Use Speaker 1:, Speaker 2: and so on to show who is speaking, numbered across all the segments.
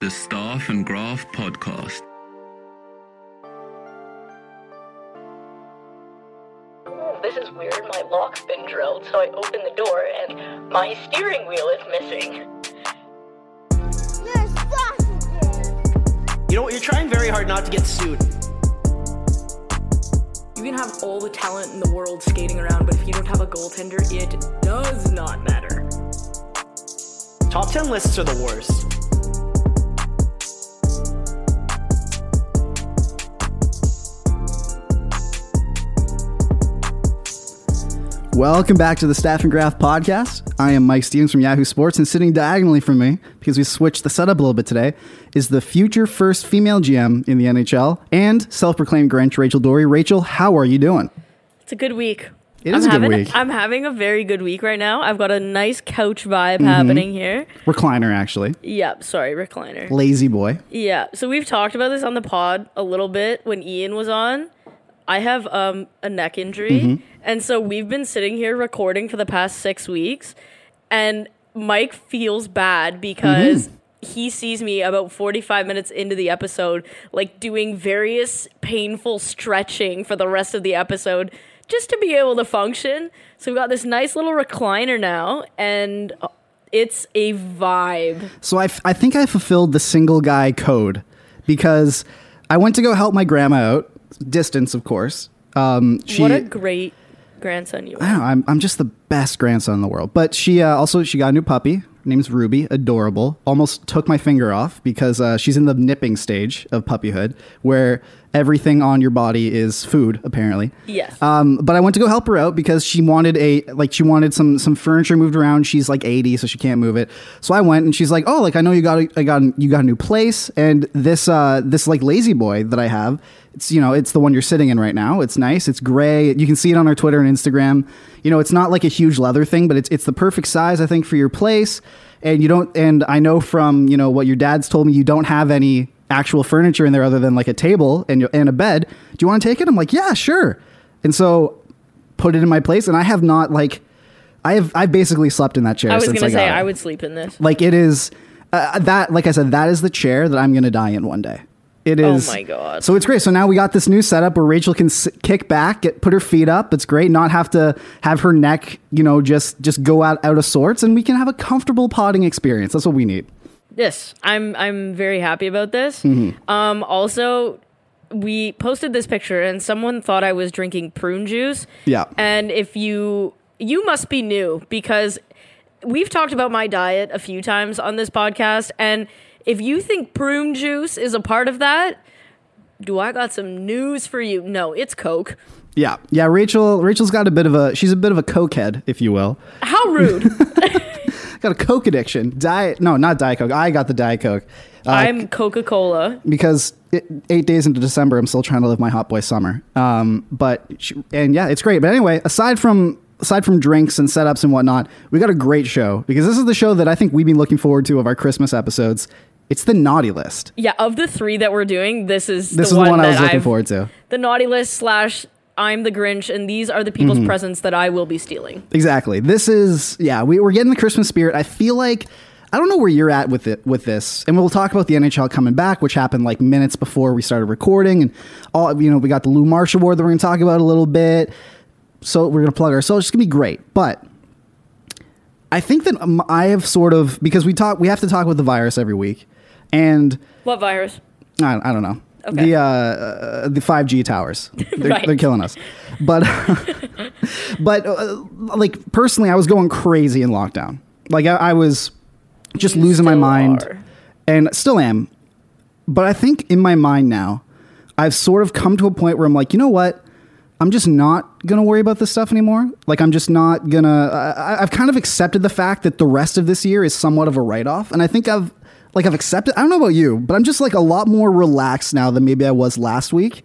Speaker 1: The Staff and Graph Podcast.
Speaker 2: This is weird. My lock's been drilled, so I open the door and my steering wheel is missing.
Speaker 3: You're sausages.
Speaker 4: You know, you're trying very hard not to get sued.
Speaker 2: You can have all the talent in the world skating around, but if you don't have a goaltender, it does not matter.
Speaker 4: Top 10 lists are the worst.
Speaker 5: Welcome back to the Staff and Graph podcast. I am Mike Stevens from Yahoo Sports, and sitting diagonally from me, because we switched the setup a little bit today, is the future first female GM in the NHL and self proclaimed Grinch, Rachel Dory. Rachel, how are you doing?
Speaker 6: It's a good week.
Speaker 5: It is
Speaker 6: I'm
Speaker 5: a good
Speaker 6: having,
Speaker 5: week.
Speaker 6: I'm having a very good week right now. I've got a nice couch vibe
Speaker 5: Mm-hmm.
Speaker 6: happening here.
Speaker 5: Recliner, actually.
Speaker 6: Yep, sorry, recliner.
Speaker 5: Lazy boy.
Speaker 6: Yeah, so we've talked about this on the pod a little bit when Ian was on. I have um, a neck injury, and so we've been sitting here recording for the past six weeks, and Mike feels bad because. He sees me about 45 minutes into the episode, like doing various painful stretching for the rest of the episode just to be able to function. So, we've got this nice little recliner now, and uh, it's a vibe.
Speaker 5: So I, f- I think I fulfilled the single guy code because I went to go help my grandma out, distance, of course. Um, she,
Speaker 6: what a great grandson you are.
Speaker 5: Wow, I'm, I'm just the best grandson in the world. But she uh, also she got a new puppy. Her name's Ruby. Adorable. Almost took my finger off because uh, she's in the nipping stage of puppyhood, where everything on your body is food, apparently.
Speaker 6: Yes.
Speaker 5: Um, but I went to go help her out because she wanted a like she wanted some some furniture moved around. She's like 80, so she can't move it. So I went and she's like, "Oh, like I know you got a, I got a, you got a new place and this uh this like lazy boy that I have. It's you know, it's the one you're sitting in right now. It's nice. It's gray. You can see it on our Twitter and Instagram. You know, it's not like a huge leather thing, but it's it's the perfect size I think for your place. And you don't and I know from, you know, what your dad's told me you don't have any actual furniture in there other than like a table and and a bed. Do you want to take it? I'm like, "Yeah, sure." And so put it in my place and I have not like I have I've basically slept in that chair
Speaker 6: I was
Speaker 5: since
Speaker 6: gonna
Speaker 5: I got
Speaker 6: say
Speaker 5: it.
Speaker 6: I would sleep in this.
Speaker 5: like it is uh, that like I said that is the chair that I'm going to die in one day. It
Speaker 6: Oh
Speaker 5: is
Speaker 6: my God.
Speaker 5: So it's great. So now we got this new setup where Rachel can s- kick back, get put her feet up. It's great not have to have her neck, you know, just just go out out of sorts and we can have a comfortable potting experience. That's what we need.
Speaker 6: This I'm I'm very happy about this.
Speaker 5: Mm-hmm.
Speaker 6: Um, also, we posted this picture and someone thought I was drinking prune juice.
Speaker 5: Yeah.
Speaker 6: And if you you must be new because we've talked about my diet a few times on this podcast, and if you think prune juice is a part of that. Do I got some news for you? No, it's Coke.
Speaker 5: Yeah. Yeah, Rachel Rachel's got a bit of a she's a bit of a cokehead, if you will.
Speaker 6: How rude.
Speaker 5: Got a coke addiction. Diet No, not diet coke. I got the diet coke. Uh,
Speaker 6: I'm Coca Cola.
Speaker 5: because it, eight days into December, I'm still trying to live my hot boy summer. Um, but sh and yeah, it's great. But anyway, aside from aside from drinks and setups and whatnot, we got a great show because this is the show that I think we've been looking forward to of our Christmas episodes. It's the naughty list.
Speaker 6: Yeah, of the three that we're doing, this is
Speaker 5: This
Speaker 6: the
Speaker 5: is the one I was
Speaker 6: that
Speaker 5: looking
Speaker 6: I've-
Speaker 5: forward to.
Speaker 6: The naughty list slash I'm the Grinch, and these are the people's
Speaker 5: Mm-hmm.
Speaker 6: presents that I will be stealing.
Speaker 5: Exactly. This is yeah. We, we're getting the Christmas spirit. I feel like I don't know where you're at with it with this, and we'll talk about the NHL coming back, which happened like minutes before we started recording, and all you know we got the Lou Marsh Award that we're going to talk about a little bit. So we're going to plug ourselves. It's going to be great, but. I think that um, I have sort of because we talk we have to talk about the virus every week, and
Speaker 6: What virus?
Speaker 5: I, I don't know.
Speaker 6: Okay.
Speaker 5: The uh, uh, the five G towers, they're,
Speaker 6: Right.
Speaker 5: they're killing us. But but uh, like personally, I was going crazy in lockdown. Like I, I was just losing my
Speaker 6: still
Speaker 5: mind,
Speaker 6: are.
Speaker 5: and still am. But I think in my mind now, I've sort of come to a point where I'm like, you know what? I'm just not gonna worry about this stuff anymore. Like I'm just not gonna. I, I- I've kind of accepted the fact that the rest of this year is somewhat of a write off, and I think I've like I've accepted. I don't know about you, but I'm just like a lot more relaxed now than maybe I was last week,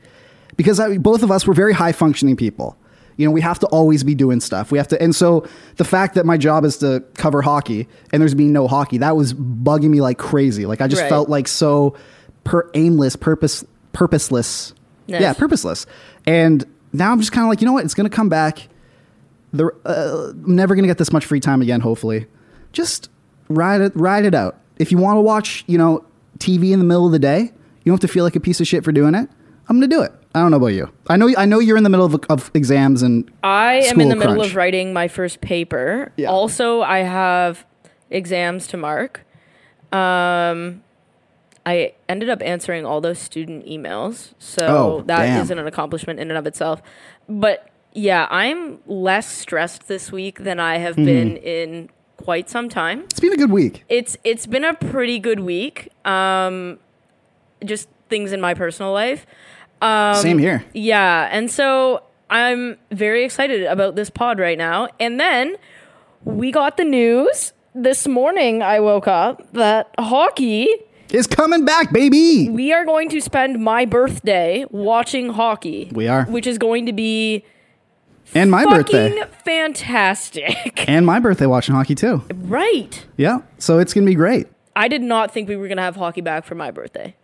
Speaker 5: because I, both of us were very high functioning people. You know, we have to always be doing stuff. We have to, and so the fact that my job is to cover hockey and there's been no hockey, that was bugging me like crazy. Like I just
Speaker 6: Right.
Speaker 5: felt like so per aimless, purpose, purposeless.
Speaker 6: Nice.
Speaker 5: Yeah, purposeless. And now I'm just kind of like, you know what? It's gonna come back. The, uh, I'm never gonna get this much free time again. Hopefully, just ride it, ride it out. If you want to watch, you know, TV in the middle of the day, you don't have to feel like a piece of shit for doing it. I'm gonna do it. I don't know about you. I know. I know you're in the middle of, of exams and
Speaker 6: I am
Speaker 5: School
Speaker 6: in the middle
Speaker 5: crunch.
Speaker 6: of writing my first paper.
Speaker 5: Yeah.
Speaker 6: Also, I have exams to mark. Um, I ended up answering all those student emails, so
Speaker 5: Oh,
Speaker 6: that
Speaker 5: damn.
Speaker 6: isn't an accomplishment in and of itself. But yeah, I'm less stressed this week than I
Speaker 5: Mm-hmm.
Speaker 6: have been in quite some time.
Speaker 5: it's been a good week.
Speaker 6: it's it's been a pretty good week. Um, just things in my personal life. Um,
Speaker 5: Same here.
Speaker 6: Yeah, and so I'm very excited about this pod right now. And then we got the news this morning. I woke up that hockey.
Speaker 5: It's coming back, baby.
Speaker 6: We are going to spend my birthday watching hockey.
Speaker 5: We are.
Speaker 6: which is going to be
Speaker 5: And my
Speaker 6: fucking
Speaker 5: birthday.
Speaker 6: fantastic.
Speaker 5: And my birthday watching hockey too.
Speaker 6: right.
Speaker 5: Yeah. So it's gonna be great.
Speaker 6: I did not think we were gonna have hockey back for my birthday.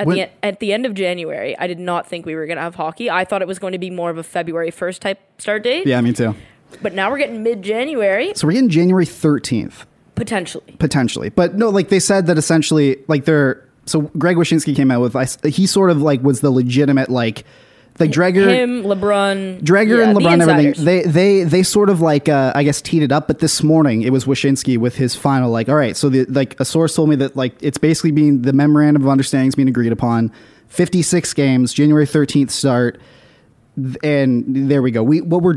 Speaker 6: At
Speaker 5: When-
Speaker 6: the en- at the end of January, I did not think we were gonna have hockey. I thought it was going to be more of a February first type start date.
Speaker 5: Yeah, me too.
Speaker 6: But now we're getting mid January
Speaker 5: So we're getting January 13th.
Speaker 6: potentially.
Speaker 5: potentially. But no, like they said that essentially, like they're so Greg Wyshynski came out with I, he sort of like was the legitimate like like Dreger.
Speaker 6: Him, LeBron,
Speaker 5: Dreger
Speaker 6: yeah,
Speaker 5: and
Speaker 6: the
Speaker 5: LeBron, everything
Speaker 6: insiders.
Speaker 5: they they they sort of like uh, I guess teed it up, but this morning it was Wyshynski with his final like, all right, so the like a source told me that like it's basically being the memorandum of understanding is being agreed upon, fifty six games, January thirteenth start, Th- and there we go. We what we're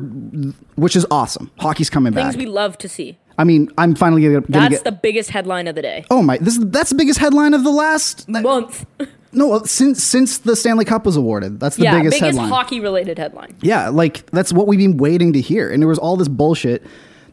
Speaker 5: which is awesome. Hockey's coming
Speaker 6: Things
Speaker 5: back.
Speaker 6: we love to see.
Speaker 5: I mean, I'm finally gonna, gonna
Speaker 6: That's
Speaker 5: get
Speaker 6: the biggest headline of the day.
Speaker 5: Oh my! This is that's the biggest headline of Oh, the last
Speaker 6: Month.
Speaker 5: no uh, since since the Stanley Cup was awarded. That's the
Speaker 6: yeah,
Speaker 5: biggest,
Speaker 6: biggest,
Speaker 5: headline.
Speaker 6: hockey related headline.
Speaker 5: yeah, like that's what we've been waiting to hear, and there was all this bullshit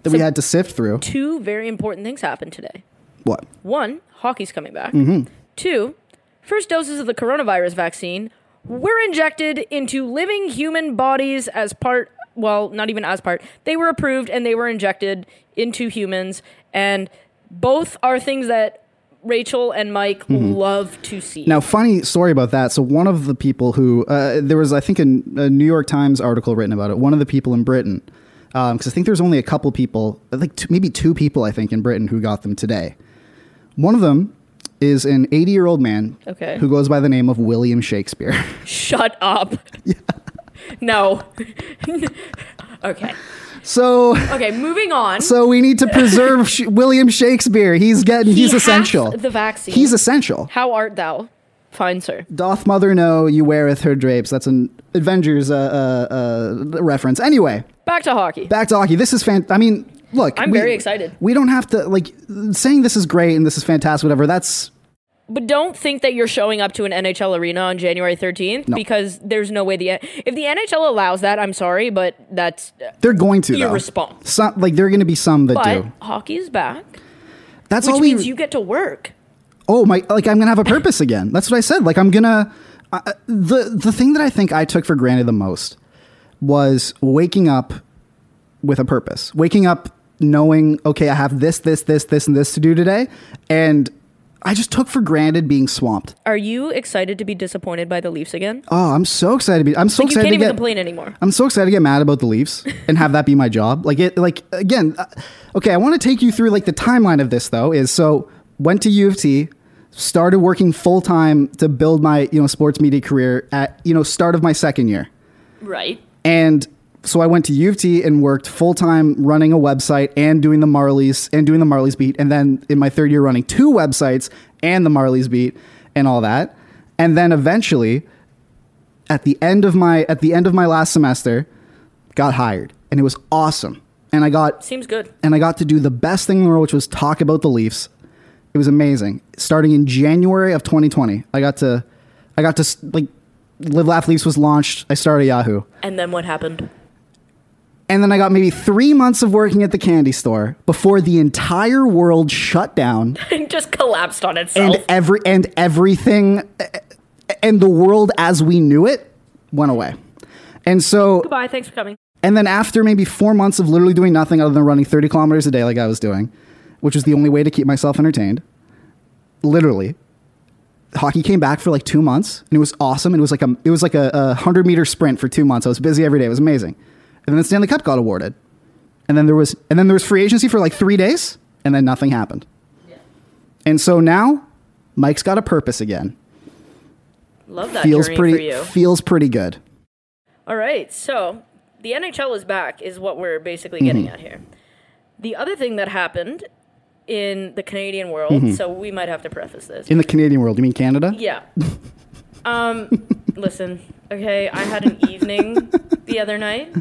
Speaker 5: that we
Speaker 6: So-
Speaker 5: had to sift through.
Speaker 6: Two very important things happened today.
Speaker 5: What?
Speaker 6: One, hockey's coming back.
Speaker 5: Mm-hmm.
Speaker 6: Two, first doses of the coronavirus vaccine were injected into living human bodies as part, well, not even as part. They were approved and they were injected into humans. And both are things that Rachel and Mike love to see.
Speaker 5: Mm-hmm. Now, funny story about that. So, one of the people who uh, there was, I think, a, a New York Times article written about it. One of the people in Britain, because I think there's only a couple people, like two, maybe two people, I think, in Britain who got them today. One of them is an 80 year old man
Speaker 6: Okay.
Speaker 5: who goes by the name of William Shakespeare.
Speaker 6: Shut up. no. okay.
Speaker 5: so.
Speaker 6: Okay, moving on.
Speaker 5: So we need to preserve Sh- William Shakespeare. He's getting.
Speaker 6: He
Speaker 5: he's
Speaker 6: hath
Speaker 5: essential.
Speaker 6: the vaccine.
Speaker 5: He's essential.
Speaker 6: How art thou? Fine, sir.
Speaker 5: Doth mother know you weareth her drapes? That's an Avengers uh, uh, uh, reference. Anyway,
Speaker 6: Back to hockey.
Speaker 5: back to hockey. This is fan. I mean, look.
Speaker 6: I'm very excited.
Speaker 5: We don't have to like saying this is great and this is fantastic. Whatever. That's
Speaker 6: But don't think that you're showing up to an NHL arena on January 13th because there's no way the if the NHL allows that, I'm sorry, but that's
Speaker 5: they're going to. though.
Speaker 6: Irresponsible.
Speaker 5: Some like there are going to be some that
Speaker 6: but
Speaker 5: do.
Speaker 6: hockey is back,
Speaker 5: That's
Speaker 6: which
Speaker 5: all we.
Speaker 6: means you get to work.
Speaker 5: oh my like i'm gonna have a purpose again that's what i said like i'm gonna I I- the the thing that i think i took for granted the most was waking up with a purpose waking up knowing okay i have this this this this and this to do today and i just took for granted being swamped
Speaker 6: Are you excited to be disappointed by the Leafs again?
Speaker 5: oh i'm so excited to be i'm so
Speaker 6: like you
Speaker 5: excited
Speaker 6: can't
Speaker 5: to
Speaker 6: even
Speaker 5: get
Speaker 6: complain anymore.
Speaker 5: I'm so excited to get mad about the Leafs and have that be my job. Like it, like again, uh, okay. I want to take you through like the timeline of this though. Is so went to U of T, started working full time to build my you know sports media career at you know start of my second year,
Speaker 6: Right.
Speaker 5: and so I went to U of T and worked full time running a website and doing the Marlies and doing the Marlies beat, and then in my third year running two websites and the Marlies beat and all that, and then eventually at the end of my at the end of my last semester got hired and it was awesome and i got
Speaker 6: Seems good.
Speaker 5: and i got to do the best thing in the world which was talk about the leafs it was amazing starting in january of 2020 i got to i got to s- like live laugh leafs was launched i started yahoo
Speaker 6: And then what happened?
Speaker 5: and then I got maybe three months of working at the candy store before the entire world shut down
Speaker 6: It just collapsed on itself.
Speaker 5: and every and everything and the world as we knew it went away. And so
Speaker 6: Goodbye. Thanks for coming.
Speaker 5: and then after maybe four months of literally doing nothing other than running 30 kilometers a day like I was doing, which was the only way to keep myself entertained, literally, hockey came back for like two months and it was awesome. It was like a it was like a, a hundred meter sprint for two months. I was busy every day. It was amazing. And then the Stanley Cup got awarded. And then there was and then there was free agency for like three days, and then nothing happened. And so now Mike's got a purpose again.
Speaker 6: Love that
Speaker 5: Feels
Speaker 6: journey for
Speaker 5: pretty
Speaker 6: you.
Speaker 5: feels pretty good.
Speaker 6: All right, so the NHL is back, is what we're basically getting at here. The other thing that happened in the Canadian world, so we might have to preface this.
Speaker 5: In the Canadian world, you mean Canada?
Speaker 6: Yeah. Um, listen, okay, I had an evening the other night.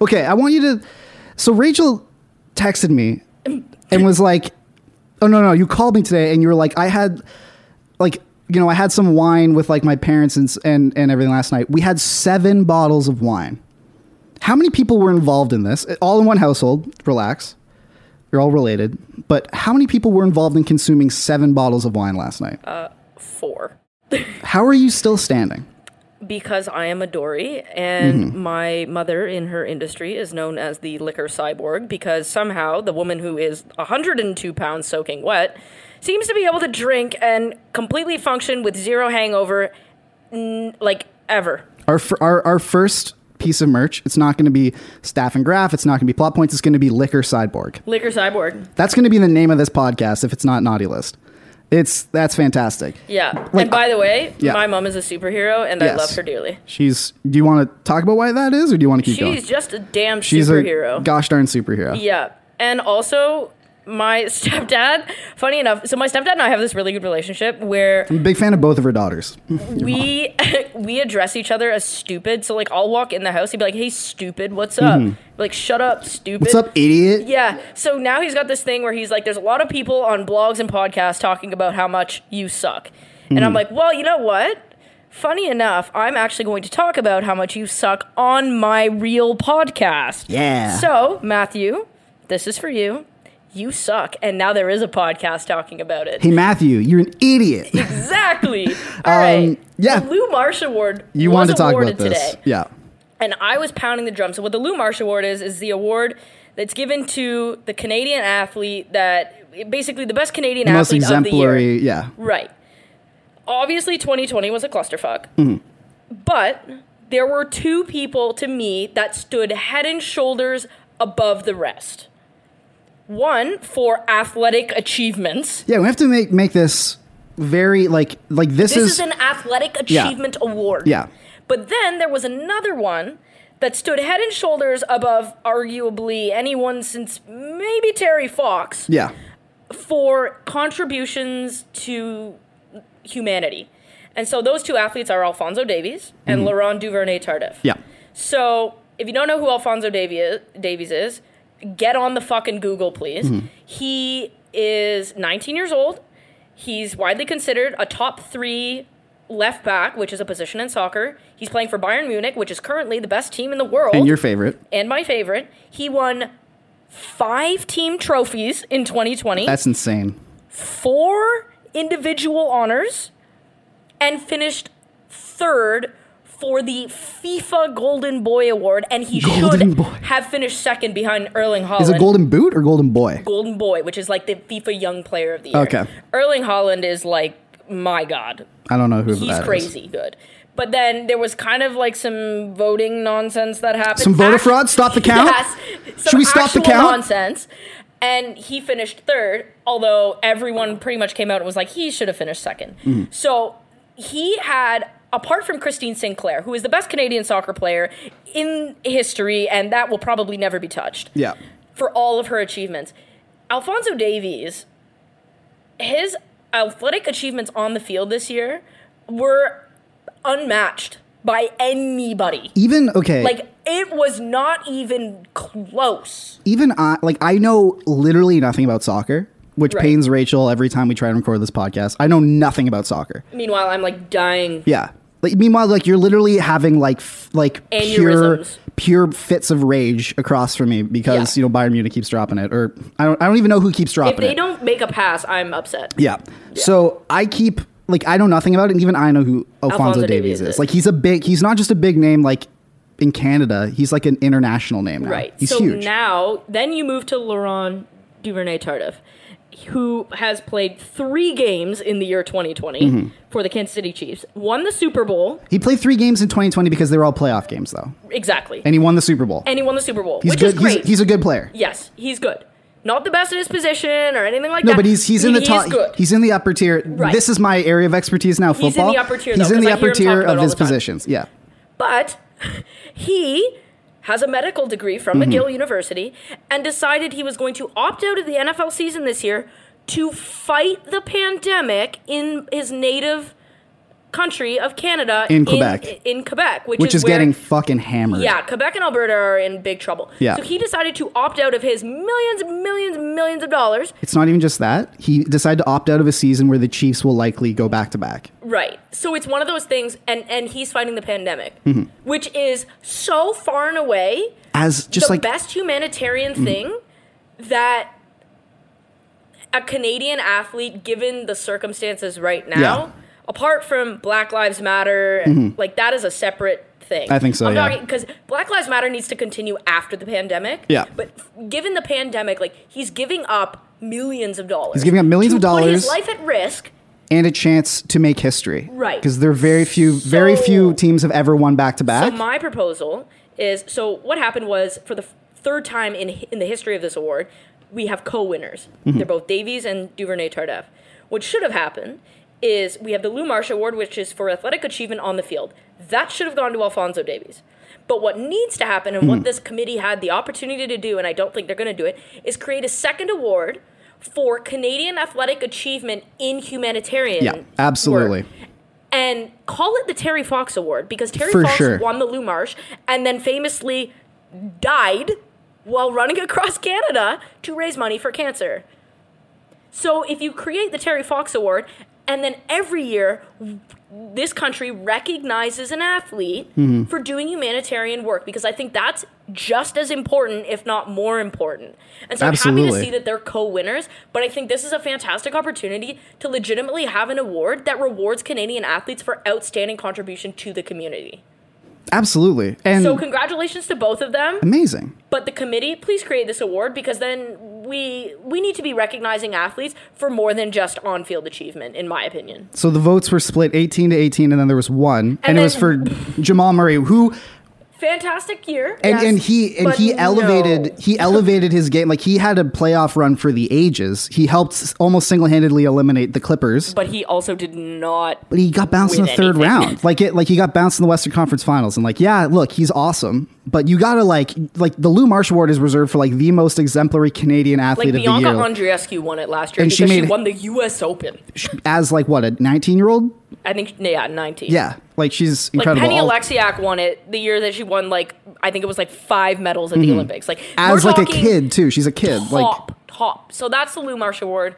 Speaker 5: Okay, I want you to So Rachel texted me and was like, "Oh no, no, you called me today and you were like, I had like you know, I had some wine with like my parents and s- and and everything last night. We had 7 bottles of wine. How many people were involved in this? All in one household. Relax. You're all related. But how many people were involved in consuming 7 bottles of wine last night?
Speaker 6: Four.
Speaker 5: How are you still standing?
Speaker 6: Because I am a Dory, and
Speaker 5: Mm-hmm.
Speaker 6: my mother in her industry is known as the liquor cyborg because somehow the woman who is 102 pounds soaking wet seems to be able to drink and completely function with zero hangover, n- like ever.
Speaker 5: Our, fir- our our first piece of merch. It's not going to be staff and graph. It's not going to be plot points. It's going to be liquor sideboard.
Speaker 6: Liquor cyborg.
Speaker 5: That's going to be the name of this podcast if it's not naughty list. It's that's fantastic.
Speaker 6: Yeah.
Speaker 5: Like-
Speaker 6: and by the way,
Speaker 5: Yeah.
Speaker 6: my mom is a superhero, and I
Speaker 5: Yes.
Speaker 6: love her dearly.
Speaker 5: She's. Do you want to talk about why that is, or do you want to keep
Speaker 6: She's
Speaker 5: going?
Speaker 6: just a damn
Speaker 5: She's
Speaker 6: superhero.
Speaker 5: a gosh darn superhero.
Speaker 6: Yeah. And also, my stepdad, funny enough, so my stepdad and I have this really good relationship where
Speaker 5: Big fan of both of her daughters.
Speaker 6: we we address each other as stupid. So like I'll walk in the house, he'd be like, "Hey, stupid, what's up?" Like, "Shut up, stupid."
Speaker 5: Mm-hmm. What's up, idiot?
Speaker 6: Yeah. So now he's got this thing where he's like, there's a lot of people on blogs and podcasts talking about how much you suck. And
Speaker 5: Mm.
Speaker 6: I'm like, well, you know what? Funny enough, I'm actually going to talk about how much you suck on my real podcast.
Speaker 5: Yeah.
Speaker 6: So, Matthew, this is for you. You suck. And now there is a podcast talking about it.
Speaker 5: Hey Matthew, you're an idiot. Um,
Speaker 6: Exactly. All right.
Speaker 5: yeah.
Speaker 6: The Lou Marsh Award.
Speaker 5: You
Speaker 6: was
Speaker 5: want to talk
Speaker 6: awarded
Speaker 5: about this?
Speaker 6: Today
Speaker 5: Yeah.
Speaker 6: and I was pounding the drum. So what the Lou Marsh Award is is the award that's given to the Canadian athlete that basically the best Canadian
Speaker 5: The
Speaker 6: athlete
Speaker 5: most
Speaker 6: of the
Speaker 5: exemplary.
Speaker 6: year.
Speaker 5: Yeah.
Speaker 6: Right. Obviously, 2020 was a clusterfuck,
Speaker 5: Mm-hmm.
Speaker 6: but there were two people to me that stood head and shoulders above the rest. One for athletic achievements.
Speaker 5: Yeah. We have to make make this very like like this,
Speaker 6: This is an athletic
Speaker 5: Yeah.
Speaker 6: achievement award.
Speaker 5: Yeah.
Speaker 6: But then there was another one that stood head and shoulders above arguably anyone since maybe Terry Fox
Speaker 5: yeah.
Speaker 6: for contributions to humanity. And so those two athletes are Alfonso Davies and Laurent Duvernay Tardif.
Speaker 5: Yeah.
Speaker 6: So if you don't know who Alfonso Davi- Davies is, get on the fucking Google, please.
Speaker 5: Mm-hmm.
Speaker 6: He is 19 years old. He's widely considered a top three left back, which is a position in soccer. He's playing for Bayern Munich, which is currently the best team in the world
Speaker 5: And your favorite.
Speaker 6: and my favorite. He won five team trophies in 2020,
Speaker 5: That's insane.
Speaker 6: four individual honors, and finished third for the FIFA Golden Boy Award. And he
Speaker 5: Golden
Speaker 6: should
Speaker 5: Boy.
Speaker 6: have finished second behind Erling Holland.
Speaker 5: Is it golden boot or golden boy?
Speaker 6: Golden Boy, which is like the FIFA Young Player of the Year.
Speaker 5: Okay.
Speaker 6: Erling Holland is like my god
Speaker 5: I don't know who that
Speaker 6: he's
Speaker 5: is.
Speaker 6: crazy good. But then there was kind of like some voting nonsense that happened.
Speaker 5: Some voter
Speaker 6: Act-
Speaker 5: fraud? Stop the count?
Speaker 6: Yes. Some
Speaker 5: Should we stop the
Speaker 6: actual
Speaker 5: count?
Speaker 6: Nonsense. And he finished third, although everyone pretty much came out and was like, he should have finished 2nd
Speaker 5: Mm-hmm.
Speaker 6: So he had, apart from Christine Sinclair, who is the best Canadian soccer player in history, and that will probably never be touched
Speaker 5: Yeah.
Speaker 6: for all of her achievements. Alfonso Davies, his athletic achievements on the field this year were unmatched by anybody.
Speaker 5: Even okay.
Speaker 6: Like it was not even close.
Speaker 5: even I like I know literally nothing about soccer, which
Speaker 6: Right.
Speaker 5: pains Rachel every time we try and record this podcast. I know nothing about soccer.
Speaker 6: Meanwhile, I'm like dying.
Speaker 5: Yeah. Like meanwhile, like you're literally having like f- like pure
Speaker 6: Aneurysms.
Speaker 5: pure fits of rage across from me because
Speaker 6: Yeah.
Speaker 5: you know Bayern Munich keeps dropping it, or I don't I don't even know who keeps dropping
Speaker 6: If they
Speaker 5: it.
Speaker 6: don't make a pass, I'm upset.
Speaker 5: Yeah. So I keep like I know nothing about it, and even I know who Alfonso,
Speaker 6: Alphonso
Speaker 5: Davies,
Speaker 6: Davies
Speaker 5: is.
Speaker 6: is.
Speaker 5: Like he's a big. He's not just a big name like in Canada. He's like an international name now.
Speaker 6: Right.
Speaker 5: He's
Speaker 6: so
Speaker 5: huge.
Speaker 6: now, then you move to Laurent Duvernay Tardif, who has played three games in the year 2020
Speaker 5: Mm-hmm.
Speaker 6: for the Kansas City Chiefs, won the Super Bowl.
Speaker 5: he played three games in 2020 because they were all playoff games though,
Speaker 6: Exactly.
Speaker 5: and he won the Super Bowl.
Speaker 6: and he won the Super Bowl,
Speaker 5: he's
Speaker 6: which is
Speaker 5: good.
Speaker 6: great.
Speaker 5: He's, he's a good player.
Speaker 6: yes, he's good. not the best in his position or anything like
Speaker 5: No,
Speaker 6: that.
Speaker 5: but he's he's
Speaker 6: I
Speaker 5: in
Speaker 6: mean,
Speaker 5: the
Speaker 6: he
Speaker 5: top.
Speaker 6: is good.
Speaker 5: He's in the upper tier.
Speaker 6: Right.
Speaker 5: This is my area of expertise now.
Speaker 6: He's in the
Speaker 5: Football.
Speaker 6: upper tier,
Speaker 5: He's
Speaker 6: though,
Speaker 5: in
Speaker 6: 'cause I
Speaker 5: the
Speaker 6: hear
Speaker 5: upper
Speaker 6: him talk
Speaker 5: tier
Speaker 6: about
Speaker 5: of
Speaker 6: all
Speaker 5: his
Speaker 6: the time.
Speaker 5: positions. Yeah.
Speaker 6: But he has a medical degree from
Speaker 5: Mm-hmm.
Speaker 6: McGill University and decided he was going to opt out of the NFL season this year to fight the pandemic in his native country of Canada
Speaker 5: In Quebec.
Speaker 6: In Quebec, which,
Speaker 5: Which is
Speaker 6: where-
Speaker 5: getting fucking hammered.
Speaker 6: yeah, Quebec and Alberta are in big trouble.
Speaker 5: Yeah.
Speaker 6: So he decided to opt out of his millions, millions, millions of dollars.
Speaker 5: It's not even just that. He decided to opt out of a season where the Chiefs will likely go back to back.
Speaker 6: Right. So it's one of those things, and and he's fighting the pandemic,
Speaker 5: Mm-hmm.
Speaker 6: which is so far and away
Speaker 5: As just
Speaker 6: the
Speaker 5: like Mm-hmm.
Speaker 6: best humanitarian thing that a Canadian athlete, given the circumstances right now,
Speaker 5: Yeah. Mm-hmm.
Speaker 6: apart from Black Lives Matter, like that is a separate thing.
Speaker 5: I think so, yeah.
Speaker 6: because Black Lives Matter needs to continue after the pandemic.
Speaker 5: Yeah.
Speaker 6: but f- given the pandemic, like he's giving up millions of dollars.
Speaker 5: He's giving up millions
Speaker 6: to
Speaker 5: of
Speaker 6: Put his
Speaker 5: dollars.
Speaker 6: life at risk.
Speaker 5: and a chance to make history.
Speaker 6: Right.
Speaker 5: Because there are very few, very
Speaker 6: So-
Speaker 5: few teams have ever won back to back.
Speaker 6: So my proposal is so what happened was for the f- third time in hi- in the history of this award, we have co-winners.
Speaker 5: Mm-hmm.
Speaker 6: They're both Davies and Duvernay Tardif. What should have happened is we have the Lou Marsh Award, which is for athletic achievement on the field. That should have gone to Alfonso Davies. But what needs to happen and
Speaker 5: Mm-hmm.
Speaker 6: what this committee had the opportunity to do, and I don't think they're going to do it, is create a second award for Canadian athletic achievement in humanitarian.
Speaker 5: yeah, absolutely.
Speaker 6: work and call it the Terry Fox Award because Terry
Speaker 5: For
Speaker 6: Fox
Speaker 5: sure.
Speaker 6: won the Lou Marsh and then famously died while running across Canada to raise money for cancer. So if you create the Terry Fox Award and then every year this country recognizes an athlete
Speaker 5: Mm-hmm.
Speaker 6: for doing humanitarian work because I think that's just as important, if not more important. And so I'm happy
Speaker 5: Absolutely.
Speaker 6: to see that they're co-winners, but I think this is a fantastic opportunity to legitimately have an award that rewards Canadian athletes for outstanding contribution to the community.
Speaker 5: Absolutely. And
Speaker 6: So congratulations to both of them.
Speaker 5: amazing.
Speaker 6: But the committee, please create this award because then we we need to be recognizing athletes for more than just on-field achievement, in my opinion.
Speaker 5: So the votes were split 18 to 18, and then there was one, and, it
Speaker 6: then-
Speaker 5: was for Jamal Murray, who
Speaker 6: Fantastic year.
Speaker 5: and,
Speaker 6: yes,
Speaker 5: and he and
Speaker 6: but
Speaker 5: he
Speaker 6: no.
Speaker 5: elevated he elevated his game. Like he had a playoff run for the ages. He helped s- almost single handedly eliminate the Clippers,
Speaker 6: But he also did not
Speaker 5: but he got bounced in the
Speaker 6: With
Speaker 5: third
Speaker 6: anything.
Speaker 5: round. Like it, like he got bounced in the Western Conference Finals. And like, yeah, look, he's awesome, but you gotta like like the Lou Marsh Award is reserved for like the most exemplary Canadian
Speaker 6: like
Speaker 5: athlete of
Speaker 6: Bianca
Speaker 5: the year,
Speaker 6: Andreescu won it last year
Speaker 5: And she
Speaker 6: because she,
Speaker 5: made-
Speaker 6: won the U.S. Open.
Speaker 5: as like what a 19 year old.
Speaker 6: I think yeah, nineteen.
Speaker 5: Yeah, like she's
Speaker 6: Like
Speaker 5: incredible.
Speaker 6: Penny
Speaker 5: All-
Speaker 6: Alexiak won it the year that she won like I think it was like five medals at the Olympics. Like
Speaker 5: Mm-hmm. as
Speaker 6: we're
Speaker 5: like a
Speaker 6: talking
Speaker 5: kid too. She's a kid. Like,
Speaker 6: top, top. So that's the Lou Marsh Award.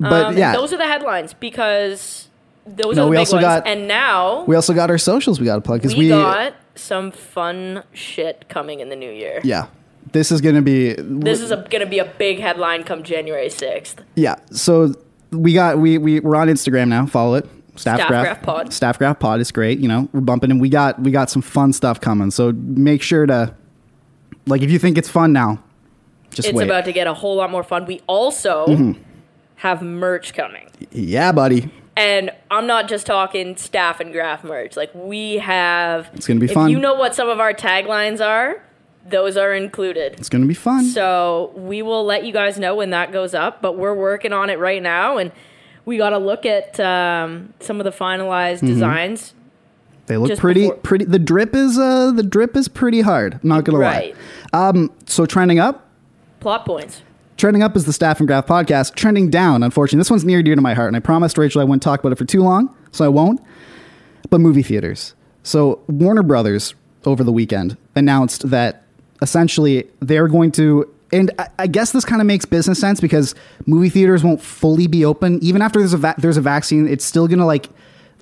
Speaker 5: but
Speaker 6: Um,
Speaker 5: yeah,
Speaker 6: those are the headlines because those
Speaker 5: No,
Speaker 6: are the
Speaker 5: we
Speaker 6: big
Speaker 5: also
Speaker 6: ones.
Speaker 5: got-
Speaker 6: and now
Speaker 5: we
Speaker 6: we,
Speaker 5: also got our socials. We got to plug because we,
Speaker 6: got some fun shit coming in the new year.
Speaker 5: yeah. This is gonna be
Speaker 6: This is a, gonna be a big headline come January sixth.
Speaker 5: yeah. So we got we we we're on Instagram now. Follow it. Staff,
Speaker 6: Staff
Speaker 5: graph,
Speaker 6: Graph Pod.
Speaker 5: Staff graph pod is great. You know we're bumping and we got we got some fun stuff coming. So make sure to like if you think it's fun now, just
Speaker 6: It's
Speaker 5: wait. Mm-hmm.
Speaker 6: about to get a whole lot more fun. We also have merch coming.
Speaker 5: yeah, buddy.
Speaker 6: And I'm not just talking staff and graph merch. Like we have
Speaker 5: It's gonna be
Speaker 6: if
Speaker 5: fun.
Speaker 6: You know what some of our taglines are? Those are included.
Speaker 5: It's gonna be fun.
Speaker 6: So we will let you guys know when that goes up, but we're working on it right now, and we got to look at um, some of the finalized
Speaker 5: Mm-hmm.
Speaker 6: designs.
Speaker 5: they look
Speaker 6: just
Speaker 5: pretty
Speaker 6: before-
Speaker 5: pretty. The drip is uh the drip is pretty hard. I'm not gonna
Speaker 6: Right.
Speaker 5: lie. Um. So trending up.
Speaker 6: Plot points.
Speaker 5: Trending up is the Staff and Graph podcast. Trending down, unfortunately, this one's near and dear to my heart, and I promised Rachel I wouldn't talk about it for too long, so I won't. But movie theaters. So Warner Brothers over the weekend announced that essentially they're going to, and I, I guess this kind of makes business sense because movie theaters won't fully be open even after there's a va- there's a vaccine. It's still going to like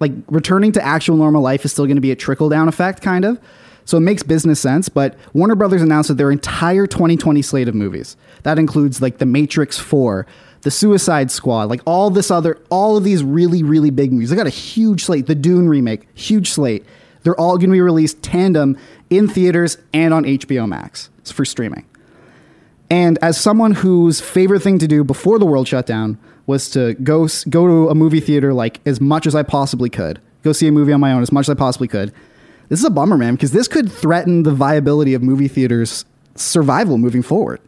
Speaker 5: like returning to actual normal life is still going to be a trickle down effect, kind of. So it makes business sense, but Warner Brothers announced that their entire 2020 slate of movies. That includes like The Matrix 4, The Suicide Squad, like all this other all of these really really big movies. They got a huge slate, the Dune remake, huge slate. They're all going to be released tandem in theaters and on HBO Max for streaming. And as someone whose favorite thing to do before the world shut down was to go s- go to a movie theater like as much as I possibly could, go see a movie on my own as much as I possibly could. This is a bummer, man, because this could threaten the viability of movie theaters' survival moving forward.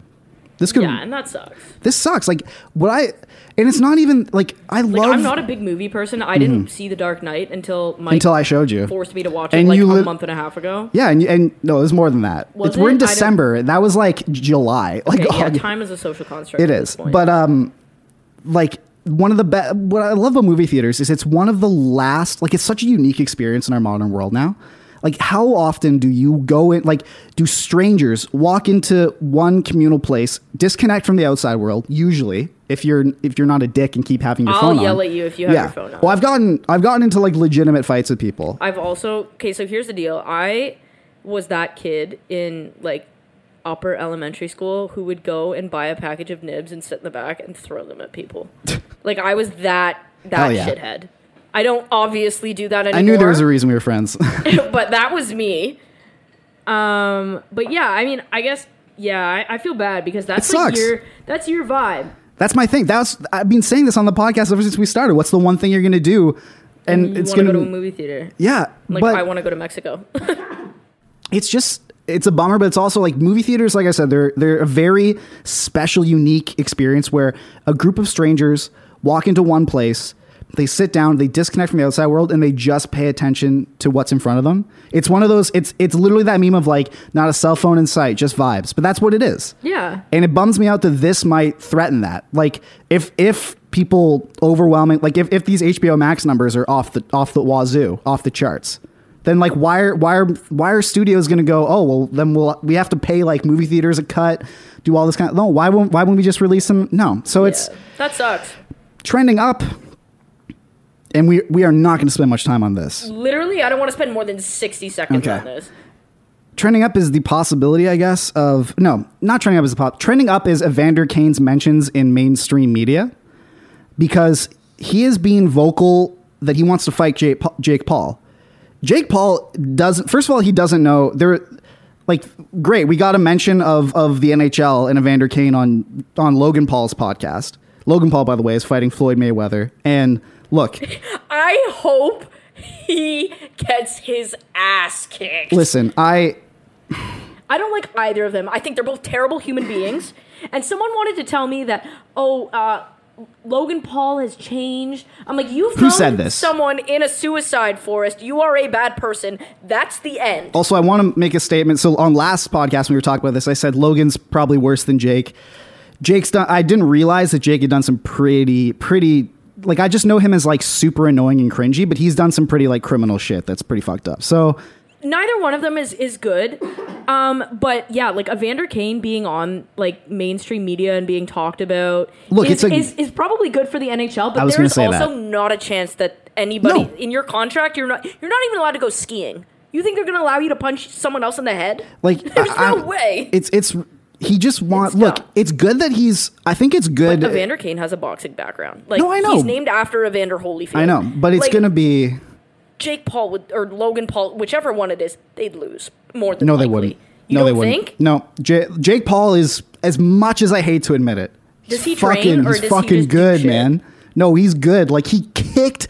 Speaker 5: This could
Speaker 6: yeah, and that sucks.
Speaker 5: this sucks. Like what I and it's not even like I
Speaker 6: Like
Speaker 5: love Mm-hmm.
Speaker 6: I'm not a big movie person. I didn't see The Dark Knight until Mike
Speaker 5: until I showed you.
Speaker 6: forced me to watch
Speaker 5: And
Speaker 6: it like
Speaker 5: you
Speaker 6: a
Speaker 5: lit-
Speaker 6: month and a half ago.
Speaker 5: Yeah, and and no, there's more than that.
Speaker 6: Was
Speaker 5: it's we're in
Speaker 6: it? I don't-
Speaker 5: December. That was like July. Like
Speaker 6: Okay, yeah,
Speaker 5: August.
Speaker 6: time is a social construct.
Speaker 5: It
Speaker 6: at
Speaker 5: is,
Speaker 6: this point.
Speaker 5: but um, like one of the best. What I love about movie theaters is it's one of the last. Like it's such a unique experience in our modern world now. Like how often do you go in? Like do strangers walk into one communal place, disconnect from the outside world? Usually, if you're if you're not a dick and keep having your
Speaker 6: I'll
Speaker 5: phone,
Speaker 6: yell
Speaker 5: on.
Speaker 6: at you if you have
Speaker 5: yeah.
Speaker 6: your phone on.
Speaker 5: Well, I've gotten I've gotten into like legitimate fights with people.
Speaker 6: I've also okay. So here's the deal. I was that kid in like upper elementary school who would go and buy a package of nibs and sit in the back and throw them at people. like I was that
Speaker 5: Hell
Speaker 6: that
Speaker 5: yeah.
Speaker 6: shithead. I don't obviously do that anymore.
Speaker 5: I knew there was a reason we were friends.
Speaker 6: but that was me. Um, but yeah, I mean, I guess yeah, I, I feel bad because that's
Speaker 5: It
Speaker 6: like
Speaker 5: sucks.
Speaker 6: your that's your vibe.
Speaker 5: That's my thing. That's I've been saying this on the podcast ever since we started. What's the one thing you're going to do? And,
Speaker 6: You
Speaker 5: it's
Speaker 6: want to go
Speaker 5: going
Speaker 6: to a movie theater.
Speaker 5: Yeah,
Speaker 6: Like
Speaker 5: but
Speaker 6: I want to go to Mexico.
Speaker 5: it's just it's a bummer, but it's also like movie theaters. Like I said, they're they're a very special, unique experience where a group of strangers walk into one place, they sit down, they disconnect from the outside world, and they just pay attention to what's in front of them. It's one of those. It's it's literally that meme of like not a cell phone in sight, just vibes. But that's what it is.
Speaker 6: yeah.
Speaker 5: And it bums me out that this might threaten that. Like if if people overwhelming like if, if these HBO Max numbers are off the off the wazoo, off the charts, then like why are why are why are studios gonna go, oh well then we'll we have to pay like movie theaters a cut, do all this kind of no, why won't why won't we just release them? No. So it's
Speaker 6: Yeah. that sucks.
Speaker 5: trending up and we we are not gonna spend much time on this.
Speaker 6: Literally, I don't want to spend more than 60 seconds
Speaker 5: Okay.
Speaker 6: on this.
Speaker 5: Trending up is the possibility, I guess, of no, not trending up is the pop. Trending up is Evander Kane's mentions in mainstream media because he is being vocal that he wants to fight Jake, Pa- Jake Paul. Jake Paul doesn't. First of all, he doesn't know there. Like, great, we got a mention of of the NHL and Evander Kane on on Logan Paul's podcast. Logan Paul, by the way, is fighting Floyd Mayweather, and look.
Speaker 6: I hope he gets his ass kicked.
Speaker 5: Listen, I
Speaker 6: I don't like either of them. I think they're both terrible human beings. And someone wanted to tell me that, oh, uh, Logan Paul has changed. I'm like, you found
Speaker 5: said this?
Speaker 6: someone in a suicide forest. You are a bad person. That's the end.
Speaker 5: Also, I want to make a statement. So on last podcast, when we were talking about this, I said Logan's probably worse than Jake. Jake's done. I didn't realize that Jake had done some pretty, pretty. Like I just know him as like super annoying and cringy, but he's done some pretty like criminal shit that's pretty fucked up. So
Speaker 6: neither one of them is is good. Um, but yeah, like Evander Kane being on like mainstream media and being talked about
Speaker 5: Look,
Speaker 6: is,
Speaker 5: it's a-
Speaker 6: is, is probably good for the NHL,
Speaker 5: I
Speaker 6: but
Speaker 5: was
Speaker 6: there
Speaker 5: gonna
Speaker 6: is
Speaker 5: say
Speaker 6: also
Speaker 5: that.
Speaker 6: not a chance that anybody
Speaker 5: No.
Speaker 6: in your contract you're not you're not even allowed to go skiing. You think they're gonna allow you to punch someone else in the head?
Speaker 5: like,
Speaker 6: there's
Speaker 5: I-
Speaker 6: no
Speaker 5: I-
Speaker 6: way.
Speaker 5: It's it's he just wants.
Speaker 6: It's
Speaker 5: Look,
Speaker 6: dumb.
Speaker 5: it's good that he's. I think it's good.
Speaker 6: Evander Kane has a boxing background. Like
Speaker 5: No, I know.
Speaker 6: he's named after Evander Holyfield.
Speaker 5: I know, but it's
Speaker 6: Like,
Speaker 5: gonna be.
Speaker 6: Jake Paul would, or Logan Paul, whichever one it is, they'd lose more than
Speaker 5: No, they
Speaker 6: likely.
Speaker 5: wouldn't.
Speaker 6: You
Speaker 5: no,
Speaker 6: don't
Speaker 5: they wouldn't.
Speaker 6: think?
Speaker 5: No, J- Jake Paul is as much as I hate to admit it.
Speaker 6: Does
Speaker 5: he's
Speaker 6: he train,
Speaker 5: fucking,
Speaker 6: or
Speaker 5: he's
Speaker 6: does he
Speaker 5: fucking
Speaker 6: just do
Speaker 5: good,
Speaker 6: shit?
Speaker 5: man? No, he's good. Like he kicked.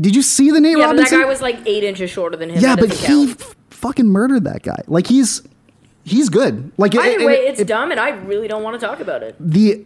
Speaker 5: Did you see the
Speaker 6: Yeah,
Speaker 5: Nate
Speaker 6: but that
Speaker 5: Robinson?
Speaker 6: guy was like eight inches shorter than him.
Speaker 5: yeah,
Speaker 6: That
Speaker 5: but
Speaker 6: doesn't
Speaker 5: he
Speaker 6: count.
Speaker 5: f- fucking murdered that guy. Like he's he's good. Like it-
Speaker 6: Either
Speaker 5: it-
Speaker 6: way,
Speaker 5: it-
Speaker 6: it's
Speaker 5: it-
Speaker 6: dumb, and I really don't want to talk about it.
Speaker 5: the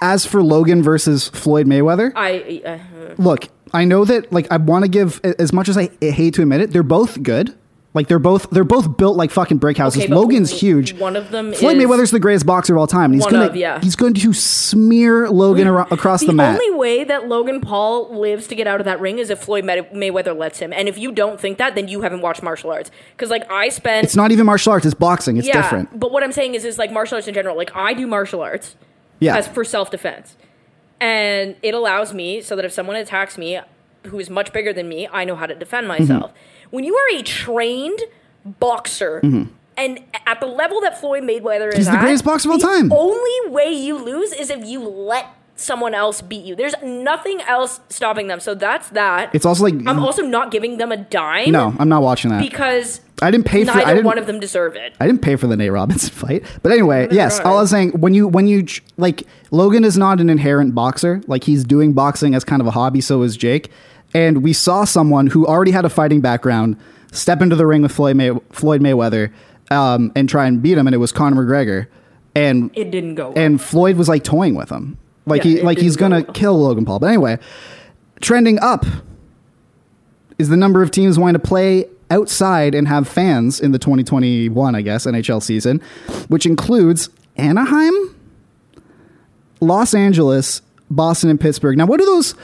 Speaker 5: as for Logan versus Floyd Mayweather.
Speaker 6: I uh,
Speaker 5: look, I know that like I want to give a- as much as I hate to admit it, they're both good. Like they're both they're both built like fucking brick houses.
Speaker 6: Okay, but
Speaker 5: Logan's
Speaker 6: w-
Speaker 5: huge.
Speaker 6: one of them
Speaker 5: Floyd
Speaker 6: is-
Speaker 5: Mayweather's the greatest boxer of all time. And he's
Speaker 6: One
Speaker 5: gonna
Speaker 6: of, yeah. Mm.
Speaker 5: he's going to smear Logan ar- across the,
Speaker 6: the
Speaker 5: mat.
Speaker 6: only way that Logan Paul lives to get out of that ring is if Floyd May- Mayweather lets him. And if you don't think that, then you haven't watched martial arts. Because like I spent
Speaker 5: it's not even martial arts. It's boxing. It's
Speaker 6: yeah,
Speaker 5: different.
Speaker 6: but what I'm saying is is like martial arts in general. Like I do martial arts.
Speaker 5: Yeah.
Speaker 6: as for self defense. And it allows me so that if someone attacks me who is much bigger than me, I know how to defend
Speaker 5: Mm-hmm.
Speaker 6: myself. When you are a trained boxer and at the level that Floyd Mayweather is
Speaker 5: Mm-hmm. He's the
Speaker 6: at,
Speaker 5: greatest boxer of all
Speaker 6: the
Speaker 5: time.
Speaker 6: Only way you lose is if you let someone else beat you. There's nothing else stopping them. So that's that.
Speaker 5: It's also like
Speaker 6: I'm also not giving them a dime
Speaker 5: no, I'm not watching that.
Speaker 6: because
Speaker 5: I didn't pay for. I
Speaker 6: neither
Speaker 5: didn't,
Speaker 6: one of them deserve it.
Speaker 5: I didn't pay for the Nate Robinson fight, but anyway,
Speaker 6: my
Speaker 5: yes.
Speaker 6: God.
Speaker 5: All I was saying when you when you ch- like Logan is not an inherent boxer. Like he's doing boxing as kind of a hobby. So is Jake, and we saw someone who already had a fighting background step into the ring with Floyd May, Floyd Mayweather um, and try and beat him, and it was Conor McGregor. and
Speaker 6: It didn't go. well.
Speaker 5: and Floyd was like toying with him, like
Speaker 6: Yeah,
Speaker 5: he
Speaker 6: it
Speaker 5: like he's
Speaker 6: didn't
Speaker 5: gonna
Speaker 6: go well.
Speaker 5: kill Logan Paul. But anyway, trending up is the number of teams wanting to play outside and have fans in the 2021, I guess, NHL season, which includes Anaheim, Los Angeles, Boston, and Pittsburgh. Now, what are those?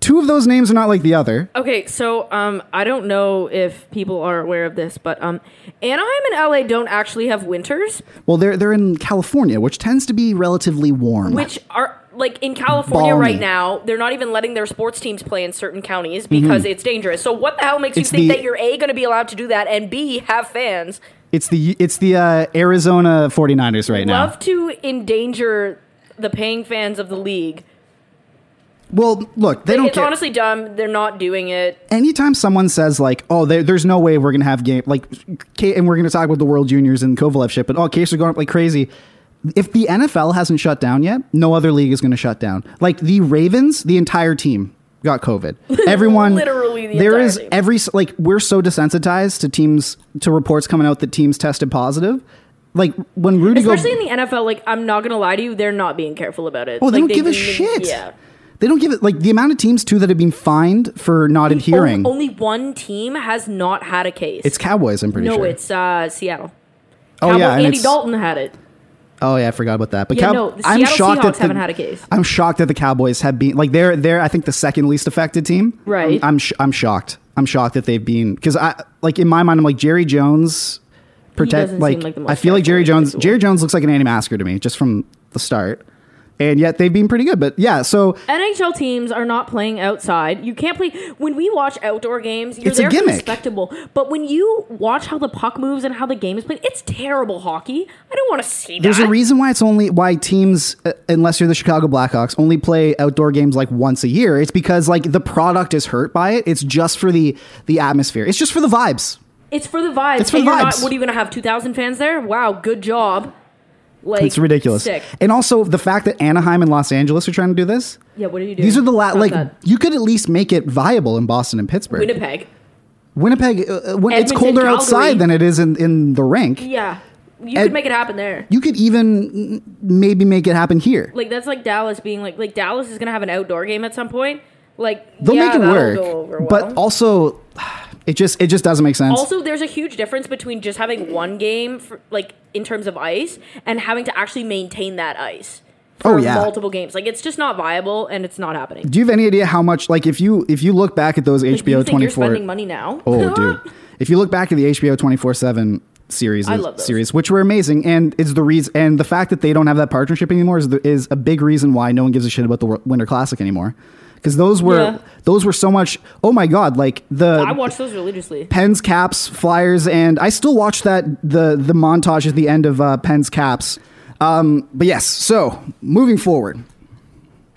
Speaker 5: Two of those names are not like the other.
Speaker 6: Okay, so um, I don't know if people are aware of this, but um, Anaheim and LA don't actually have winters,
Speaker 5: Well, they're they're in California, which tends to be relatively warm.
Speaker 6: which are like in California
Speaker 5: Balmy.
Speaker 6: right now, they're not even letting their sports teams play in certain counties because it's dangerous. So what the hell makes
Speaker 5: Mm-hmm. It's
Speaker 6: you think
Speaker 5: the-
Speaker 6: that you're A going to be allowed to do that and B have fans
Speaker 5: it's the it's the uh, Arizona 49ers right now.
Speaker 6: love to endanger the paying fans of the league?
Speaker 5: Well, look, they don't
Speaker 6: It's
Speaker 5: care.
Speaker 6: honestly dumb. They're not doing it.
Speaker 5: anytime someone says like, "Oh, there, there's no way we're gonna have game like," K- and we're gonna talk about the World Juniors and Kovalev shit, but oh, cases are going up like crazy. If the NFL hasn't shut down yet, no other league is gonna shut down. Like the Ravens, the entire team got COVID. Everyone,
Speaker 6: Literally the
Speaker 5: there
Speaker 6: entire
Speaker 5: is
Speaker 6: team.
Speaker 5: every s- like we're so desensitized to teams to reports coming out that teams tested positive. Like when Rudy goes.
Speaker 6: Especially in the NFL, like I'm not gonna lie to you, they're not being careful about it.
Speaker 5: Oh, they
Speaker 6: Like,
Speaker 5: don't give a
Speaker 6: didn't-
Speaker 5: shit.
Speaker 6: Yeah.
Speaker 5: They don't give it like the amount of teams too that have been fined for not adhering.
Speaker 6: On- Only one team has not had a case.
Speaker 5: it's Cowboys, I'm pretty
Speaker 6: no,
Speaker 5: sure.
Speaker 6: it's uh, Seattle.
Speaker 5: oh
Speaker 6: Cowboy-
Speaker 5: yeah, and
Speaker 6: Andy
Speaker 5: it's-
Speaker 6: Dalton had it.
Speaker 5: Oh yeah, I forgot about that. But
Speaker 6: Yeah,
Speaker 5: Cow-
Speaker 6: no, the
Speaker 5: I'm
Speaker 6: Seattle
Speaker 5: shocked that
Speaker 6: Seahawks
Speaker 5: the-
Speaker 6: haven't had a case.
Speaker 5: I'm shocked that the Cowboys have been like they're they're I think the second least affected team.
Speaker 6: Right.
Speaker 5: I'm I'm, sh- I'm shocked. I'm shocked that they've been because I like in my mind I'm like Jerry Jones protect
Speaker 6: doesn't seem
Speaker 5: like,
Speaker 6: like the most
Speaker 5: I feel like
Speaker 6: careful
Speaker 5: Jerry Jones
Speaker 6: individual.
Speaker 5: Jerry Jones looks like an anti-masker to me just from the start, and yet they've been pretty good. But yeah, so
Speaker 6: NHL teams are not playing outside. You can't play when we watch outdoor games. You're
Speaker 5: It's a
Speaker 6: there for the
Speaker 5: gimmick.
Speaker 6: spectacle, but when you watch how the puck moves and how the game is played, it's terrible hockey. I don't want to see
Speaker 5: There's
Speaker 6: that.
Speaker 5: a reason why it's only why teams, uh, unless you're the Chicago Blackhawks, only play outdoor games like once a year. It's because like the product is hurt by it. It's just for the the atmosphere. It's just for the vibes.
Speaker 6: It's for the vibes.
Speaker 5: It's for
Speaker 6: and
Speaker 5: the
Speaker 6: you're
Speaker 5: vibes.
Speaker 6: Not, what are you going to have? Two thousand fans there? Wow, good job. Like
Speaker 5: It's ridiculous.
Speaker 6: Sick.
Speaker 5: And also the fact that Anaheim and Los Angeles are trying to do this.
Speaker 6: Yeah, what are you doing?
Speaker 5: These are the la-
Speaker 6: Stop
Speaker 5: like
Speaker 6: that.
Speaker 5: you could at least make it viable in Boston and Pittsburgh.
Speaker 6: Winnipeg.
Speaker 5: Winnipeg, uh, uh, when it's
Speaker 6: Edmonton,
Speaker 5: colder
Speaker 6: Calgary.
Speaker 5: outside than it is in in the rink.
Speaker 6: Yeah, you
Speaker 5: Ed-
Speaker 6: could make it happen there.
Speaker 5: You could even mm, maybe make it happen here.
Speaker 6: like that's like Dallas being like like Dallas is gonna have an outdoor game at some point. Like
Speaker 5: They'll
Speaker 6: yeah,
Speaker 5: make it
Speaker 6: that'll
Speaker 5: work,
Speaker 6: go over well.
Speaker 5: but also it just it just doesn't make sense.
Speaker 6: also there's a huge difference between just having one game for, like in terms of ice and having to actually maintain that ice for
Speaker 5: Oh, yeah.
Speaker 6: multiple games. Like it's just not viable and it's not happening.
Speaker 5: Do you have any idea how much like if you if you look back at those
Speaker 6: Like, you
Speaker 5: HBO
Speaker 6: think
Speaker 5: twenty
Speaker 6: you're spending
Speaker 5: four
Speaker 6: money now?
Speaker 5: Oh dude. If you look back at the HBO twenty four seven series
Speaker 6: I love those.
Speaker 5: series, which were amazing and it's the reason and the fact that they don't have that partnership anymore is the, is a big reason why no one gives a shit about the Wor- Winter Classic anymore. Because those were
Speaker 6: Yeah.
Speaker 5: those were so much oh my god, like the
Speaker 6: I watch those religiously.
Speaker 5: Penn's Caps, Flyers, and I still watch that the the montage at the end of uh, Penn's Caps. Um, but yes, so moving forward,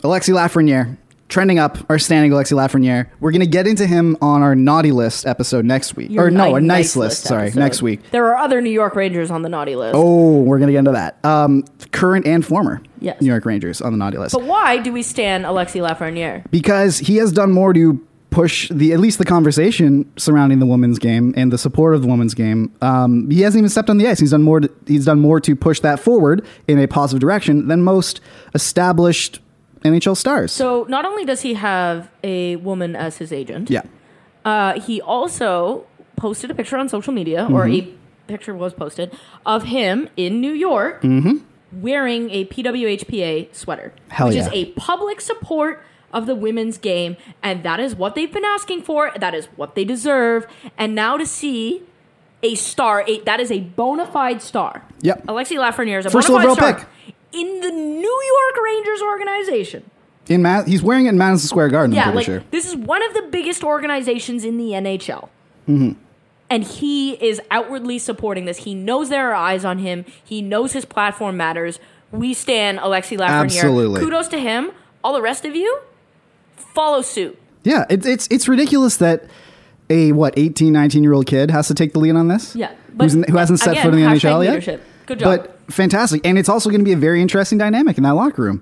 Speaker 5: Alexi Lafreniere trending up our standing Alexi Lafreniere. We're gonna get into him on our naughty list episode next week, or no,
Speaker 6: Your
Speaker 5: a
Speaker 6: ni-
Speaker 5: nice, list. sorry,
Speaker 6: episode.
Speaker 5: next week.
Speaker 6: There are other New York Rangers on the naughty list.
Speaker 5: Oh, we're gonna get into that. Um, current and former
Speaker 6: Yes.
Speaker 5: New York Rangers on the naughty list
Speaker 6: But why do we stand Alexi Lafreniere?
Speaker 5: because he has done more to push the at least the conversation surrounding the women's game and the support of the women's game. Um, he hasn't even stepped on the ice. He's done more. To, he's done more to push that forward in a positive direction than most established NHL stars.
Speaker 6: So not only does he have a woman as his agent,
Speaker 5: yeah,
Speaker 6: Uh, he also posted a picture on social media, or a
Speaker 5: Mm-hmm.
Speaker 6: picture was posted of him in New York wearing a PWHPA sweater,
Speaker 5: Mm-hmm. Hell
Speaker 6: which
Speaker 5: yeah.
Speaker 6: is a public support of the women's game, and that is what they've been asking for. That is what they deserve. And now to see a star, a, that is a bona fide star.
Speaker 5: Yep.
Speaker 6: Alexi Lafreniere is a
Speaker 5: First
Speaker 6: bona fide
Speaker 5: overall
Speaker 6: star in the New York Rangers organization.
Speaker 5: in Ma- he's wearing it in Madison Square Garden.
Speaker 6: Yeah,
Speaker 5: I'm pretty
Speaker 6: like
Speaker 5: sure.
Speaker 6: this is one of the biggest organizations in the NHL.
Speaker 5: Mm-hmm.
Speaker 6: And he is outwardly supporting this. He knows there are eyes on him. He knows his platform matters. We stand Alexi Lafreniere.
Speaker 5: Absolutely.
Speaker 6: Kudos to him. All the rest of you, follow suit.
Speaker 5: Yeah, it's it's it's ridiculous that a what 18, 19 year old kid has to take the lead on this.
Speaker 6: Yeah, but
Speaker 5: Who's in- who hasn't set
Speaker 6: again,
Speaker 5: foot in the
Speaker 6: hashtag
Speaker 5: NHL
Speaker 6: leadership.
Speaker 5: yet.
Speaker 6: Good job.
Speaker 5: But fantastic, and it's also going to be a very interesting dynamic in that locker room.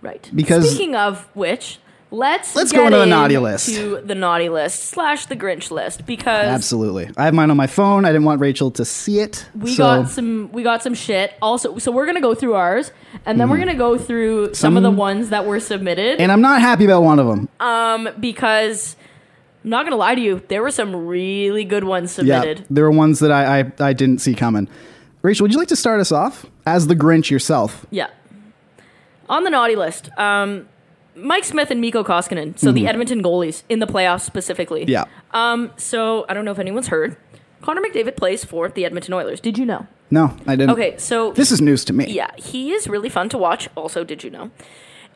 Speaker 6: Right.
Speaker 5: Because-
Speaker 6: speaking of which, Let's
Speaker 5: Let's
Speaker 6: get
Speaker 5: go into the
Speaker 6: in
Speaker 5: naughty list.
Speaker 6: To the naughty list slash the Grinch list because
Speaker 5: Absolutely. I have mine on my phone. I didn't want Rachel to see it.
Speaker 6: we
Speaker 5: so
Speaker 6: got some we got some shit. Also, so we're gonna go through ours and then we're
Speaker 5: Mm-hmm.
Speaker 6: gonna go through some, of the ones that were submitted.
Speaker 5: and I'm not happy about one of them.
Speaker 6: because I'm not gonna lie to you, there were some really good ones submitted.
Speaker 5: Yeah, there were ones that I, I I didn't see coming. Rachel, would you like to start us off as the Grinch yourself?
Speaker 6: Yeah. On the naughty list, um, Mike Smith and Miko Koskinen, so the Edmonton goalies in the playoffs specifically.
Speaker 5: Mm-hmm. Yeah.
Speaker 6: Um, so I don't know if anyone's heard. Connor McDavid plays for the Edmonton Oilers. Did you know?
Speaker 5: No, I didn't.
Speaker 6: Okay, so
Speaker 5: This is news to me.
Speaker 6: yeah, he is really fun to watch. Also, did you know?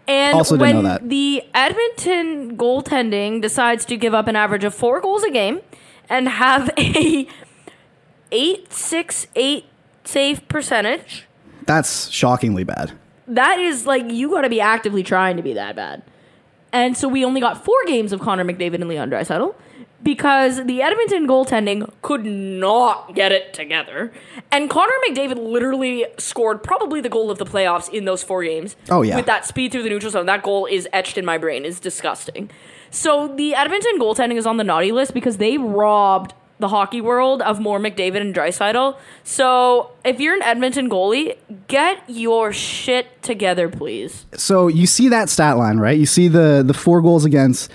Speaker 6: And
Speaker 5: Also didn't
Speaker 6: when
Speaker 5: know that.
Speaker 6: the Edmonton goaltending decides to give up an average of four goals a game and have a eight six eight save percentage,
Speaker 5: That's shockingly bad.
Speaker 6: that is like you got to be actively trying to be that bad. And so we only got four games of Connor McDavid and Leon Draisaitl because the Edmonton goaltending could not get it together, and Connor McDavid literally scored probably the goal of the playoffs in those four games.
Speaker 5: Oh, yeah.
Speaker 6: with that speed through the neutral zone, that goal is etched in my brain. is disgusting. So the Edmonton goaltending is on the naughty list because they robbed the hockey world of more McDavid and Dreisaitl. So if you're an Edmonton goalie, get your shit together, please.
Speaker 5: So you see that stat line, right? You see the the four goals against,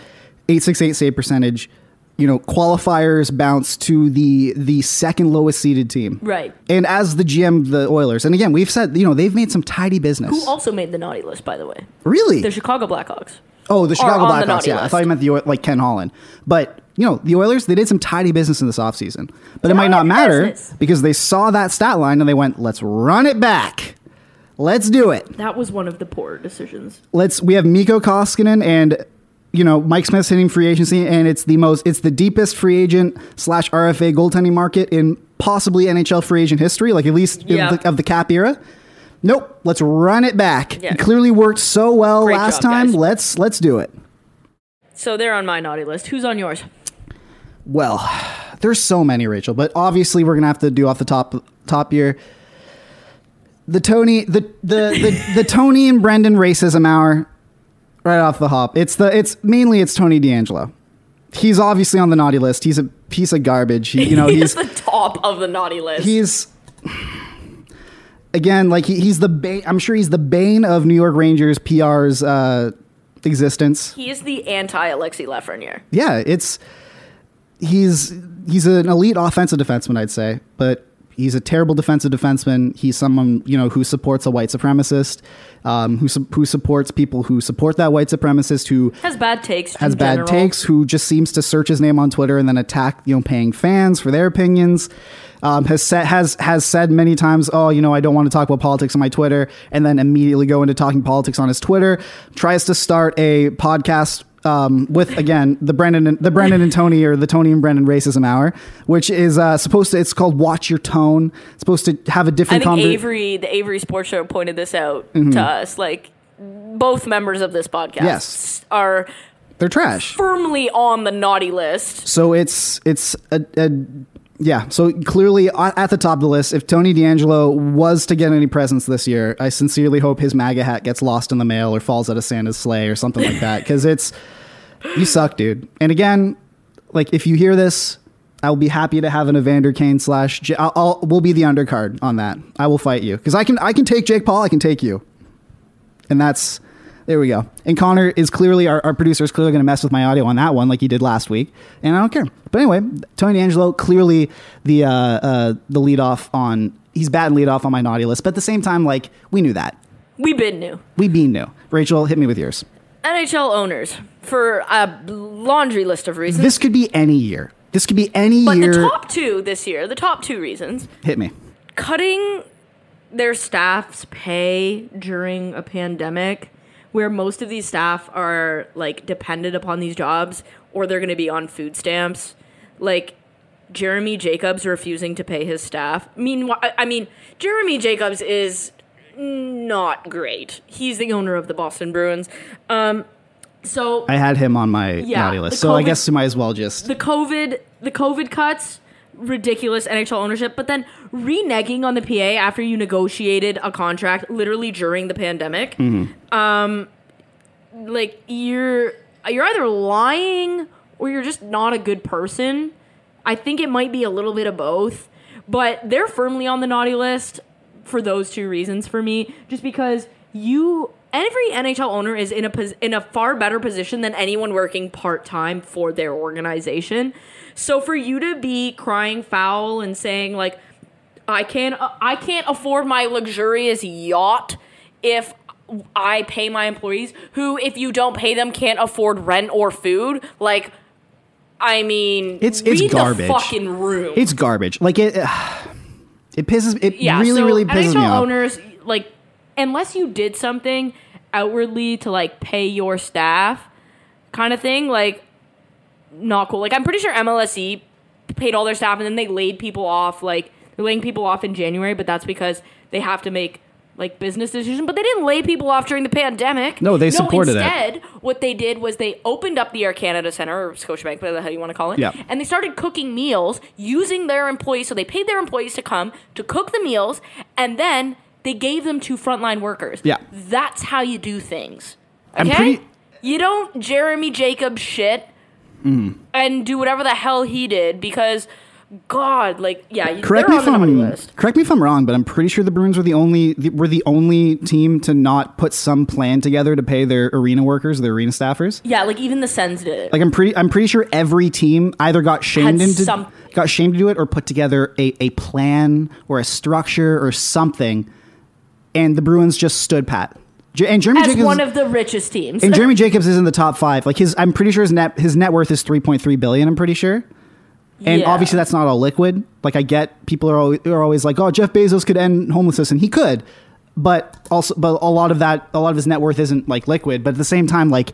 Speaker 5: eight six eight save percentage. You know, qualifiers bounce to the the second lowest seeded team.
Speaker 6: Right.
Speaker 5: And as the GM, of the Oilers, and again, we've said you know they've made some tidy business.
Speaker 6: Who also made the naughty list, by the way?
Speaker 5: really?
Speaker 6: The Chicago Blackhawks.
Speaker 5: oh, the Chicago
Speaker 6: on the
Speaker 5: Blackhawks.
Speaker 6: naughty
Speaker 5: Yeah, I
Speaker 6: list.
Speaker 5: thought you meant the Oil- like Ken Holland, but you know the Oilers they did some tidy business in this offseason. but it might not
Speaker 6: Tidy
Speaker 5: matter
Speaker 6: business.
Speaker 5: because they saw that stat line and they went, let's run it back. Let's do it.
Speaker 6: That was one of the poorer decisions.
Speaker 5: let's we have Miko Koskinen and you know Mike Smith's hitting free agency, and it's the most it's the deepest free agent slash RFA goaltending market in possibly NHL free agent history, like at least
Speaker 6: Yeah.
Speaker 5: of, the, of the cap era. Nope, let's run it back.
Speaker 6: Yeah.
Speaker 5: It clearly worked so well
Speaker 6: Great
Speaker 5: last
Speaker 6: job,
Speaker 5: time.
Speaker 6: guys.
Speaker 5: Let's let's do it.
Speaker 6: So they're on my naughty list. Who's on yours?
Speaker 5: Well, there's so many, Rachel, but obviously we're gonna have to do off the top top here. The Tony, the the the, the Tony and Brendan racism hour, right off the hop. It's the it's mainly it's Tony D'Angelo. He's obviously on the naughty list. He's a piece of garbage. He, you know,
Speaker 6: He's
Speaker 5: he's
Speaker 6: the top of the naughty list.
Speaker 5: he's again like he, he's the bane. I'm sure he's the bane of New York Rangers PR's uh, existence.
Speaker 6: He is the anti Alexi Lafreniere.
Speaker 5: yeah, it's he's he's an elite offensive defenseman, I'd say, but he's a terrible defensive defenseman. He's someone you know who supports a white supremacist, um, who su- who supports people who support that white supremacist, who
Speaker 6: Has bad takes.
Speaker 5: has
Speaker 6: in
Speaker 5: bad
Speaker 6: general.
Speaker 5: takes, who just seems to search his name on Twitter and then attack you know paying fans for their opinions. Um, has said has has said many times, oh, you know, I don't want to talk about politics on my Twitter, and then immediately go into talking politics on his Twitter. Tries to start a podcast um, with again the Brendan and, the Brendan and Tony or the Tony and Brendan Racism Hour, which is uh, supposed to it's called Watch Your Tone. It's supposed to have a
Speaker 6: I
Speaker 5: different
Speaker 6: think
Speaker 5: conver- Mm-hmm.
Speaker 6: Avery, the Avery Sports Show, pointed this out to us. Like both members of this podcast
Speaker 5: Yes.
Speaker 6: are
Speaker 5: They're trash.
Speaker 6: firmly on the naughty list.
Speaker 5: So it's it's a, a yeah. So clearly a- at the top of the list, if Tony D'Angelo was to get any presents this year, I sincerely hope his MAGA hat gets lost in the mail or falls out of Santa's sleigh or something like that. Because it's you suck, dude. And again, like if you hear this, I'll be happy to have an Evander Kane slash. J- I'll, I'll we'll be the undercard on that. I will fight you because I can I can take Jake Paul. I can take you. And that's there we go. And Connor is clearly our, our producer is clearly going to mess with my audio on that one like he did last week, and I don't care. But anyway, Tony D'Angelo clearly the uh, uh, the lead off on he's batting lead off on my naughty list. But at the same time, like we knew that
Speaker 6: We been new.
Speaker 5: we being new. Rachel, hit me with yours.
Speaker 6: NHL owners for a laundry list of reasons.
Speaker 5: This could be any year. This could be any
Speaker 6: but
Speaker 5: year.
Speaker 6: the top two this year, the top two reasons
Speaker 5: hit me.
Speaker 6: cutting their staff's pay during a pandemic where most of these staff are like dependent upon these jobs or they're going to be on food stamps like jeremy jacobs refusing to pay his staff meanwhile I- i mean jeremy jacobs is not great he's the owner of the boston bruins um so
Speaker 5: I had him on my
Speaker 6: Yeah,
Speaker 5: naughty list,
Speaker 6: the
Speaker 5: so I
Speaker 6: COVID
Speaker 5: guess you might as well just
Speaker 6: the COVID the COVID cuts ridiculous NHL ownership, but then reneging on the PA after you negotiated a contract literally during the pandemic. Um like you're you're either lying or you're just not a good person. I think it might be a little bit of both, but they're firmly on the naughty list for those two reasons for me. Just because you, every NHL owner is in a pos- in a far better position than anyone working part time for their organization. So for you to be crying foul and saying like, I can't I can't afford my luxurious yacht if I pay my employees who if you don't pay them can't afford rent or food like I mean
Speaker 5: It's- it's
Speaker 6: read the
Speaker 5: garbage.
Speaker 6: fucking room
Speaker 5: It's garbage. Like it, it pisses. It
Speaker 6: yeah
Speaker 5: really,
Speaker 6: so
Speaker 5: really pisses
Speaker 6: NHL
Speaker 5: me off.
Speaker 6: owners like unless you did something outwardly to like pay your staff kind of thing like not cool like I'm pretty sure MLSE E paid all their staff and then they laid people off like they're laying people off in January but that's because they have to make like business decisions but they didn't lay people off during the pandemic
Speaker 5: No, they supported it.
Speaker 6: instead, what they did was they opened up the Air Canada Center or Scotiabank whatever the hell you want to call it
Speaker 5: Yeah.
Speaker 6: and they started cooking meals using their employees so they paid their employees to come to cook the meals and then they gave them to frontline workers
Speaker 5: Yeah.
Speaker 6: that's how you do things
Speaker 5: I'm
Speaker 6: okay
Speaker 5: pretty-
Speaker 6: you don't Jeremy Jacobs shit
Speaker 5: Mm.
Speaker 6: and do whatever the hell he did because God, like, yeah, you-
Speaker 5: Correct
Speaker 6: they're on
Speaker 5: me if
Speaker 6: the naughty
Speaker 5: I'm
Speaker 6: list.
Speaker 5: correct me if I'm wrong, but I'm pretty sure the Bruins were the only the, were the only team to not put some plan together to pay their arena workers, their arena staffers.
Speaker 6: Yeah, like even the Sens did it.
Speaker 5: Like I'm pretty I'm pretty sure every team either got shamed
Speaker 6: Had
Speaker 5: into
Speaker 6: some-
Speaker 5: got shamed to do it or put together a, a plan or a structure or something, and the Bruins just stood pat. J- and Jeremy
Speaker 6: as
Speaker 5: Jacobs
Speaker 6: one of the richest teams.
Speaker 5: and Jeremy Jacobs is in the top five. Like his, I'm pretty sure his net his net worth is 3.3 billion. I'm pretty sure. And
Speaker 6: Yeah.
Speaker 5: obviously, that's not all liquid. Like I get, people are always, are always like, "Oh, Jeff Bezos could end homelessness," and he could, but also, but a lot of that, a lot of his net worth isn't like liquid. But at the same time, like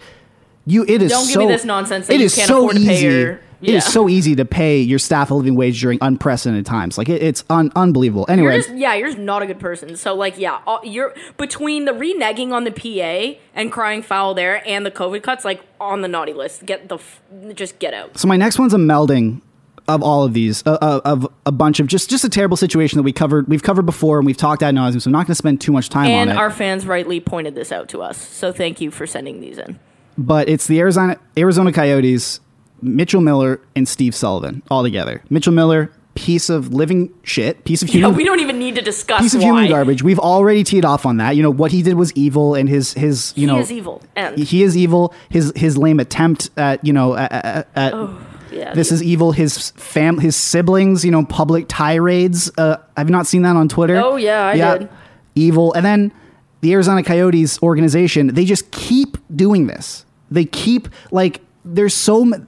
Speaker 5: you, it is
Speaker 6: Don't give
Speaker 5: so,
Speaker 6: me this nonsense that
Speaker 5: it
Speaker 6: you
Speaker 5: is
Speaker 6: can't
Speaker 5: so
Speaker 6: afford to
Speaker 5: easy.
Speaker 6: pay your-
Speaker 5: It
Speaker 6: Yeah.
Speaker 5: is so easy to pay your staff a living wage during unprecedented times. Like it, it's un- unbelievable. Anyway,
Speaker 6: You're just, yeah, you're just not a good person. So like, yeah, all, you're between the reneging on the PA and crying foul there, and the COVID cuts, like on the naughty list. Get the f- just get out.
Speaker 5: So my next one's a melding of all of these, uh, uh, of a bunch of just just a terrible situation that we covered. We've covered before and we've talked ad nauseum. So I'm not going to spend too much time
Speaker 6: And
Speaker 5: on it.
Speaker 6: our fans rightly pointed this out to us. So thank you for sending these in.
Speaker 5: but it's the Arizona Arizona Coyotes, Mitchell Miller and Steve Sullivan all together. Mitchell Miller, piece of living shit, piece of
Speaker 6: Yeah,
Speaker 5: human
Speaker 6: we don't even need to discuss
Speaker 5: piece of
Speaker 6: why
Speaker 5: human garbage. We've already teed off on that. You know what he did was evil, and his his you
Speaker 6: he
Speaker 5: know
Speaker 6: is evil. And
Speaker 5: he is evil. His his lame attempt at you know at, at, at
Speaker 6: yeah,
Speaker 5: this is evil. His fam, his siblings, you know, public tirades. Uh, I've not seen that on Twitter.
Speaker 6: Oh, yeah, I did.
Speaker 5: Evil, and then the Arizona Coyotes organization. They just keep doing this. They keep like there's so m-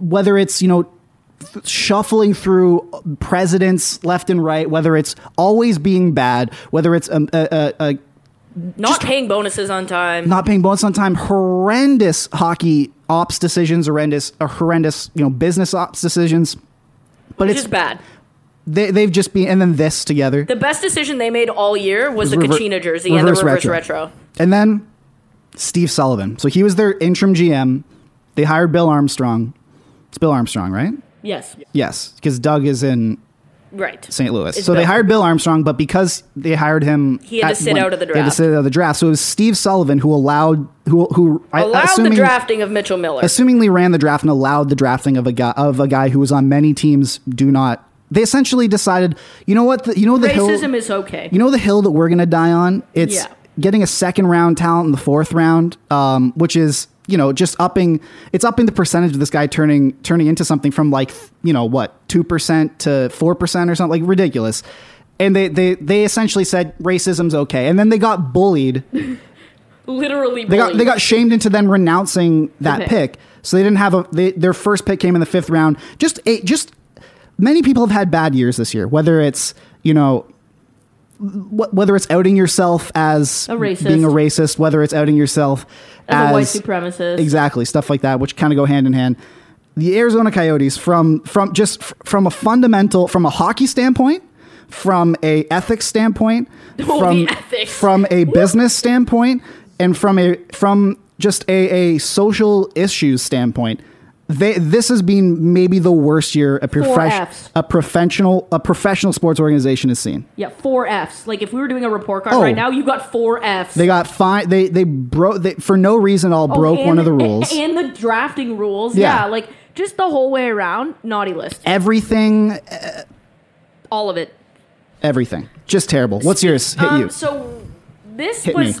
Speaker 5: whether it's you know shuffling through presidents left and right, whether it's always being bad, whether it's um, a, a, a
Speaker 6: not paying bonuses on time.
Speaker 5: not paying bonus on time, horrendous hockey ops decisions, horrendous, uh, horrendous, you know, business ops decisions. But
Speaker 6: which
Speaker 5: it's
Speaker 6: is bad.
Speaker 5: They, they've just been, and then this together,
Speaker 6: The best decision they made all year was the
Speaker 5: Rever-
Speaker 6: Kachina jersey and the
Speaker 5: reverse
Speaker 6: reverse
Speaker 5: retro.
Speaker 6: retro.
Speaker 5: and then Steve Sullivan. So he was their interim GM. They hired Bill Armstrong. It's Bill Armstrong, right?
Speaker 6: Yes,
Speaker 5: Yes, because Doug is in
Speaker 6: right.
Speaker 5: St. Louis.
Speaker 6: It's
Speaker 5: so they
Speaker 6: Bill.
Speaker 5: hired Bill Armstrong, but because they hired him,
Speaker 6: He had to
Speaker 5: at
Speaker 6: sit out of the
Speaker 5: They had to
Speaker 6: draft.
Speaker 5: sit out of the draft. So it was Steve Sullivan who allowed who who I-
Speaker 6: Allow
Speaker 5: assuming-
Speaker 6: the drafting of Mitchell Miller.
Speaker 5: assumingly ran the draft and allowed the drafting of a guy of a guy who was on many teams do not they essentially decided you know what the, you know the
Speaker 6: Racism
Speaker 5: hill
Speaker 6: is okay.
Speaker 5: you know the hill that we're gonna die on it's
Speaker 6: Yeah.
Speaker 5: getting a second round talent in the fourth round um, which is you know just upping it's upping the percentage of this guy turning turning into something from like you know what 2% to 4% or something like ridiculous and they they they essentially said racism's okay and then they got bullied
Speaker 6: Literally,
Speaker 5: they got they got shamed into then renouncing that
Speaker 6: pick.
Speaker 5: pick. So they didn't have a they, their first pick came in the fifth round. Just a, just many people have had bad years this year. Whether it's you know wh- whether it's outing yourself as
Speaker 6: A racist.
Speaker 5: being a racist, whether it's outing yourself
Speaker 6: As a white
Speaker 5: as-
Speaker 6: supremacist.
Speaker 5: exactly stuff like that, which kind of go hand in hand. The Arizona Coyotes from from just f- from a fundamental from a hockey standpoint. From a ethics standpoint,
Speaker 6: Oh,
Speaker 5: from
Speaker 6: the ethics.
Speaker 5: from a business standpoint and from a from just a, a social issues standpoint they, this has been maybe the worst year a,
Speaker 6: Four
Speaker 5: profes-
Speaker 6: Fs.
Speaker 5: a professional a professional sports organization has seen.
Speaker 6: Yeah, four Fs. Like if we were doing a report card
Speaker 5: Oh.
Speaker 6: right now, you got four Fs.
Speaker 5: They got fine. They they broke they, for no reason. All
Speaker 6: Oh,
Speaker 5: broke one
Speaker 6: and-
Speaker 5: of the rules.
Speaker 6: and the drafting rules.
Speaker 5: Yeah.
Speaker 6: Yeah. like just the whole way around. Naughty list,
Speaker 5: everything,
Speaker 6: all of it.
Speaker 5: everything, just terrible. What's yours? Hit
Speaker 6: Um,
Speaker 5: you.
Speaker 6: So this
Speaker 5: Hit me.
Speaker 6: was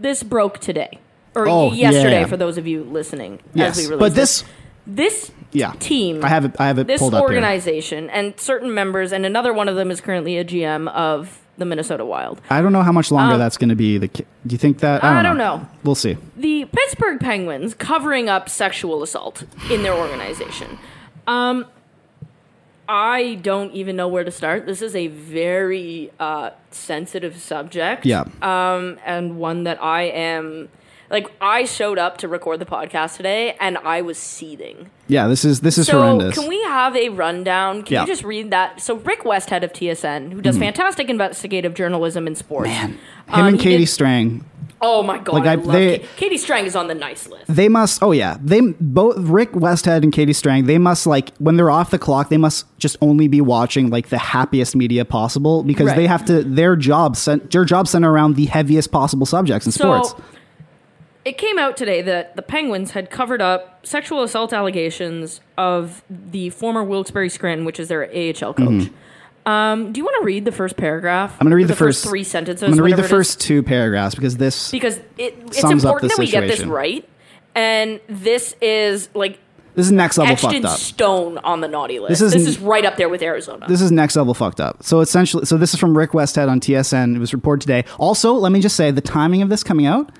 Speaker 6: this broke today or
Speaker 5: Oh,
Speaker 6: y- yesterday
Speaker 5: yeah.
Speaker 6: for those of you listening
Speaker 5: Yes,
Speaker 6: as we release
Speaker 5: but this
Speaker 6: this
Speaker 5: Yeah.
Speaker 6: team
Speaker 5: I have it- I have it
Speaker 6: this
Speaker 5: pulled up here.
Speaker 6: organization and certain members and another one of them is currently a GM of the Minnesota Wild.
Speaker 5: I don't know how much longer that's going to be. The ki- do you think that? I don't,
Speaker 6: um, I don't
Speaker 5: know.
Speaker 6: know.
Speaker 5: We'll see.
Speaker 6: the Pittsburgh Penguins covering up sexual assault in their organization. Um, I don't even know where to start. This is a very uh, sensitive subject.
Speaker 5: Yeah.
Speaker 6: Um, and one that I am like, I showed up to record the podcast today, and I was seething.
Speaker 5: Yeah, this is this is
Speaker 6: So,
Speaker 5: horrendous.
Speaker 6: can we have a rundown? Can
Speaker 5: Yeah. Mm-hmm.
Speaker 6: you just read that? So, Rick Westhead of TSN, who does fantastic investigative journalism in sports.
Speaker 5: Him
Speaker 6: Um,
Speaker 5: and
Speaker 6: he
Speaker 5: Katie
Speaker 6: did-
Speaker 5: Strang,
Speaker 6: Oh my god!
Speaker 5: Like,
Speaker 6: I,
Speaker 5: I-
Speaker 6: love
Speaker 5: they-
Speaker 6: Ka- Katie Strang is on the nice list.
Speaker 5: they must. Oh yeah, they both Rick Westhead and Katie Strang. They must like when they're off the clock. They must just only be watching like the happiest media possible because
Speaker 6: Right.
Speaker 5: they have to their job sent their job center around the heaviest possible subjects in sports.
Speaker 6: It came out today that the Penguins had covered up sexual assault allegations of the former Wilkes-Barre Scranton, which is their AHL coach. Um, do you want to read the first paragraph?
Speaker 5: Mm-hmm. I'm going to read
Speaker 6: Or
Speaker 5: the, first,
Speaker 6: three sentences.
Speaker 5: I'm going to read the
Speaker 6: whatever it is?
Speaker 5: first two paragraphs because this.
Speaker 6: because it, it's
Speaker 5: sums up
Speaker 6: important
Speaker 5: the
Speaker 6: that we get this
Speaker 5: situation.
Speaker 6: right. And this is like
Speaker 5: this is next level
Speaker 6: etched in
Speaker 5: fucked up.
Speaker 6: stone on the naughty list. This
Speaker 5: is
Speaker 6: is,
Speaker 5: n-
Speaker 6: right up there with Arizona.
Speaker 5: This is next level fucked up. So essentially, so this is from Rick Westhead on TSN. It was reported today. Also, let me just say the timing of this coming out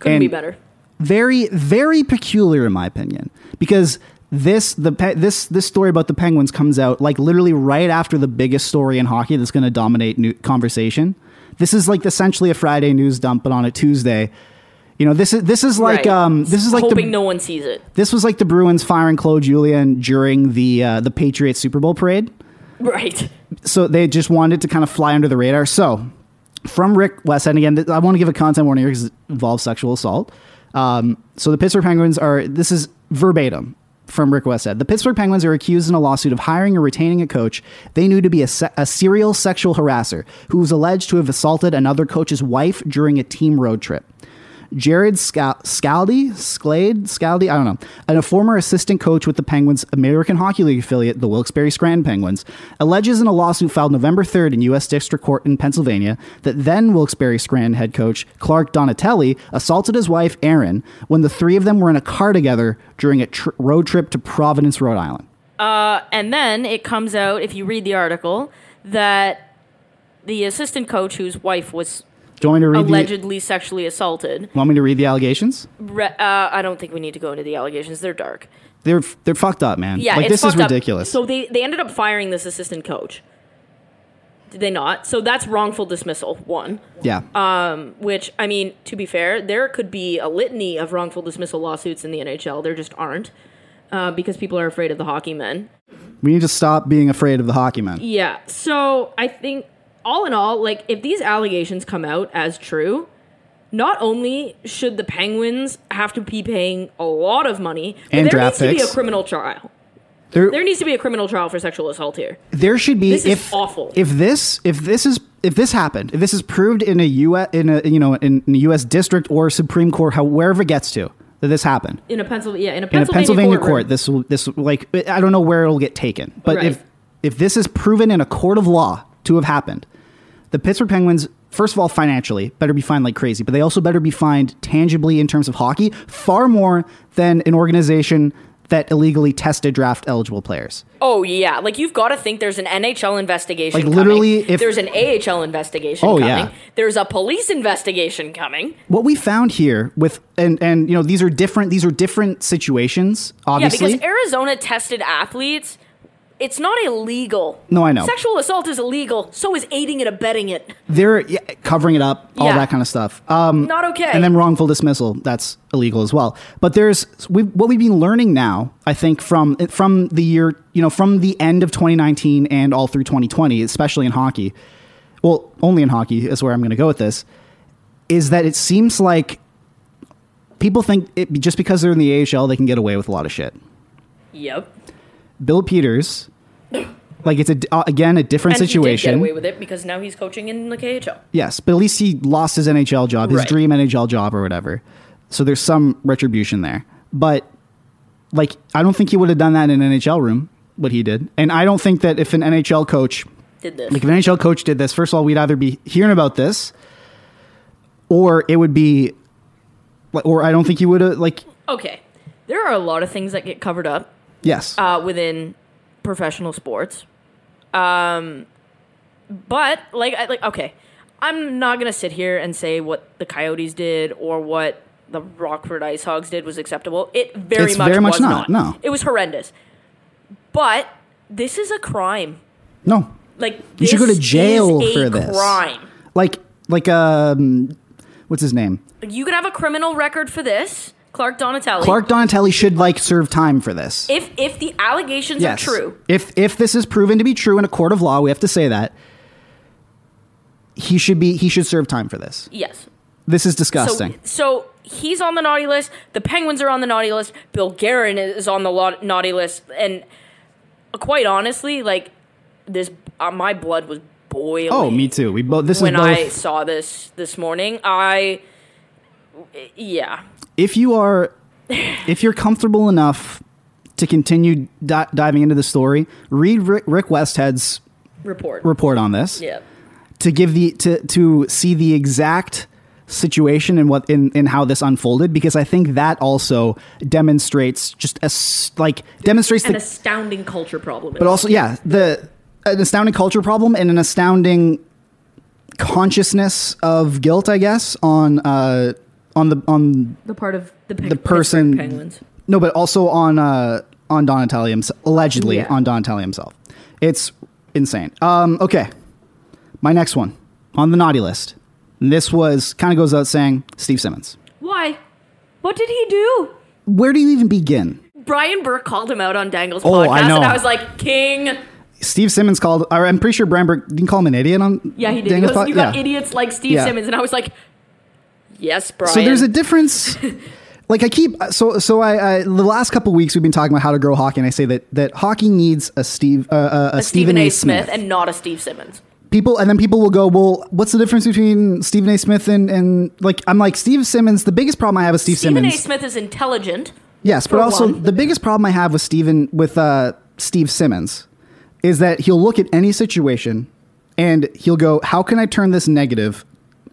Speaker 6: Couldn't
Speaker 5: and-
Speaker 6: be better.
Speaker 5: very, very peculiar in my opinion because this the pe- this this story about the Penguins comes out like literally right after the biggest story in hockey that's going to dominate new- conversation. This is like essentially a Friday news dump, but on a Tuesday. You know, this is this is like
Speaker 6: Right.
Speaker 5: um this is like
Speaker 6: hoping
Speaker 5: the,
Speaker 6: no one sees it.
Speaker 5: this was like the Bruins firing Claude Julien during the uh, the Patriots Super Bowl parade
Speaker 6: Right.
Speaker 5: so they just wanted to kind of fly under the radar. So from Rick Westhead again, th- I want to give a content warning here because it involves sexual assault. Um, so the Pittsburgh Penguins are. This is verbatim from Rick Westhead. The Pittsburgh Penguins are accused in a lawsuit of hiring or retaining a coach they knew to be a, se- a serial sexual harasser who was alleged to have assaulted another coach's wife during a team road trip. Jared Scal- Scaldi, Sclade, Scaldi, I don't know, and a former assistant coach with the Penguins American Hockey League affiliate, the Wilkes-Barre Scranton Penguins, alleges in a lawsuit filed November 3rd in U.S. District Court in Pennsylvania that then Wilkes-Barre Scranton head coach Clark Donatelli assaulted his wife Erin when the three of them were in a car together during a tr- road trip to Providence, Rhode Island.
Speaker 6: And then it comes out, if you read the article, that the assistant coach whose wife was
Speaker 5: Do you want me to read? The,
Speaker 6: allegedly sexually assaulted.
Speaker 5: want me to read the allegations?
Speaker 6: Re- uh, I don't think we need to go into the allegations. They're dark.
Speaker 5: They're they're fucked up, man.
Speaker 6: Yeah,
Speaker 5: like
Speaker 6: it's
Speaker 5: this is
Speaker 6: fucked up.
Speaker 5: ridiculous.
Speaker 6: So they, they ended up firing this assistant coach. Did they not? So that's wrongful dismissal, one.
Speaker 5: yeah.
Speaker 6: uh, Which, I mean, to be fair, there could be a litany of wrongful dismissal lawsuits in the NHL. There just aren't uh, because people are afraid of the hockey men.
Speaker 5: we need to stop being afraid of the hockey men.
Speaker 6: Yeah. So I think all in all, like if these allegations come out as true, not only should the Penguins have to be paying a lot of money, but
Speaker 5: And
Speaker 6: there
Speaker 5: draft
Speaker 6: needs to
Speaker 5: picks.
Speaker 6: be a criminal trial.
Speaker 5: They're-
Speaker 6: There needs to be a criminal trial for sexual assault here.
Speaker 5: there should be
Speaker 6: This is
Speaker 5: if
Speaker 6: awful.
Speaker 5: if this if this is if this happened if this is proved in a U.S. in a you know in, in a U.S. district or Supreme Court how wherever it gets to that this happened
Speaker 6: In a Pennsylvania, yeah, in a
Speaker 5: in a
Speaker 6: Pennsylvania,
Speaker 5: Pennsylvania
Speaker 6: courtroom.
Speaker 5: court this will this will, like I don't know where it'll get taken but
Speaker 6: Right.
Speaker 5: if if this is proven in a court of law to have happened the Pittsburgh Penguins first of all financially better be fined like crazy but they also better be fined tangibly in terms of hockey far more than an organization that illegally tested draft eligible players
Speaker 6: Oh yeah, like you've got to think there's an NHL investigation.
Speaker 5: Like,
Speaker 6: coming.
Speaker 5: literally, if-
Speaker 6: there's an AHL investigation.
Speaker 5: Oh,
Speaker 6: coming.
Speaker 5: yeah.
Speaker 6: There's a police investigation coming.
Speaker 5: what we found here with and and you know these are different these are different situations obviously
Speaker 6: Yeah, because Arizona tested athletes. It's not illegal.
Speaker 5: No, I know.
Speaker 6: Sexual assault is illegal. So is aiding and abetting it.
Speaker 5: they're yeah, covering it up all
Speaker 6: Yeah.
Speaker 5: that kind of stuff um
Speaker 6: Not okay.
Speaker 5: and then wrongful dismissal that's illegal as well but there's we, what we've been learning now i think from from the year you know from the end of 2019 and all through 2020 especially in hockey well only in hockey is where i'm going to go with this is that it seems like people think it, just because they're in the ahl they can get away with a lot of shit
Speaker 6: Yep.
Speaker 5: Bill Peters, like it's a, uh, again a different
Speaker 6: And
Speaker 5: situation.
Speaker 6: He did get away with it because now he's coaching in the KHL.
Speaker 5: Yes, but at least he lost his NHL job, his
Speaker 6: Right.
Speaker 5: dream NHL job or whatever. So there's some retribution there. But like I don't think he would have done that in an NHL room what he did. And I don't think that if an NHL coach
Speaker 6: Did this.
Speaker 5: like if an NHL coach did this, first of all, we'd either be hearing about this or it would be like or I don't think he would have like
Speaker 6: okay. There are a lot of things that get covered up
Speaker 5: yes.
Speaker 6: uh, within professional sports. Um, but like, I, like, okay, I'm not gonna sit here and say what the Coyotes did or what the Rockford Ice Hogs did was acceptable. It very
Speaker 5: It's
Speaker 6: much
Speaker 5: very much
Speaker 6: was
Speaker 5: not, no.
Speaker 6: it was horrendous. But this is a crime.
Speaker 5: no.
Speaker 6: Like
Speaker 5: You should go
Speaker 6: this
Speaker 5: to jail
Speaker 6: is a
Speaker 5: for this.
Speaker 6: crime.
Speaker 5: Like like um what's his name?
Speaker 6: You could have a criminal record for this, Clark Donatelli.
Speaker 5: Clark Donatelli should like serve time for this.
Speaker 6: if if the allegations
Speaker 5: yes.
Speaker 6: are true,
Speaker 5: If if this is proven to be true in a court of law, we have to say that he should be he should serve time for this.
Speaker 6: yes.
Speaker 5: This is
Speaker 6: So,
Speaker 5: disgusting.
Speaker 6: so he's on the naughty list. The Penguins are on the naughty list. Bill Guerin is on the lo- naughty list, and uh, quite honestly, like this, uh, my blood was boiling.
Speaker 5: oh, me too. We both this
Speaker 6: When
Speaker 5: is both.
Speaker 6: I saw this this morning, I yeah,
Speaker 5: if you are if you're comfortable enough to continue di- diving into the story, read Rick, Rick Westhead's
Speaker 6: report.
Speaker 5: report on this
Speaker 6: yeah,
Speaker 5: to give the to to see the exact situation and what in in how this unfolded because I think that also demonstrates just as like demonstrates
Speaker 6: an
Speaker 5: the
Speaker 6: astounding culture problem.
Speaker 5: but also yeah the an astounding culture problem and an astounding consciousness of guilt i guess on uh on the on
Speaker 6: the part of the, Peng-
Speaker 5: the person
Speaker 6: Pittsburgh Penguins.
Speaker 5: no but also on uh on donatelli himself allegedly
Speaker 6: Yeah.
Speaker 5: on donatelli himself it's insane um okay my next one on the naughty list And this was kind of goes out saying steve simmons
Speaker 6: Why? What did he do?
Speaker 5: where do you even begin
Speaker 6: Brian Burke called him out on Dangle's
Speaker 5: Oh, I
Speaker 6: podcast,
Speaker 5: know.
Speaker 6: and I was like, King.
Speaker 5: steve simmons called or i'm pretty sure Bramberg didn't call him an idiot on
Speaker 6: Yeah, he did. He
Speaker 5: Daniel's
Speaker 6: goes,
Speaker 5: pod-
Speaker 6: you got
Speaker 5: yeah.
Speaker 6: idiots like Steve
Speaker 5: Yeah.
Speaker 6: Simmons, and I was like, yes, Brian.
Speaker 5: So there's a difference. like I keep so so I, I the last couple weeks we've been talking about how to grow hockey, and I say that that hockey needs a Steve uh, uh, a, Stephen A. Smith,
Speaker 6: and not a Steve Simmons.
Speaker 5: people, and then people will go, well, what's the difference between Stephen A. Smith and and like I'm like Steve Simmons. The biggest problem I have with Steve
Speaker 6: Stephen A.
Speaker 5: Simmons,
Speaker 6: Smith is intelligent.
Speaker 5: yes, but
Speaker 6: for
Speaker 5: also
Speaker 6: one.
Speaker 5: the biggest problem I have with Stephen with uh, Steve Simmons is that he'll look at any situation and he'll go, how can I turn this negative,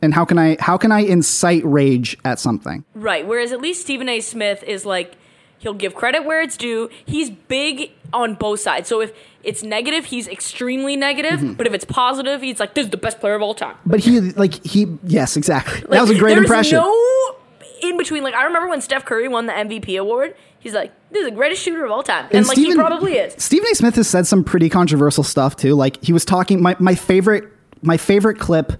Speaker 5: and how can I how can I incite rage at something?
Speaker 6: Right. Whereas at least Stephen A. Smith is like, he'll give credit where it's due. He's big on both sides. So if it's negative, he's extremely negative.
Speaker 5: Mm-hmm.
Speaker 6: But if it's positive, he's like, this is the best player of all time.
Speaker 5: But he, like, he, yes, exactly.
Speaker 6: Like,
Speaker 5: that was a great
Speaker 6: there's
Speaker 5: impression.
Speaker 6: no in between. Like, I remember when Steph Curry won the MVP award, he's like, this is the greatest shooter of all time. And, like, he
Speaker 5: Stephen-
Speaker 6: probably is.
Speaker 5: Stephen A. Smith has said some pretty controversial stuff too. Like he was talking. My my favorite my favorite clip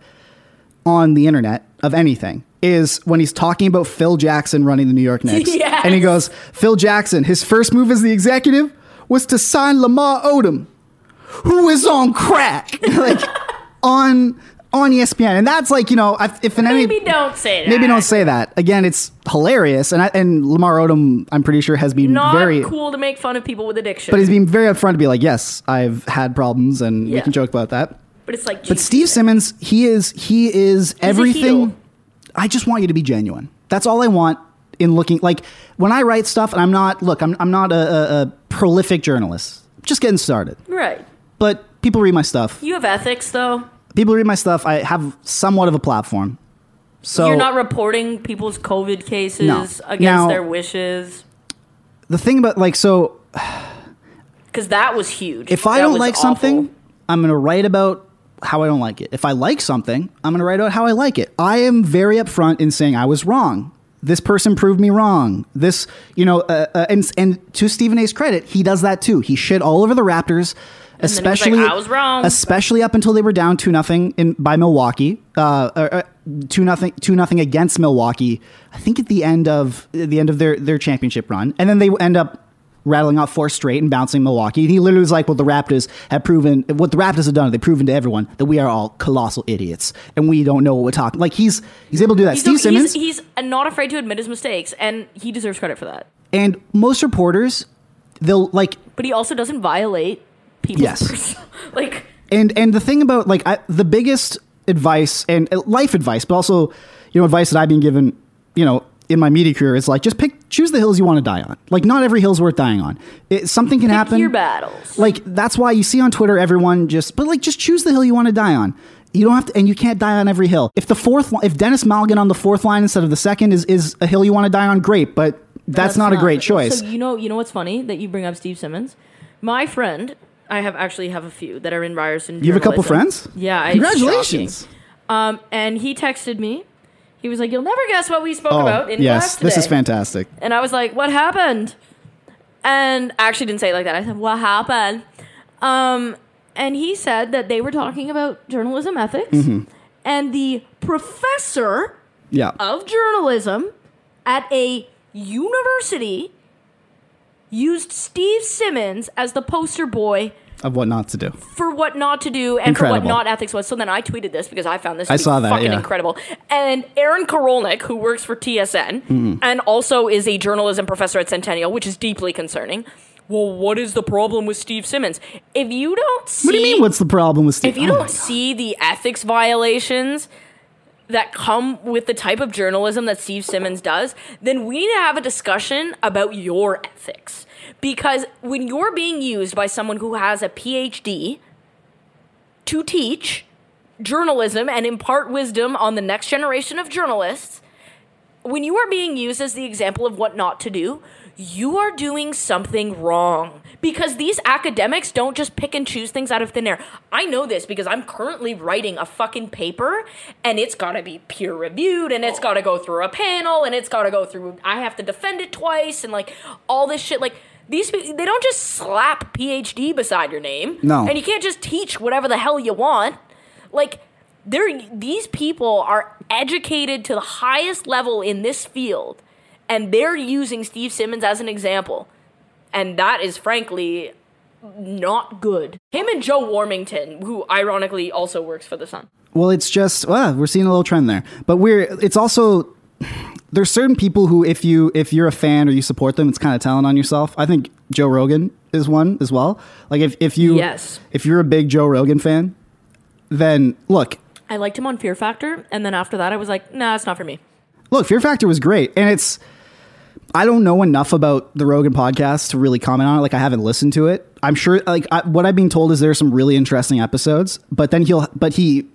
Speaker 5: on the internet of anything is when he's talking about Phil Jackson running the New York Knicks,
Speaker 6: Yes.
Speaker 5: and he goes, "Phil Jackson, his first move as the executive was to sign Lamar Odom, who is on crack, like on on E ESPN." And that's like you know, if, if an
Speaker 6: Maybe
Speaker 5: any,
Speaker 6: don't say that.
Speaker 5: Maybe don't say that. Again, it's hilarious, and I, and Lamar Odom, I'm pretty sure, has been
Speaker 6: Not
Speaker 5: very,
Speaker 6: cool to make fun of people with addiction.
Speaker 5: but he's been very upfront to be like, yes, I've had problems, and we
Speaker 6: Yeah.
Speaker 5: can joke about that.
Speaker 6: But it's like,
Speaker 5: But
Speaker 6: Jesus.
Speaker 5: Steve Simmons, he is he is
Speaker 6: heel.
Speaker 5: everything. I just want you to be genuine. That's all I want in looking like when I write stuff, and I'm not look, I'm I'm not a, a, a prolific journalist, just getting started,
Speaker 6: right?
Speaker 5: but. People read my stuff.
Speaker 6: You have ethics, though.
Speaker 5: People read my stuff. I have somewhat of a platform. So
Speaker 6: You're not reporting people's COVID cases
Speaker 5: No.
Speaker 6: against
Speaker 5: Now-
Speaker 6: their wishes,
Speaker 5: the thing about like so
Speaker 6: because that was huge.
Speaker 5: If I
Speaker 6: That
Speaker 5: don't
Speaker 6: was
Speaker 5: like
Speaker 6: awful.
Speaker 5: something, uh, I'm going to write about how I don't like it. If I like something, I'm going to write out how I like it. I am very upfront in saying I was wrong. This person proved me wrong. This, you know, uh, uh, and and to Stephen A's credit, he does that too. He shit all over the Raptors,
Speaker 6: then he was
Speaker 5: especially
Speaker 6: like, "I was wrong."
Speaker 5: especially up until they were down two nothing in by Milwaukee, uh, or, uh, two nothing two nothing against Milwaukee. I think at the end of at the end of their their championship run, and then they end up rattling off four straight and bouncing Milwaukee. And he literally was like, "Well, the Raptors have proven what the Raptors have done. They've proven to everyone that we are all colossal idiots and we don't know what we're talking." Like he's he's able to do that.
Speaker 6: He's,
Speaker 5: Steve Simmons
Speaker 6: he's, he's not afraid to admit his mistakes, and he deserves credit for that.
Speaker 5: and most reporters they'll like
Speaker 6: But he also doesn't violate people's
Speaker 5: Yes.
Speaker 6: pers- like
Speaker 5: and and the thing about like I, the biggest advice and uh, life advice but also you know advice that i've been given you know in my media career is like just pick choose the hills you want to die on like not every hill's worth dying on it, something can happen
Speaker 6: your battles.
Speaker 5: like that's why you see on twitter everyone just but like just choose the hill you want to die on you don't have to and you can't die on every hill if the fourth li- if dennis mulligan on the fourth line instead of the second is is a hill you want to die on great but that's, not, a great choice
Speaker 6: So you know, you know what's funny that you bring up Steve Simmons. My friend, I have actually have a few that are in Ryerson.
Speaker 5: you have a couple
Speaker 6: journalism.
Speaker 5: friends
Speaker 6: Yeah, I- it's
Speaker 5: congratulations
Speaker 6: shocking. Um, and he texted me. He was like, "You'll never guess what we spoke
Speaker 5: oh
Speaker 6: about in class
Speaker 5: yes
Speaker 6: today."
Speaker 5: this is fantastic
Speaker 6: And I was like, "What happened?" And I actually didn't say it like that. I said, "What happened?" Um, and he said that they were talking about journalism ethics,
Speaker 5: Mm-hmm.
Speaker 6: and the professor
Speaker 5: yeah
Speaker 6: of journalism at a university used Steve Simmons as the poster boy
Speaker 5: of what not to do.
Speaker 6: for what not to do and for
Speaker 5: Incredible.
Speaker 6: what not ethics was. So then I tweeted this because I found this
Speaker 5: I
Speaker 6: to be
Speaker 5: saw that,
Speaker 6: fucking
Speaker 5: yeah.
Speaker 6: incredible. And Aaron Karolnik, who works for TSN
Speaker 5: Mm-hmm.
Speaker 6: and also is a journalism professor at Centennial, which is deeply concerning. Well, what is the problem with Steve Simmons? If you don't see
Speaker 5: What do you mean? What's the problem with
Speaker 6: if
Speaker 5: Steve?
Speaker 6: you
Speaker 5: Oh my
Speaker 6: don't
Speaker 5: God.
Speaker 6: see the ethics violations that come with the type of journalism that Steve Simmons does, then we need to have a discussion about your ethics. Because when you're being used by someone who has a PhD to teach journalism and impart wisdom on the next generation of journalists, when you are being used as the example of what not to do, you are doing something wrong because these academics don't just pick and choose things out of thin air. I know this because I'm currently writing a fucking paper and it's got to be peer reviewed and it's got to go through a panel and it's got to go through I have to defend it twice and like all this shit like these pe- they don't just slap PhD beside your name.
Speaker 5: No.
Speaker 6: And you can't just teach whatever the hell you want. Like they're these people are educated to the highest level in this field and they're using Steve Simmons as an example. And that is frankly not good. Him and Joe Warmington, who ironically also works for the Sun.
Speaker 5: Well, it's just uh, we're seeing a little trend there, but we're it's also there's certain people who if you if you're a fan or you support them, it's kind of telling on yourself. I think Joe Rogan is one as well. Like if if you
Speaker 6: Yes.
Speaker 5: if you're a big Joe Rogan fan, then look
Speaker 6: I liked him on Fear Factor, and then after that I was like, nah, it's not for me.
Speaker 5: look Fear Factor was great, and it's I don't know enough about the Rogan podcast to really comment on it. Like I haven't listened to it. I'm sure like I, what I've been told is there are some really interesting episodes, but then he'll but he.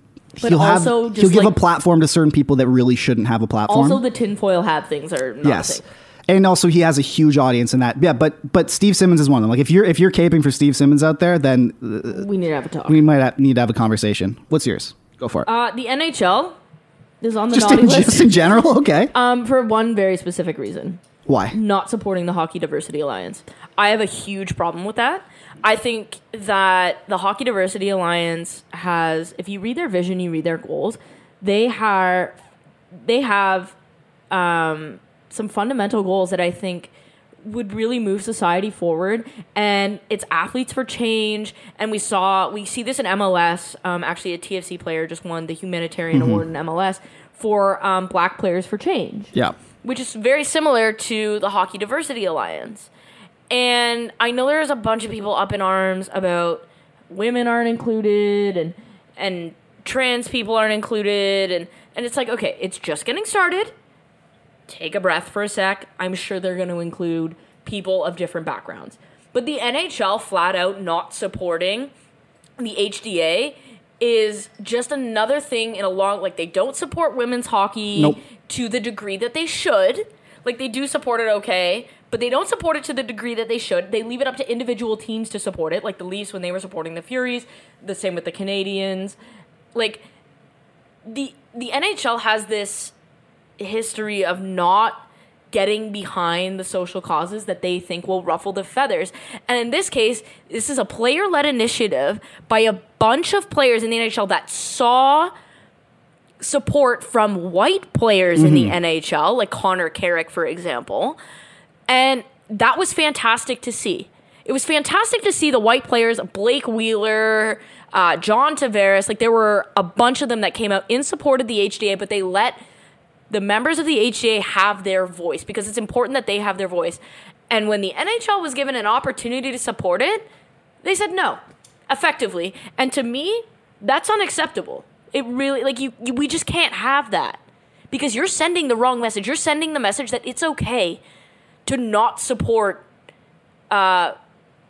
Speaker 6: But
Speaker 5: he'll
Speaker 6: also
Speaker 5: have
Speaker 6: just,
Speaker 5: he'll give a
Speaker 6: like-
Speaker 5: platform to certain people that really shouldn't have a platform.
Speaker 6: Also the tinfoil hat things are not a
Speaker 5: yes
Speaker 6: thing.
Speaker 5: and also he has a huge audience in that yeah but but steve simmons is one of them like if you're if you're caping for steve simmons out there then uh,
Speaker 6: We need to have a talk.
Speaker 5: we might have, need to have a conversation what's yours go for it
Speaker 6: Uh, the NHL is on the
Speaker 5: just,
Speaker 6: naughty
Speaker 5: in,
Speaker 6: list
Speaker 5: just in general okay
Speaker 6: um, for one very specific reason
Speaker 5: why
Speaker 6: not supporting the Hockey Diversity Alliance. I have a huge problem with that. I think that the Hockey Diversity Alliance has, if you read their vision, you read their goals, they are they have um, some fundamental goals that I think would really move society forward and it's athletes for change and we saw we see this in mls um, actually a tfc player just won the humanitarian award in mls for um, black players for change
Speaker 5: yeah
Speaker 6: which is very similar to the Hockey Diversity Alliance. And I know there's a bunch of people up in arms about women aren't included and and trans people aren't included and and it's like okay, it's just getting started. Take a breath for a sec. I'm sure they're going to include people of different backgrounds. But the NHL flat out not supporting the HDA is just another thing in a long like they don't support women's hockey
Speaker 5: Nope.
Speaker 6: to the degree that they should. Like they do support it okay, but they don't support it to the degree that they should. They leave it up to individual teams to support it, like the Leafs when they were supporting the Furies, the same with the Canadians. Like the the NHL has this history of not getting behind the social causes that they think will ruffle the feathers. And in this case, this is a player led initiative by a bunch of players in the NHL that saw support from white players in the NHL, like Connor Carrick, for example. And that was fantastic to see. It was fantastic to see the white players, Blake Wheeler, uh, John Tavares, like there were a bunch of them that came out in support of the HDA, but they let the members of the HDA have their voice because it's important that they have their voice. And when the NHL was given an opportunity to support it, they said no, effectively. And to me, that's unacceptable. It really, like, you, you we just can't have that because you're sending the wrong message. You're sending the message that it's okay to not support uh,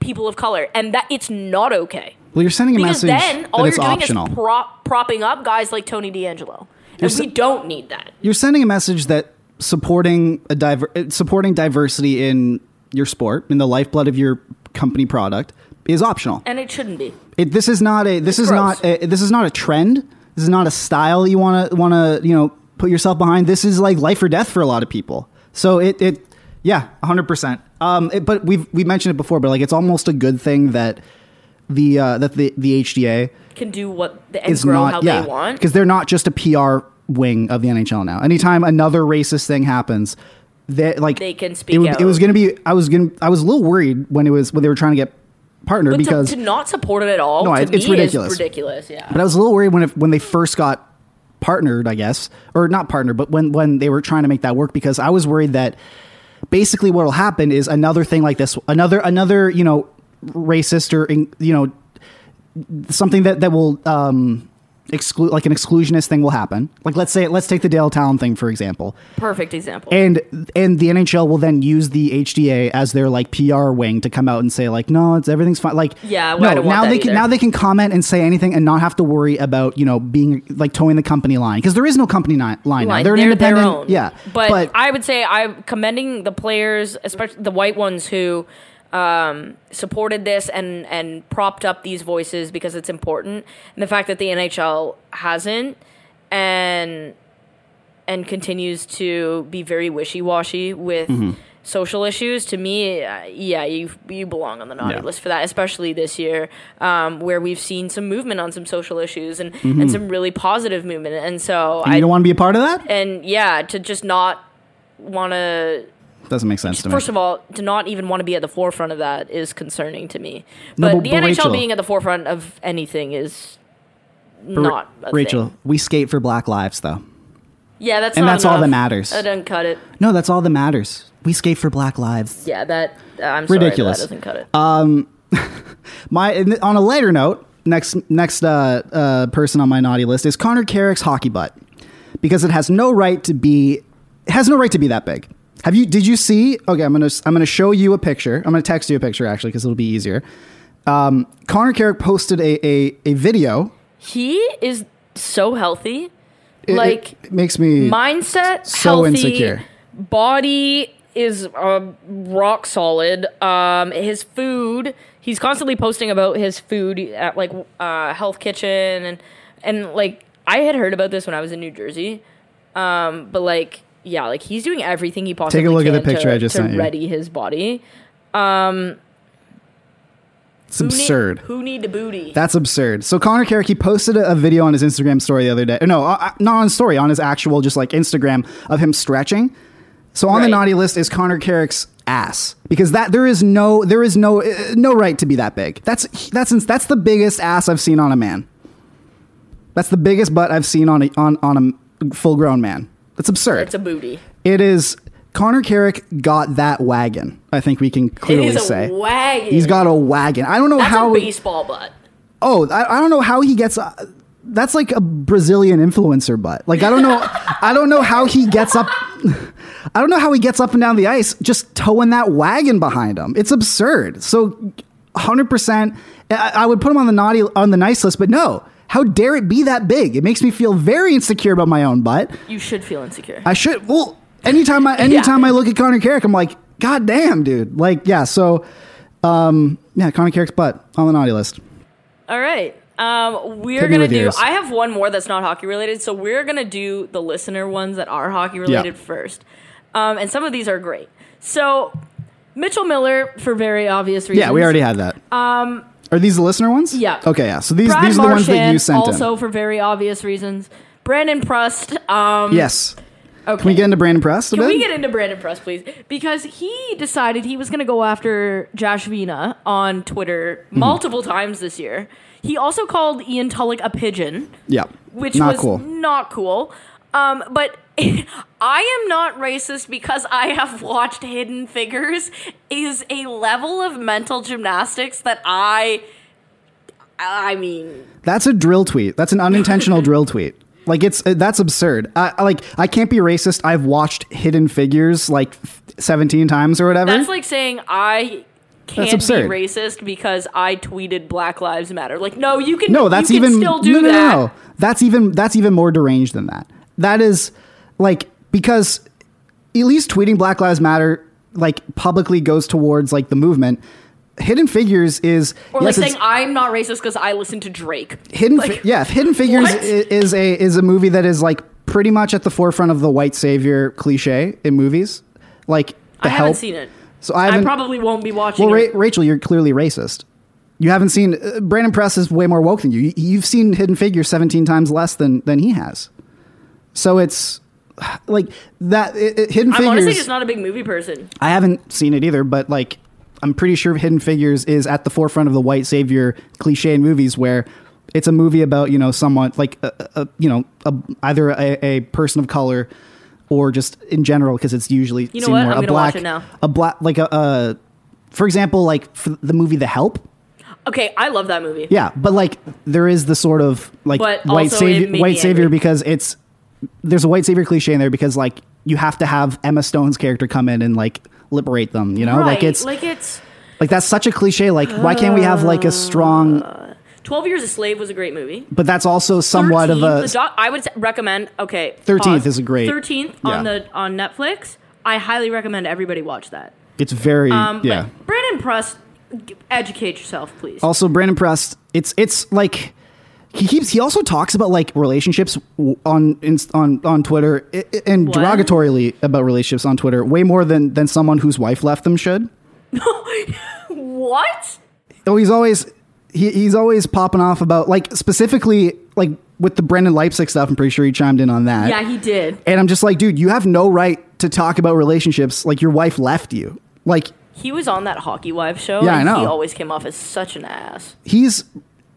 Speaker 6: people of color and that it's not okay.
Speaker 5: Well, you're sending a
Speaker 6: Because
Speaker 5: message
Speaker 6: then all
Speaker 5: that
Speaker 6: you're
Speaker 5: it's
Speaker 6: doing
Speaker 5: optional.
Speaker 6: is prop, propping up guys like Tony D'Angelo. And
Speaker 5: You're
Speaker 6: we
Speaker 5: s-
Speaker 6: don't need that.
Speaker 5: you're sending a message that supporting a diver- uh, supporting diversity in your sport in the lifeblood of your company product is optional.
Speaker 6: And it shouldn't be.
Speaker 5: It, this is not a this is
Speaker 6: gross.
Speaker 5: not a, this is not a trend. This is not a style you want to want to you know put yourself behind. This is like life or death for a lot of people. So it it yeah, hundred percent. Um, it, but we've we mentioned it before, but like it's almost a good thing that the uh, that the the HDA
Speaker 6: Can do what the, and
Speaker 5: is
Speaker 6: grow
Speaker 5: not
Speaker 6: how
Speaker 5: yeah
Speaker 6: they want.
Speaker 5: because they're not just a PR wing of the NHL now. Anytime another racist thing happens. They, like
Speaker 6: They can
Speaker 5: It,
Speaker 6: speak
Speaker 5: would- it was
Speaker 6: out.
Speaker 5: going to be. I was going. to I was a little worried when it was when they were trying to get partnered
Speaker 6: But to-
Speaker 5: because
Speaker 6: to, not support it at all,
Speaker 5: No,
Speaker 6: to
Speaker 5: it- it's
Speaker 6: me
Speaker 5: ridiculous.
Speaker 6: Is ridiculous, yeah.
Speaker 5: But I was a little worried when it, when they first got partnered, I guess, or not partnered, but when when they were trying to make that work, because I was worried that basically what will happen is another thing like this, another another you know racist or in- you know something that that will um, exclude like an exclusionist thing will happen. Like let's say let's take the Dale Town thing for example
Speaker 6: Perfect example.
Speaker 5: and and the NHL will then use the HDA as their like PR wing to come out and say like no it's everything's fine like
Speaker 6: Yeah, well,
Speaker 5: no
Speaker 6: I don't want
Speaker 5: now
Speaker 6: that
Speaker 5: they can
Speaker 6: either.
Speaker 5: now they can comment and say anything and not have to worry about you know being like towing the company line because there is no company ni- line now
Speaker 6: Line.
Speaker 5: they're, an
Speaker 6: They're
Speaker 5: independent
Speaker 6: Their own.
Speaker 5: yeah
Speaker 6: but, I would say I'm commending the players, especially the white ones who um, supported this and and propped up these voices because it's important, and the fact that the NHL hasn't and and continues to be very wishy washy with.
Speaker 5: Mm-hmm.
Speaker 6: Social issues to me, uh, yeah, you you belong on the naughty
Speaker 5: Yeah.
Speaker 6: list for that, especially this year, um, where we've seen some movement on some social issues and, and some really positive movement, and so
Speaker 5: Mm-hmm. and
Speaker 6: I
Speaker 5: you don't want to be a part of that
Speaker 6: and yeah, to just not want to.
Speaker 5: doesn't make sense to me
Speaker 6: First of all, to not even want to be at the forefront of that is concerning to me.
Speaker 5: No,
Speaker 6: But
Speaker 5: but-
Speaker 6: the
Speaker 5: but
Speaker 6: NHL
Speaker 5: Rachel-
Speaker 6: being at the forefront of anything is
Speaker 5: But Ra-
Speaker 6: not a
Speaker 5: Rachel
Speaker 6: thing.
Speaker 5: we skate for black lives though
Speaker 6: Yeah, that's
Speaker 5: and
Speaker 6: not
Speaker 5: that's all
Speaker 6: enough.
Speaker 5: that matters.
Speaker 6: That doesn't cut it.
Speaker 5: no that's all that matters we skate for black lives
Speaker 6: Yeah, that I'm
Speaker 5: Ridiculous.
Speaker 6: Sorry, but that doesn't cut it.
Speaker 5: my and on a lighter note next next uh, uh, person on my naughty list is Connor Carrick's hockey butt because it has no right to be it has no right to be that big. Have you did you see? Okay, I'm gonna I'm gonna show you a picture. I'm gonna text you a picture actually because it'll be easier. Um, Connor Carrick posted a a, a video.
Speaker 6: he is so healthy,
Speaker 5: It- it
Speaker 6: like
Speaker 5: makes me
Speaker 6: mindset,
Speaker 5: so
Speaker 6: healthy,
Speaker 5: insecure.
Speaker 6: body is um, rock solid. Um, his food, he's constantly posting about his food at like uh, Health Kitchen and and like I had heard about this when I was in New Jersey, um, but like yeah, like he's doing everything he possibly
Speaker 5: Take a look at
Speaker 6: can
Speaker 5: the picture
Speaker 6: to,
Speaker 5: I just
Speaker 6: to
Speaker 5: sent you.
Speaker 6: ready his body.
Speaker 5: it's absurd.
Speaker 6: Who need, who need a booty?
Speaker 5: That's absurd. So Connor Carrick, he posted a, a video on his Instagram story the other day. No, uh, uh, not on story, on his actual just like Instagram of him stretching. So on the
Speaker 6: Right.
Speaker 5: naughty list is Connor Carrick's ass because that there is no there is no uh, no right to be that big. That's that's ins- that's the biggest ass I've seen on a man. That's the biggest butt I've seen on a, on on a full grown man. That's absurd.
Speaker 6: it's a booty.
Speaker 5: it is Connor Carrick got that wagon. I think we can clearly
Speaker 6: it is
Speaker 5: say
Speaker 6: a wagon.
Speaker 5: he's got a wagon. I don't know
Speaker 6: That's
Speaker 5: how
Speaker 6: a baseball butt.
Speaker 5: oh I, I don't know how he gets uh, that's like a brazilian influencer butt like i don't know i don't know how he gets up i don't know how he gets up and down the ice just towing that wagon behind him it's absurd so 100% i, I would put him on the naughty on the nice list but no how dare it be that big it makes me feel very insecure about my own butt
Speaker 6: You should feel insecure.
Speaker 5: I should. Well, anytime I anytime I look at Connor Carrick, I'm like, God damn, dude. Like, yeah. So, um, yeah, Connor Carrick's butt on the naughty list.
Speaker 6: All right. Um, we're
Speaker 5: Hit me
Speaker 6: gonna
Speaker 5: with
Speaker 6: do.
Speaker 5: yours.
Speaker 6: I have one more that's not hockey related, so we're gonna do the listener ones that are hockey related first. Um, and some of these are great. So Mitchell Miller, for very obvious reasons.
Speaker 5: Yeah, we already had that. Um, are these the listener ones?
Speaker 6: yeah.
Speaker 5: Okay, yeah. So these
Speaker 6: Brad
Speaker 5: these are the ones that you
Speaker 6: Marchand,
Speaker 5: sent
Speaker 6: Also
Speaker 5: in.
Speaker 6: for very obvious reasons. Brandon Prust. Um,
Speaker 5: Yes.
Speaker 6: okay.
Speaker 5: Can we get into Brandon Press?
Speaker 6: Can we get into Brandon Prust, please? Because he decided he was going to go after Josh Vina on Twitter multiple times this year. He also called Ian Tulloch a pigeon.
Speaker 5: Yeah.
Speaker 6: which
Speaker 5: not
Speaker 6: was
Speaker 5: cool.
Speaker 6: not cool. Um, but I am not racist because I have watched Hidden Figures is a level of mental gymnastics that I I mean
Speaker 5: That's a drill tweet. That's an unintentional drill tweet. Like it's uh, that's absurd. I I- like I can't be racist. I've watched Hidden Figures like f- 17 times or whatever.
Speaker 6: that's like saying I can't be
Speaker 5: absurd.
Speaker 6: racist because I tweeted Black Lives Matter. Like no, you can
Speaker 5: no, that's
Speaker 6: you can
Speaker 5: even
Speaker 6: still do
Speaker 5: no, no,
Speaker 6: that.
Speaker 5: no, no. That's even that's even more deranged than that. That is like because at least tweeting Black Lives Matter like publicly goes towards like the movement. Hidden Figures is
Speaker 6: Or
Speaker 5: yes,
Speaker 6: like
Speaker 5: it's-
Speaker 6: saying I'm not racist because I listen to Drake.
Speaker 5: Hidden,
Speaker 6: Like,
Speaker 5: Fi- yeah, Hidden Figures i-
Speaker 6: what?
Speaker 5: is a is a movie that is like pretty much at the forefront of the white savior cliche in movies, like the
Speaker 6: I haven't
Speaker 5: help.
Speaker 6: seen it.
Speaker 5: So I
Speaker 6: I
Speaker 5: haven't.
Speaker 6: probably won't be watching
Speaker 5: well, Ra-
Speaker 6: it.
Speaker 5: Rachel, you're clearly racist. You haven't seen uh, Brandon Press is way more woke than you. You- You've seen Hidden Figures 17 times less than than he has. So it's like that. It, it- Hidden
Speaker 6: I'm honestly
Speaker 5: Figures.
Speaker 6: just not a big movie person.
Speaker 5: I haven't seen it either, but like I'm pretty sure Hidden Figures is at the forefront of the white savior cliche in movies where it's a movie about, you know, someone like a, a you know, a, either a, a person of color or just in general because it's usually
Speaker 6: know
Speaker 5: seen
Speaker 6: what?
Speaker 5: more
Speaker 6: I'm
Speaker 5: a
Speaker 6: gonna watch
Speaker 5: black
Speaker 6: it now.
Speaker 5: a black like a, a for example, like for the movie The Help.
Speaker 6: Okay, I love that movie.
Speaker 5: Yeah, but like there is the sort of like
Speaker 6: But
Speaker 5: white
Speaker 6: also it
Speaker 5: savior
Speaker 6: made me
Speaker 5: white savior
Speaker 6: angry.
Speaker 5: because it's there's a white savior cliche in there because like you have to have Emma Stone's character come in and like liberate them, you know?
Speaker 6: Right,
Speaker 5: Like it's
Speaker 6: like it's
Speaker 5: like that's such a cliche. Like, why can't we have like a strong?
Speaker 6: Twelve Years a Slave was a great movie.
Speaker 5: But that's also somewhat
Speaker 6: 13th,
Speaker 5: of a.
Speaker 6: the doc- I would s- recommend. Okay,
Speaker 5: 13th
Speaker 6: pause.
Speaker 5: is a great-
Speaker 6: Thirteenth on
Speaker 5: yeah.
Speaker 6: the on Netflix. I highly recommend everybody watch that.
Speaker 5: it's very
Speaker 6: Um,
Speaker 5: yeah.
Speaker 6: but Brandon Prust, g- educate yourself, please.
Speaker 5: also, Brandon Prest. It's it's like he keeps. He also talks about like relationships w- on inst- on on Twitter i- i- and
Speaker 6: What?
Speaker 5: derogatorily about relationships on Twitter way more than than someone whose wife left them should.
Speaker 6: what?
Speaker 5: oh, he's always he, he's always popping off about like specifically like with the Brendan Leipzig stuff. I'm pretty sure he chimed in on that.
Speaker 6: Yeah, he did.
Speaker 5: and I'm just like, dude, you have no right to talk about relationships. Like your wife left you. Like
Speaker 6: He was on that Hockey Wives show.
Speaker 5: Yeah, I
Speaker 6: and He
Speaker 5: know.
Speaker 6: always came off as such an ass.
Speaker 5: he's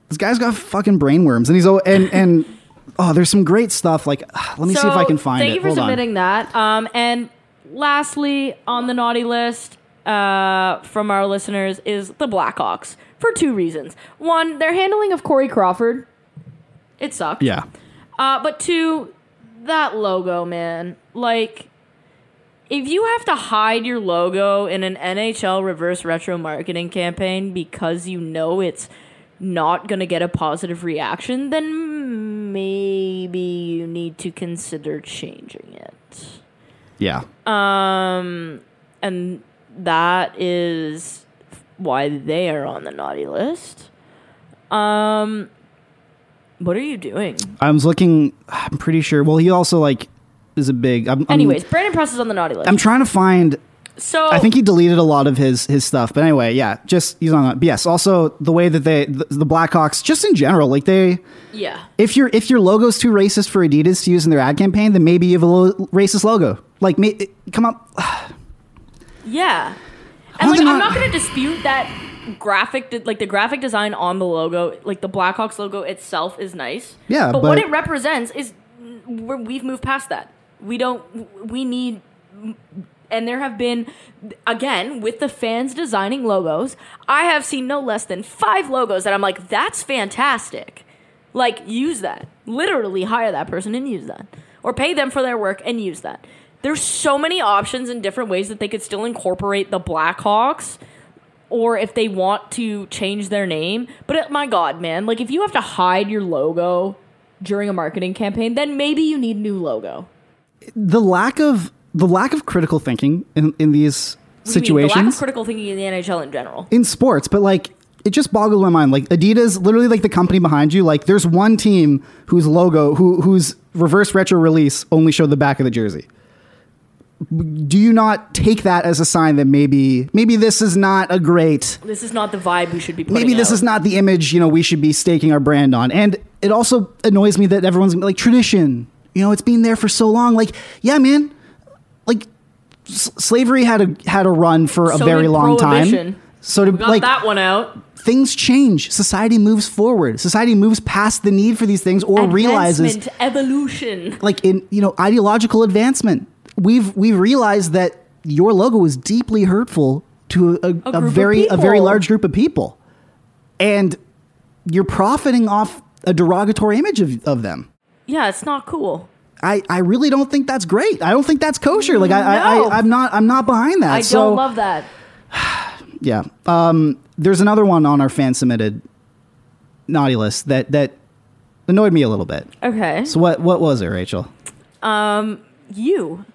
Speaker 5: this guy's got fucking brainworms, and he's oh and and oh, there's some great stuff. Like ah, let me see if I
Speaker 6: So,
Speaker 5: can find
Speaker 6: thank
Speaker 5: it.
Speaker 6: you for
Speaker 5: Hold on.
Speaker 6: submitting that. Um, and lastly, on the naughty list uh, from our listeners is the Blackhawks for two reasons. One, their handling of Corey Crawford, it sucked.
Speaker 5: Yeah,
Speaker 6: Uh, but two, that logo, man. Like, if you have to hide your logo in an NHL reverse retro marketing campaign because you know it's not going to get a positive reaction, then maybe you need to consider changing it.
Speaker 5: yeah.
Speaker 6: And that is why they are on the naughty list. Um, what are you doing?
Speaker 5: I was looking. I'm pretty sure. Well, he also like is a big. I'm, I'm-
Speaker 6: Anyways, Brandon Press is on the naughty list.
Speaker 5: I'm trying to find
Speaker 6: so
Speaker 5: I think he deleted a lot of his his stuff. But anyway, yeah, just he's on that. But yes, also the way that they the, the Blackhawks just in general, like they
Speaker 6: yeah.
Speaker 5: if your if your logo's too racist for Adidas to use in their ad campaign, then maybe you have a lo- racist logo. Like, may, come on,
Speaker 6: Yeah.
Speaker 5: How
Speaker 6: And like,
Speaker 5: they
Speaker 6: I'm
Speaker 5: not-
Speaker 6: not going to dispute that graphic, de- like the graphic design on the logo, like the Blackhawks logo itself is nice.
Speaker 5: Yeah,
Speaker 6: but, what
Speaker 5: but-
Speaker 6: it represents is we're, we've moved past that. We don't. We need. And there have been, again, with the fans designing logos, I have seen no less than five logos that I'm like, that's fantastic. Like, use that. Literally hire that person and use that. Or pay them for their work and use that. There's so many options and different ways that they could still incorporate the Blackhawks or if they want to change their name. But uh, my God, man, like if you have to hide your logo during a marketing campaign, then maybe you need new logo.
Speaker 5: the lack of the lack of critical thinking in in these
Speaker 6: What do you mean?
Speaker 5: situations.
Speaker 6: The lack of critical thinking in the NHL in general.
Speaker 5: in sports, but like it just boggles my mind. Like Adidas, literally like the company behind you. Like there's one team whose logo, who whose reverse retro release only showed the back of the jersey. Do you not take that as a sign that maybe maybe this is not a great
Speaker 6: This is not the vibe we should be putting
Speaker 5: maybe this
Speaker 6: out.
Speaker 5: is not the image you know we should be staking our brand on and it also annoys me that everyone's like tradition you know it's been there for so long like yeah man like s- slavery had a had a run for a
Speaker 6: So
Speaker 5: very
Speaker 6: did
Speaker 5: long time
Speaker 6: Prohibition.
Speaker 5: So to
Speaker 6: Got
Speaker 5: like
Speaker 6: that one out.
Speaker 5: things change. Society moves forward. Society moves past the need for these things or realizes
Speaker 6: Advancement, evolution.
Speaker 5: like in you know ideological advancement we've we've realized that your logo is deeply hurtful to a, a,
Speaker 6: group of
Speaker 5: very a very
Speaker 6: people.
Speaker 5: large group of people and you're profiting off a derogatory image of, of them
Speaker 6: Yeah, it's not cool.
Speaker 5: I, I really don't think that's great. I don't think that's kosher. Like I,
Speaker 6: No.
Speaker 5: I, I I'm not I'm not behind that.
Speaker 6: I
Speaker 5: Uh, so
Speaker 6: don't love that.
Speaker 5: yeah. Um, there's another one on our fan submitted naughty list that that annoyed me a little bit.
Speaker 6: Okay.
Speaker 5: So what what was it, Rachel?
Speaker 6: you.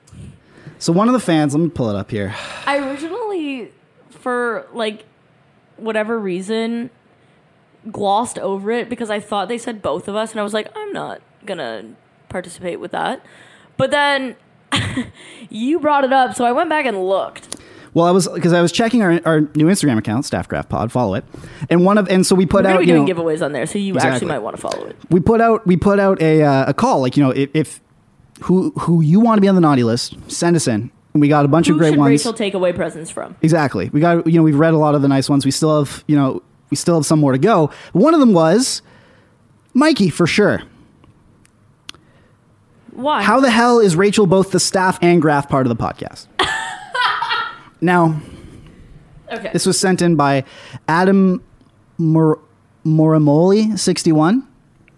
Speaker 5: So one of the fans, let me pull it up here.
Speaker 6: I originally, for like whatever reason, glossed over it because I thought they said both of us, and I was like, I'm not gonna participate with that. But then you brought it up, so I went back and looked.
Speaker 5: Well, I was because I was checking our, our new Instagram account, Staffcraft Pod. Follow it, and one of and so we put
Speaker 6: We're gonna
Speaker 5: out
Speaker 6: be
Speaker 5: you
Speaker 6: doing
Speaker 5: know,
Speaker 6: giveaways on there, so you
Speaker 5: Exactly.
Speaker 6: actually might want to follow it.
Speaker 5: we put out we put out a uh, a call like you know if, if who who you want to be on the naughty list, send us in. And we got a bunch
Speaker 6: Who
Speaker 5: of great
Speaker 6: should
Speaker 5: ones.
Speaker 6: Rachel take away presents from?
Speaker 5: Exactly. We got you know we've read a lot of the nice ones. We still have you know we still have some more to go. One of them was Mikey for sure.
Speaker 6: Why?
Speaker 5: How the hell is Rachel both the staff and graph part of the podcast? now,
Speaker 6: Okay.
Speaker 5: this was sent in by Adam Mor- Morimoli sixty one.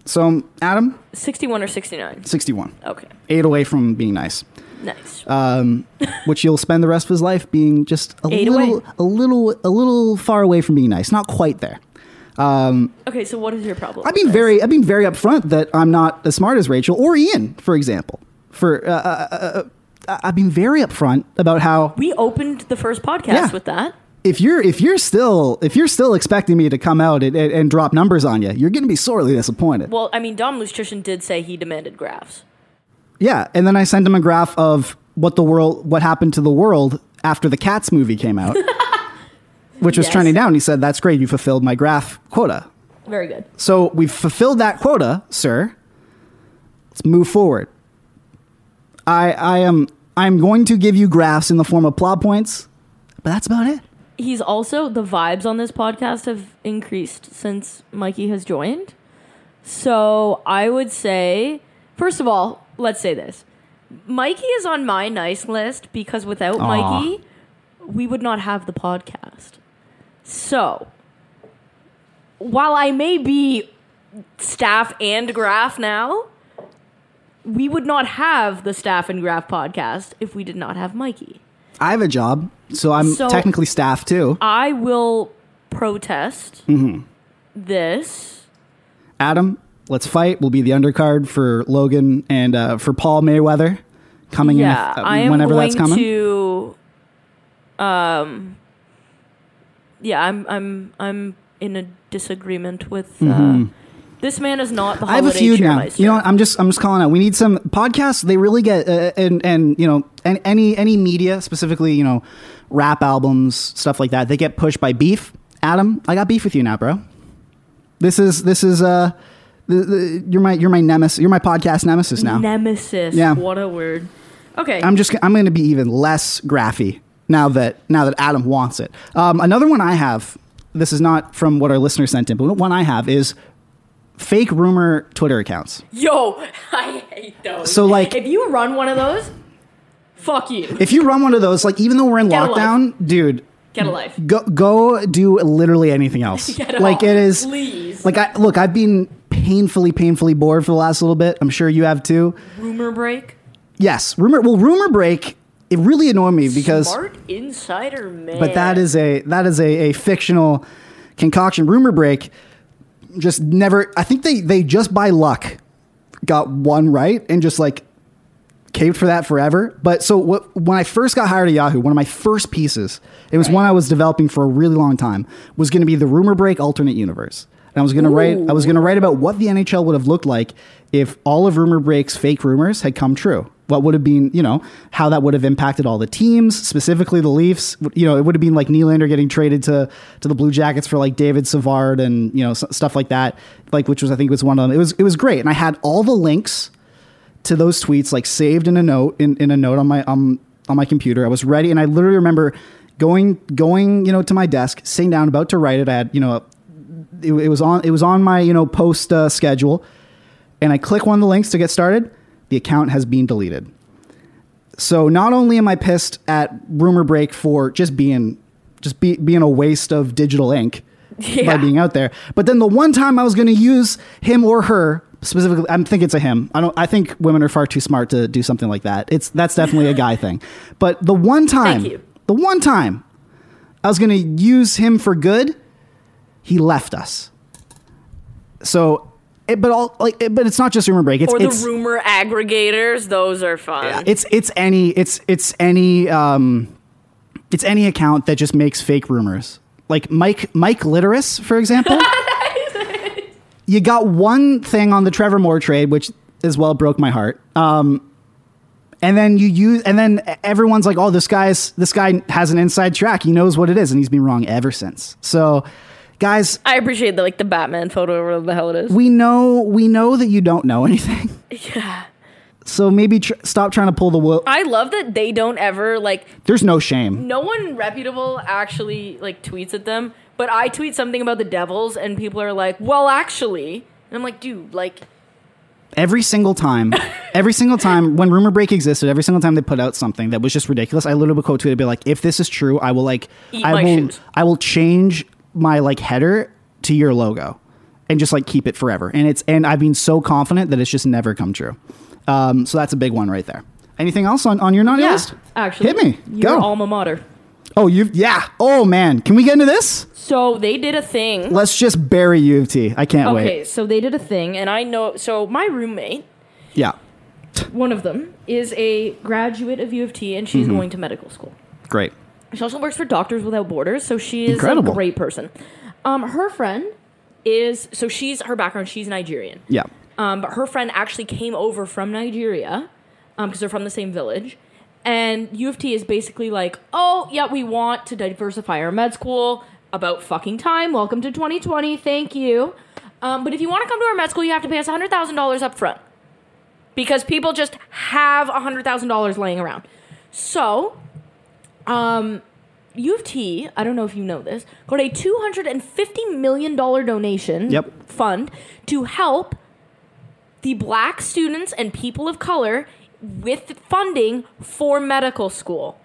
Speaker 5: So Adam
Speaker 6: 61 or 69?
Speaker 5: sixty one,
Speaker 6: Okay.
Speaker 5: eight away from being nice,
Speaker 6: Nice.
Speaker 5: uh, which you'll spend the rest of his life being just a
Speaker 6: Eight
Speaker 5: little,
Speaker 6: away.
Speaker 5: a little, a little far away from being nice. Not quite there.
Speaker 6: okay, so what is your problem?
Speaker 5: I've been
Speaker 6: with this?
Speaker 5: very, I've been very upfront that I'm not as smart as Rachel or Ian, for example. For uh, uh, uh, uh, I've been very upfront about how
Speaker 6: We opened the first podcast
Speaker 5: Yeah.
Speaker 6: with that.
Speaker 5: if you're if you're still if you're still expecting me to come out and, and, and drop numbers on you, you're going to be sorely disappointed.
Speaker 6: Well, I mean, Dom Lustrician did say he demanded graphs.
Speaker 5: yeah, and then I sent him a graph of what the world, what happened to the world after the Cats movie came out, which was
Speaker 6: Yes.
Speaker 5: trending down. He said, "That's great, you fulfilled my graph quota."
Speaker 6: Very good.
Speaker 5: So we've fulfilled that quota, sir. Let's move forward. I I am I'm going to give you graphs in the form of plot points, but that's about it.
Speaker 6: He's also the vibes on this podcast have increased since Mikey has joined. So I would say, first of all, let's say this: Mikey is on my nice list because without Mikey, we would not have the podcast. So while I may be staff and graph now. We would not have the Staff and Graph podcast if we did not have Mikey.
Speaker 5: I have a job, so I'm
Speaker 6: So-
Speaker 5: technically staff too.
Speaker 6: I will protest
Speaker 5: Mm-hmm.
Speaker 6: this.
Speaker 5: Adam, let's fight. We'll be the undercard for Logan and uh, for Paul Mayweather coming
Speaker 6: Yeah,
Speaker 5: in if- uh,
Speaker 6: I am
Speaker 5: whenever
Speaker 6: going
Speaker 5: that's coming.
Speaker 6: to. Um. Yeah, I'm. I'm. I'm in a disagreement with. Uh, this man is not the
Speaker 5: Mm-hmm. I have
Speaker 6: holiday
Speaker 5: a feud now.
Speaker 6: cheermeister.
Speaker 5: You know, what? I'm just I'm just calling out. We need some podcasts. They really get uh, and and you know and any any media specifically you know rap albums stuff like that. They get pushed by beef. Adam, I got beef with you now, bro. This is this is uh the, the, you're my you're my nemesis. You're my podcast nemesis now.
Speaker 6: nemesis.
Speaker 5: Yeah.
Speaker 6: What a word. Okay.
Speaker 5: I'm just I'm going to be even less graphy now that now that Adam wants it. Um, another one I have. This is not from what our listener sent in, but one I have is fake rumor Twitter accounts.
Speaker 6: Yo, I hate those.
Speaker 5: So, like-
Speaker 6: if you run one of those, fuck you.
Speaker 5: If you run one of those, like even though we're in
Speaker 6: Get a life.
Speaker 5: lockdown, dude,
Speaker 6: Get a life.
Speaker 5: go go do literally anything else.
Speaker 6: Get
Speaker 5: like
Speaker 6: off,
Speaker 5: it is
Speaker 6: please.
Speaker 5: Like I look, I've been painfully, painfully bored for the last little bit. I'm sure you have too.
Speaker 6: Rumor break.
Speaker 5: Yes, rumor. Well, rumor break. It really annoyed me because,
Speaker 6: Smart insider man.
Speaker 5: but that is a that is a, a fictional concoction. Rumor break. Just never. I think they they just by luck got one right and just like caved for that forever. But so what, when I first got hired at Yahoo, one of my first pieces, it was one I was developing for a really long time, was going to be the rumor break alternate universe. And I was going to write, I was going to write about what the NHL would have looked like if all of rumor breaks, fake rumors had come true. What would have been, you know, how that would have impacted all the teams, specifically the Leafs. You know, it would have been like Nylander getting traded to to the Blue Jackets for like David Savard and you know s- stuff like that. Like, which was I think was one of them. It was it was great, and I had all the links to those tweets like saved in a note in, in a note on my um on my computer. I was ready and I literally remember going going you know to my desk, sitting down, about to write it. I had you know, it, it was on it was on my you know post uh, schedule, and I click one of the links to get started. The account has been deleted. So not only am I pissed at Rumor Break for just being just be, being a waste of digital ink by being out there, but then the one time I was going to use him or her specifically, I'm thinking it's a him. I don't. I think women are far too smart to do something like that. It's that's definitely a guy thing. But the one time,
Speaker 7: you.
Speaker 5: the one time I was going to use him for good, he left us. So. It, but all like, it, but it's not just rumor break. It's
Speaker 7: or the
Speaker 5: it's,
Speaker 7: rumor aggregators, those are fun.
Speaker 5: it's it's any it's it's any um it's any account that just makes fake rumors like mike mike literis for example you got one thing on the trevor moore trade which as well broke my heart um and then you use and then everyone's like oh this guy's this guy has an inside track he knows what it is and he's been wrong ever since so guys
Speaker 7: I appreciate the like the Batman photo or whatever the hell it is.
Speaker 5: we know we know that you don't know anything yeah so maybe tr- stop trying to pull the wool
Speaker 7: I love that they don't ever like
Speaker 5: there's no shame
Speaker 7: no one reputable actually like tweets at them, but I tweet something about the Devils and people are like, "Well, actually." And I'm like, "Dude, like
Speaker 5: every single time, every single time when rumor break existed, every single time they put out something that was just ridiculous, I literally would quote tweet and be like, "If this is true, I will like,
Speaker 7: Eat
Speaker 5: I
Speaker 7: my
Speaker 5: will,
Speaker 7: shoes.
Speaker 5: I will change my like header to your logo, and just like keep it forever." And it's and I've been so confident that it's just never come true. Um, so that's a big one right there. Anything else on, on your naughty
Speaker 6: Yeah,
Speaker 5: list?
Speaker 6: actually.
Speaker 5: hit me.
Speaker 6: Your
Speaker 5: Go.
Speaker 6: alma mater.
Speaker 5: oh, you yeah. Oh man, can we get into this?
Speaker 6: So they did a thing.
Speaker 5: Let's just bury U of T. I can't
Speaker 6: Okay,
Speaker 5: wait.
Speaker 6: so they did a thing, and I know. So my roommate,
Speaker 5: Yeah,
Speaker 6: one of them, is a graduate of U of T, and
Speaker 5: Mm-hmm.
Speaker 6: she's going to medical school.
Speaker 5: great.
Speaker 6: She also works for Doctors Without Borders, so she is
Speaker 5: Incredible.
Speaker 6: a great person. Um, her friend is so she's her background. She's Nigerian.
Speaker 5: Yeah,
Speaker 6: Um, but her friend actually came over from Nigeria because they're from the same village. And U of T is basically like, oh, yeah, we want to diversify our med school. About fucking time. Welcome to 2020. Thank you. Um, but if you want to come to our med school, you have to pay us $100,000 up front because people just have $100,000 laying around. So, um, U of T, I don't know if you know this, got a $250 million donation
Speaker 5: Yep.
Speaker 6: fund to help the black students and people of color with funding for medical school.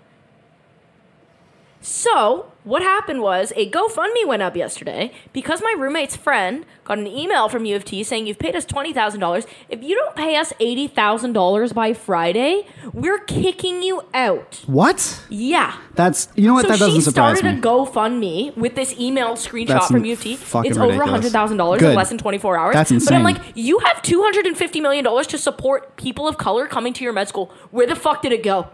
Speaker 6: So, what happened was a GoFundMe went up yesterday because my roommate's friend got an email from U of T saying, You've paid us $20,000. If you don't pay us $80,000 by Friday, we're kicking you out.
Speaker 5: what?
Speaker 6: Yeah.
Speaker 5: That's you know what
Speaker 6: so
Speaker 5: that doesn't
Speaker 6: she
Speaker 5: surprise
Speaker 6: started
Speaker 5: me.
Speaker 6: a GoFundMe with this email screenshot
Speaker 5: That's
Speaker 6: from U of T. It's
Speaker 5: fucking
Speaker 6: over
Speaker 5: ridiculous.
Speaker 6: hundred thousand dollars in
Speaker 5: Good.
Speaker 6: less than twenty four hours.
Speaker 5: That's
Speaker 6: But I'm
Speaker 5: insane.
Speaker 6: like, you have two hundred and fifty million dollars to support people of color coming to your med school. Where the fuck did it go?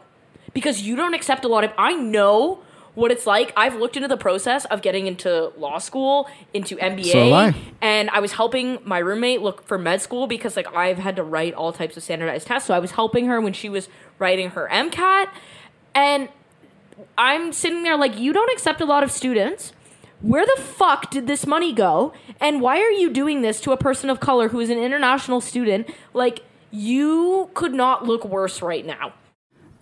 Speaker 6: Because you don't accept a lot of. I know what it's like. I've looked into the process of getting into law school, into MBA,
Speaker 5: So have I.
Speaker 6: and I was helping my roommate look for med school because like I've had to write all types of standardized tests. So I was helping her when she was writing her MCAT, and I'm sitting there like, you don't accept a lot of students. Where the fuck did this money go? And why are you doing this to a person of color who is an international student? Like, you could not look worse right now.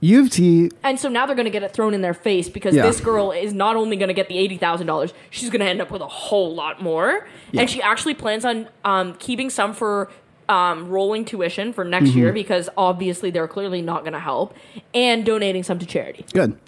Speaker 5: U of T
Speaker 6: And so now they're going to get it thrown in their face because
Speaker 5: Yeah.
Speaker 6: this girl is not only going to get the $80,000, she's going to end up with a whole lot more. And she actually plans on um, keeping some for um, rolling tuition for next
Speaker 5: Mm-hmm.
Speaker 6: year because obviously they're clearly not going to help and donating some to charity.
Speaker 5: Good.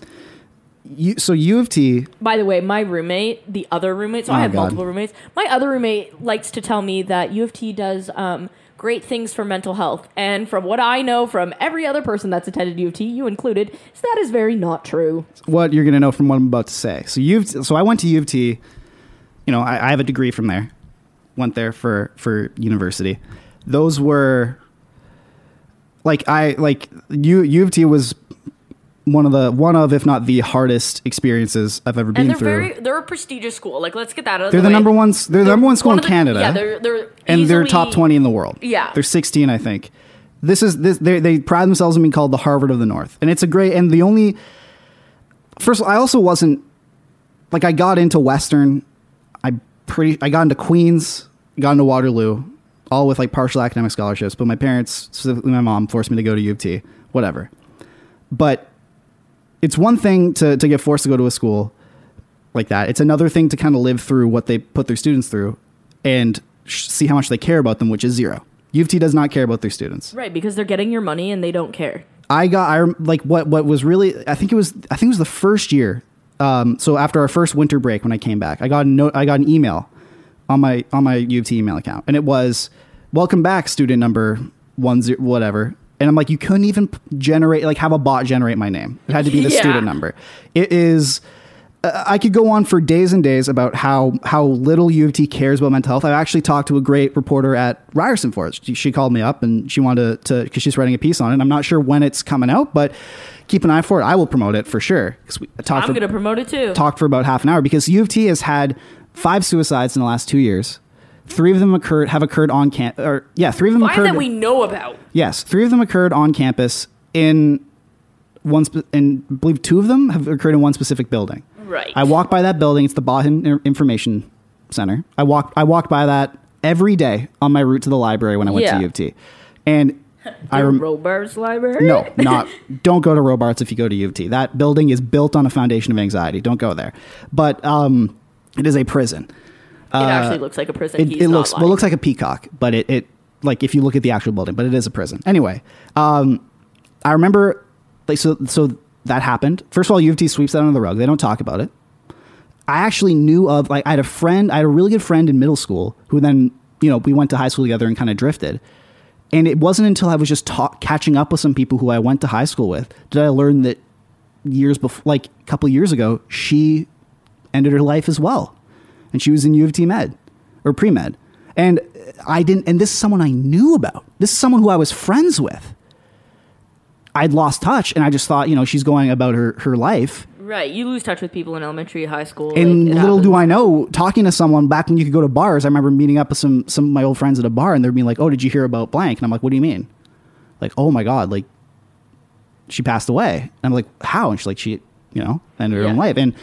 Speaker 5: You, so U of T,
Speaker 6: By the way, my roommate, the other roommate, so
Speaker 5: Oh,
Speaker 6: I have
Speaker 5: God.
Speaker 6: multiple roommates. My other roommate likes to tell me that U of T does um, great things for mental health. And from what I know from every other person that's attended U of T, you included, is that is very not true.
Speaker 5: what you're going to know from what I'm about to say. So U of T, so I went to U of T. You know, I, I have a degree from there. Went there for for university. Those were like I like U U of T was one of the one of if not the hardest experiences I've ever been
Speaker 6: And they're
Speaker 5: through.
Speaker 6: very, they're a prestigious school. Like, let's get that out of
Speaker 5: they're the
Speaker 6: way.
Speaker 5: number one. s- They're the number one school in
Speaker 6: of the-
Speaker 5: Canada.
Speaker 6: Yeah, they're, they're
Speaker 5: and they're
Speaker 6: easily-
Speaker 5: top 20 in the world.
Speaker 6: Yeah.
Speaker 5: They're 16, I think. This is this they they pride themselves in being called the Harvard of the North. And it's a great and the only First of all, I also wasn't like I got into Western. I pretty I got into Queens, got into Waterloo, all with like partial academic scholarships, but my parents, specifically my mom, forced me to go to U of T, whatever. But it's one thing to, to get forced to go to a school like that. It's another thing to kind of live through what they put their students through and sh- see how much they care about them, which is zero. U of T does not care about their students.
Speaker 6: Right, because they're getting your money and they don't care.
Speaker 5: I got I rem- like what what was really I think it was I think it was the first year. Um, so after our first winter break when I came back, I got a note I got an email on my on my U of T email account, and it was "Welcome back, student number one zero whatever." And I'm like, you couldn't even p- generate like have a bot generate my name. It had to be the
Speaker 6: Yeah.
Speaker 5: student number. It is. uh, I could go on for days and days about how how little U of T cares about mental health. I actually talked to a great reporter at Ryerson for it. She, she called me up and she wanted to because she's writing a piece on it. I'm not sure when it's coming out, but keep an eye for it. I will promote it for sure. Because we I talked
Speaker 6: I'm
Speaker 5: for-
Speaker 6: going to promote it too.
Speaker 5: talked for about half an hour because U of T has had five suicides in the last two years. Three of them occurred have occurred on camp or yeah, three of them
Speaker 6: Why
Speaker 5: occurred.
Speaker 6: that we know about?
Speaker 5: yes, three of them occurred on campus in one spe- and I believe two of them have occurred in one specific building.
Speaker 6: Right.
Speaker 5: I walk by that building. It's the Bahan In- Information Center. I walk I walk by that every day on my route to the library when I went
Speaker 6: Yeah.
Speaker 5: to U of T, and I rem-
Speaker 6: Robarts Library?
Speaker 5: no, not. Don't go to Robarts if you go to U of T. That building is built on a foundation of anxiety. Don't go there. But um, it is a prison.
Speaker 6: it actually looks like a prison.
Speaker 5: uh, It,
Speaker 6: He's
Speaker 5: it
Speaker 6: not
Speaker 5: looks well, it
Speaker 6: lying.
Speaker 5: looks like a peacock, but it, it like if you look at the actual building, but it is a prison. Anyway, um, I remember like so so that happened. First of all, U of T sweeps that under the rug. They don't talk about it. I actually knew of like I had a friend, I had a really good friend in middle school who then you know we went to high school together and kind of drifted. And it wasn't until I was just ta- catching up with some people who I went to high school with did I learn that years before, like a couple years ago, she ended her life as well, and she was in U of T med or pre med. And I didn't. And this is someone I knew about. This is someone who I was friends with. I'd lost touch, and I just thought, you know, she's going about her her life.
Speaker 6: right. You lose touch with people in elementary, high school.
Speaker 5: And
Speaker 6: like, it
Speaker 5: little do
Speaker 6: happens.
Speaker 5: I know, talking to someone back when you could go to bars, I remember meeting up with some some of my old friends at a bar, and they're being like, "Oh, did you hear about blank?" And I'm like, "What do you mean?" Like, "Oh my god, like she passed away." And I'm like, "How?" And she's like, "She, you know, ended her own
Speaker 6: Yeah.
Speaker 5: life." And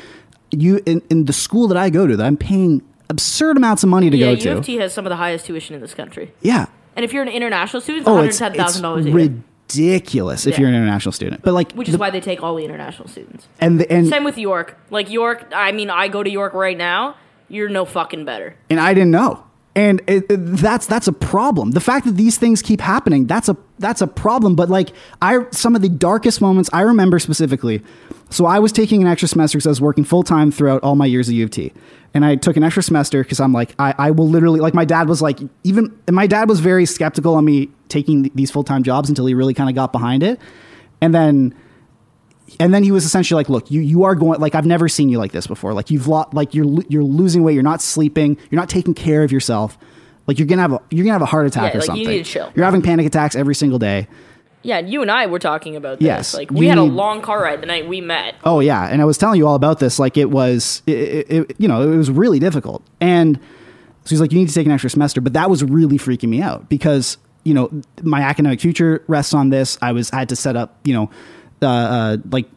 Speaker 5: you in, in the school that I go to, that I'm paying absurd amounts of money to
Speaker 6: Yeah,
Speaker 5: go to.
Speaker 6: U of T has some of the highest tuition in this country.
Speaker 5: yeah.
Speaker 6: And if you're an international student, it's
Speaker 5: Oh, it's, it's
Speaker 6: $110,000 a year.
Speaker 5: ridiculous if
Speaker 6: Yeah.
Speaker 5: you're an international student. But like
Speaker 6: Which is why they take all the international students.
Speaker 5: and the, and
Speaker 6: Same with York. Like York, I mean, I go to York right now. You're no fucking better.
Speaker 5: and I didn't know. And it, it- that's that's a problem. The fact that these things keep happening, that's a that's a problem. But like I, some of the darkest moments I remember specifically. So I was taking an extra semester because I was working full time throughout all my years at U of T, and I took an extra semester because I'm like I, I will literally like my dad was like even and my dad was very skeptical on me taking th- these full time jobs until he really kind of got behind it, and then and then he was essentially like, "Look, you you are going like I've never seen you like this before. Like you've lo- like you're lo- you're losing weight. You're not sleeping. You're not taking care of yourself. Like you're gonna have a you're gonna have a heart attack
Speaker 6: Yeah,
Speaker 5: or
Speaker 6: like, you
Speaker 5: something.
Speaker 6: need to chill.
Speaker 5: You're having panic attacks every single day.
Speaker 6: Yeah, and you and I were talking about this.
Speaker 5: Yes,
Speaker 6: like we
Speaker 5: you
Speaker 6: had a
Speaker 5: need-
Speaker 6: long car ride the night we met.
Speaker 5: Oh yeah, and I was telling you all about this. Like it was, it, it, it- you know, it was really difficult. And so he's like, you need to take an extra semester. But that was really freaking me out because you know my academic future rests on this. I was I had to set up you know uh, uh, like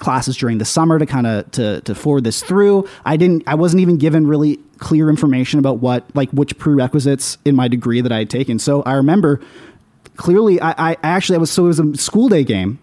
Speaker 5: classes during the summer to kind of to to forward this through. I didn't. I wasn't even given really clear information about what like which prerequisites in my degree that I had taken. So I remember clearly I, I I actually I was so it was a school day game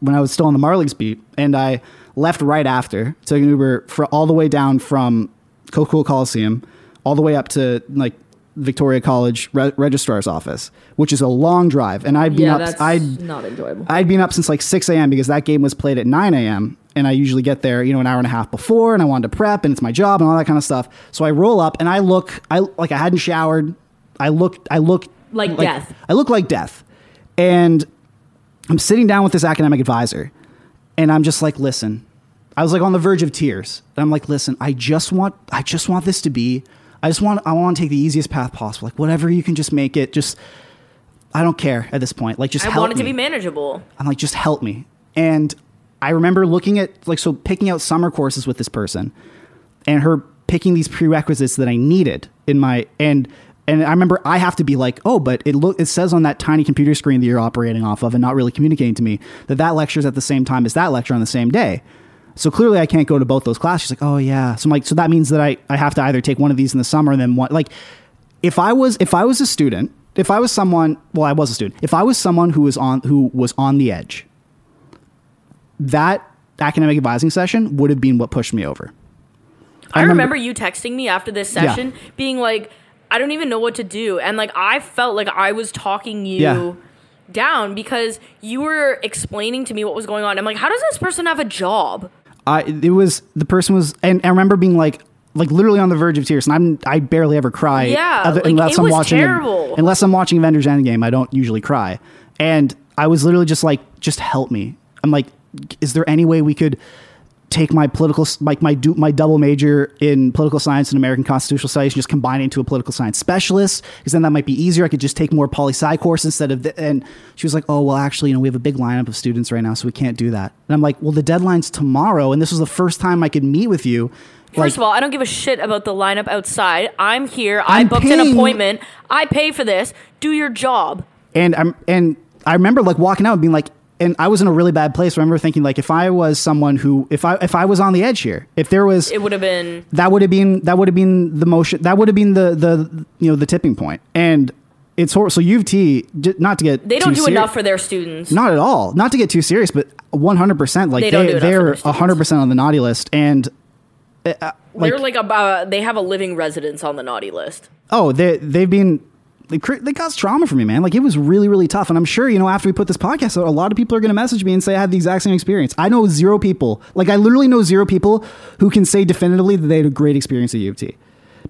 Speaker 5: when I was still on the Marlings beat, and I left right after, took an Uber for all the way down from Coquel Coliseum, all the way up to like Victoria College re- registrar's office, which is a long drive, and I'd been
Speaker 6: yeah,
Speaker 5: up,
Speaker 6: that's
Speaker 5: I'd
Speaker 6: not enjoyable.
Speaker 5: I'd been up since like 6 a.m. because that game was played at 9 a.m. And I usually get there, you know, an hour and a half before, and I wanted to prep, and it's my job, and all that kind of stuff. So I roll up, and I look, I like I hadn't showered. I looked, I looked
Speaker 6: Like death.
Speaker 5: I look like death, and I'm sitting down with this academic advisor, and I'm just like, listen, I was like on the verge of tears, and I'm like, listen, I just want, I just want this to be, I just want, I want to take the easiest path possible, like whatever you can just make it, just. I don't care at this point. Like, just
Speaker 6: I
Speaker 5: help
Speaker 6: wanted to
Speaker 5: me.
Speaker 6: be manageable.
Speaker 5: I'm like, just help me. And I remember looking at like so picking out summer courses with this person and her picking these prerequisites that I needed in my and and I remember I have to be like, oh, but it look it says on that tiny computer screen that you're operating off of and not really communicating to me that that lecture is at the same time as that lecture on the same day. So clearly I can't go to both those classes. She's like, oh yeah. So I'm like, so that means that I, I have to either take one of these in the summer and then one like if I was if I was a student, if I was someone well, I was a student, if I was someone who was on who was on the edge, that academic advising session would have been what pushed me over.
Speaker 6: I remember you texting me after this session being like, I don't even know what to do. And like, I felt like I was talking you
Speaker 5: Yeah.
Speaker 6: down because you were explaining to me what was going on. I'm like, how does this person have a job?
Speaker 5: I it was the person was and I remember being like like literally on the verge of tears and I'm I barely ever cry
Speaker 6: Yeah, like, it was terrible.
Speaker 5: unless I'm watching Avengers Endgame I don't usually cry and I was literally just like just help me I'm like is there any way we could take my political like my du- my double major in political science and American constitutional studies and just combine it into a political science specialist because then that might be easier I could just take more poli sci course instead of the, and she was like oh well actually you know we have a big lineup of students right now so we can't do that and I'm like well the deadline's tomorrow and this was the first time I could meet with you
Speaker 6: First of all, I don't give a shit about the lineup outside. I'm here. I
Speaker 5: I'm
Speaker 6: booked an
Speaker 5: paying-
Speaker 6: appointment. I pay for this. Do your job.
Speaker 5: and I'm and I remember like walking out and being like and I was in a really bad place I remember thinking like if I was someone who if I if I was on the edge here if there was
Speaker 6: It would have been
Speaker 5: that would have been that would have been the motion that would have been the the you know the tipping point and it's horrible so u of t j- not to get
Speaker 6: they don't
Speaker 5: too
Speaker 6: do
Speaker 5: seri-
Speaker 6: enough for their students.
Speaker 5: not at all not to get too serious but 100% like
Speaker 6: They
Speaker 5: they
Speaker 6: don't do enough for
Speaker 5: they,
Speaker 6: their
Speaker 5: are
Speaker 6: students.
Speaker 5: 100% on the naughty list and
Speaker 6: They're like about they have a living residence on the naughty list.
Speaker 5: oh they they've been they, cr- they caused trauma for me man like it was really really tough and i'm sure you know after we put this podcast out a lot of people are going to message me and say i had the exact same experience i know zero people like i literally know zero people who can say definitively that they had a great experience at u of t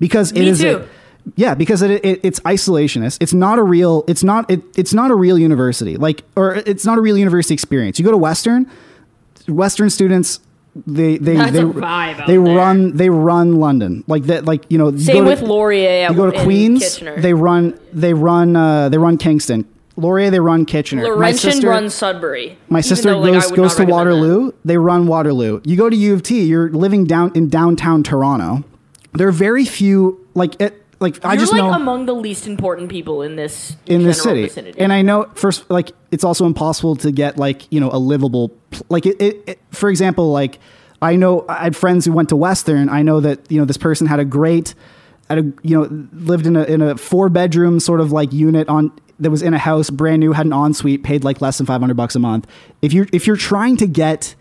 Speaker 5: because it
Speaker 6: Me
Speaker 5: is
Speaker 6: too.
Speaker 5: A, yeah because it, it it's isolationist it's not a real it's not it, it's not a real university like or it's not a real university experience you go to western Western students they they
Speaker 6: That's
Speaker 5: they,
Speaker 6: a vibe out
Speaker 5: they
Speaker 6: there.
Speaker 5: run they run London like that like you know you
Speaker 6: Same
Speaker 5: go to-
Speaker 6: with Laurier.
Speaker 5: you go to
Speaker 6: in
Speaker 5: Queens
Speaker 6: Kitchener.
Speaker 5: they run they run uh, they run Kingston Laurier they run Kitchener my
Speaker 6: Laurentian
Speaker 5: sister
Speaker 6: runs Sudbury.
Speaker 5: my
Speaker 6: Even
Speaker 5: sister
Speaker 6: though, like, I
Speaker 5: goes
Speaker 6: would
Speaker 5: goes
Speaker 6: not
Speaker 5: to
Speaker 6: recommend that.
Speaker 5: Waterloo they run Waterloo you go to U of T you're living down in downtown Toronto there are very few like it like I
Speaker 6: You're
Speaker 5: just
Speaker 6: like
Speaker 5: know
Speaker 6: among the least important people in this
Speaker 5: in this
Speaker 6: general
Speaker 5: city.
Speaker 6: vicinity.
Speaker 5: And I know first, like it's also impossible to get like you know a livable pl- like it, it, it. For example, like I know I had friends who went to Western. I know that you know this person had a great, had a you know lived in a in a four bedroom sort of like unit on that was in a house brand new, had an ensuite, paid like less than five hundred bucks a month. If you are if you're trying to get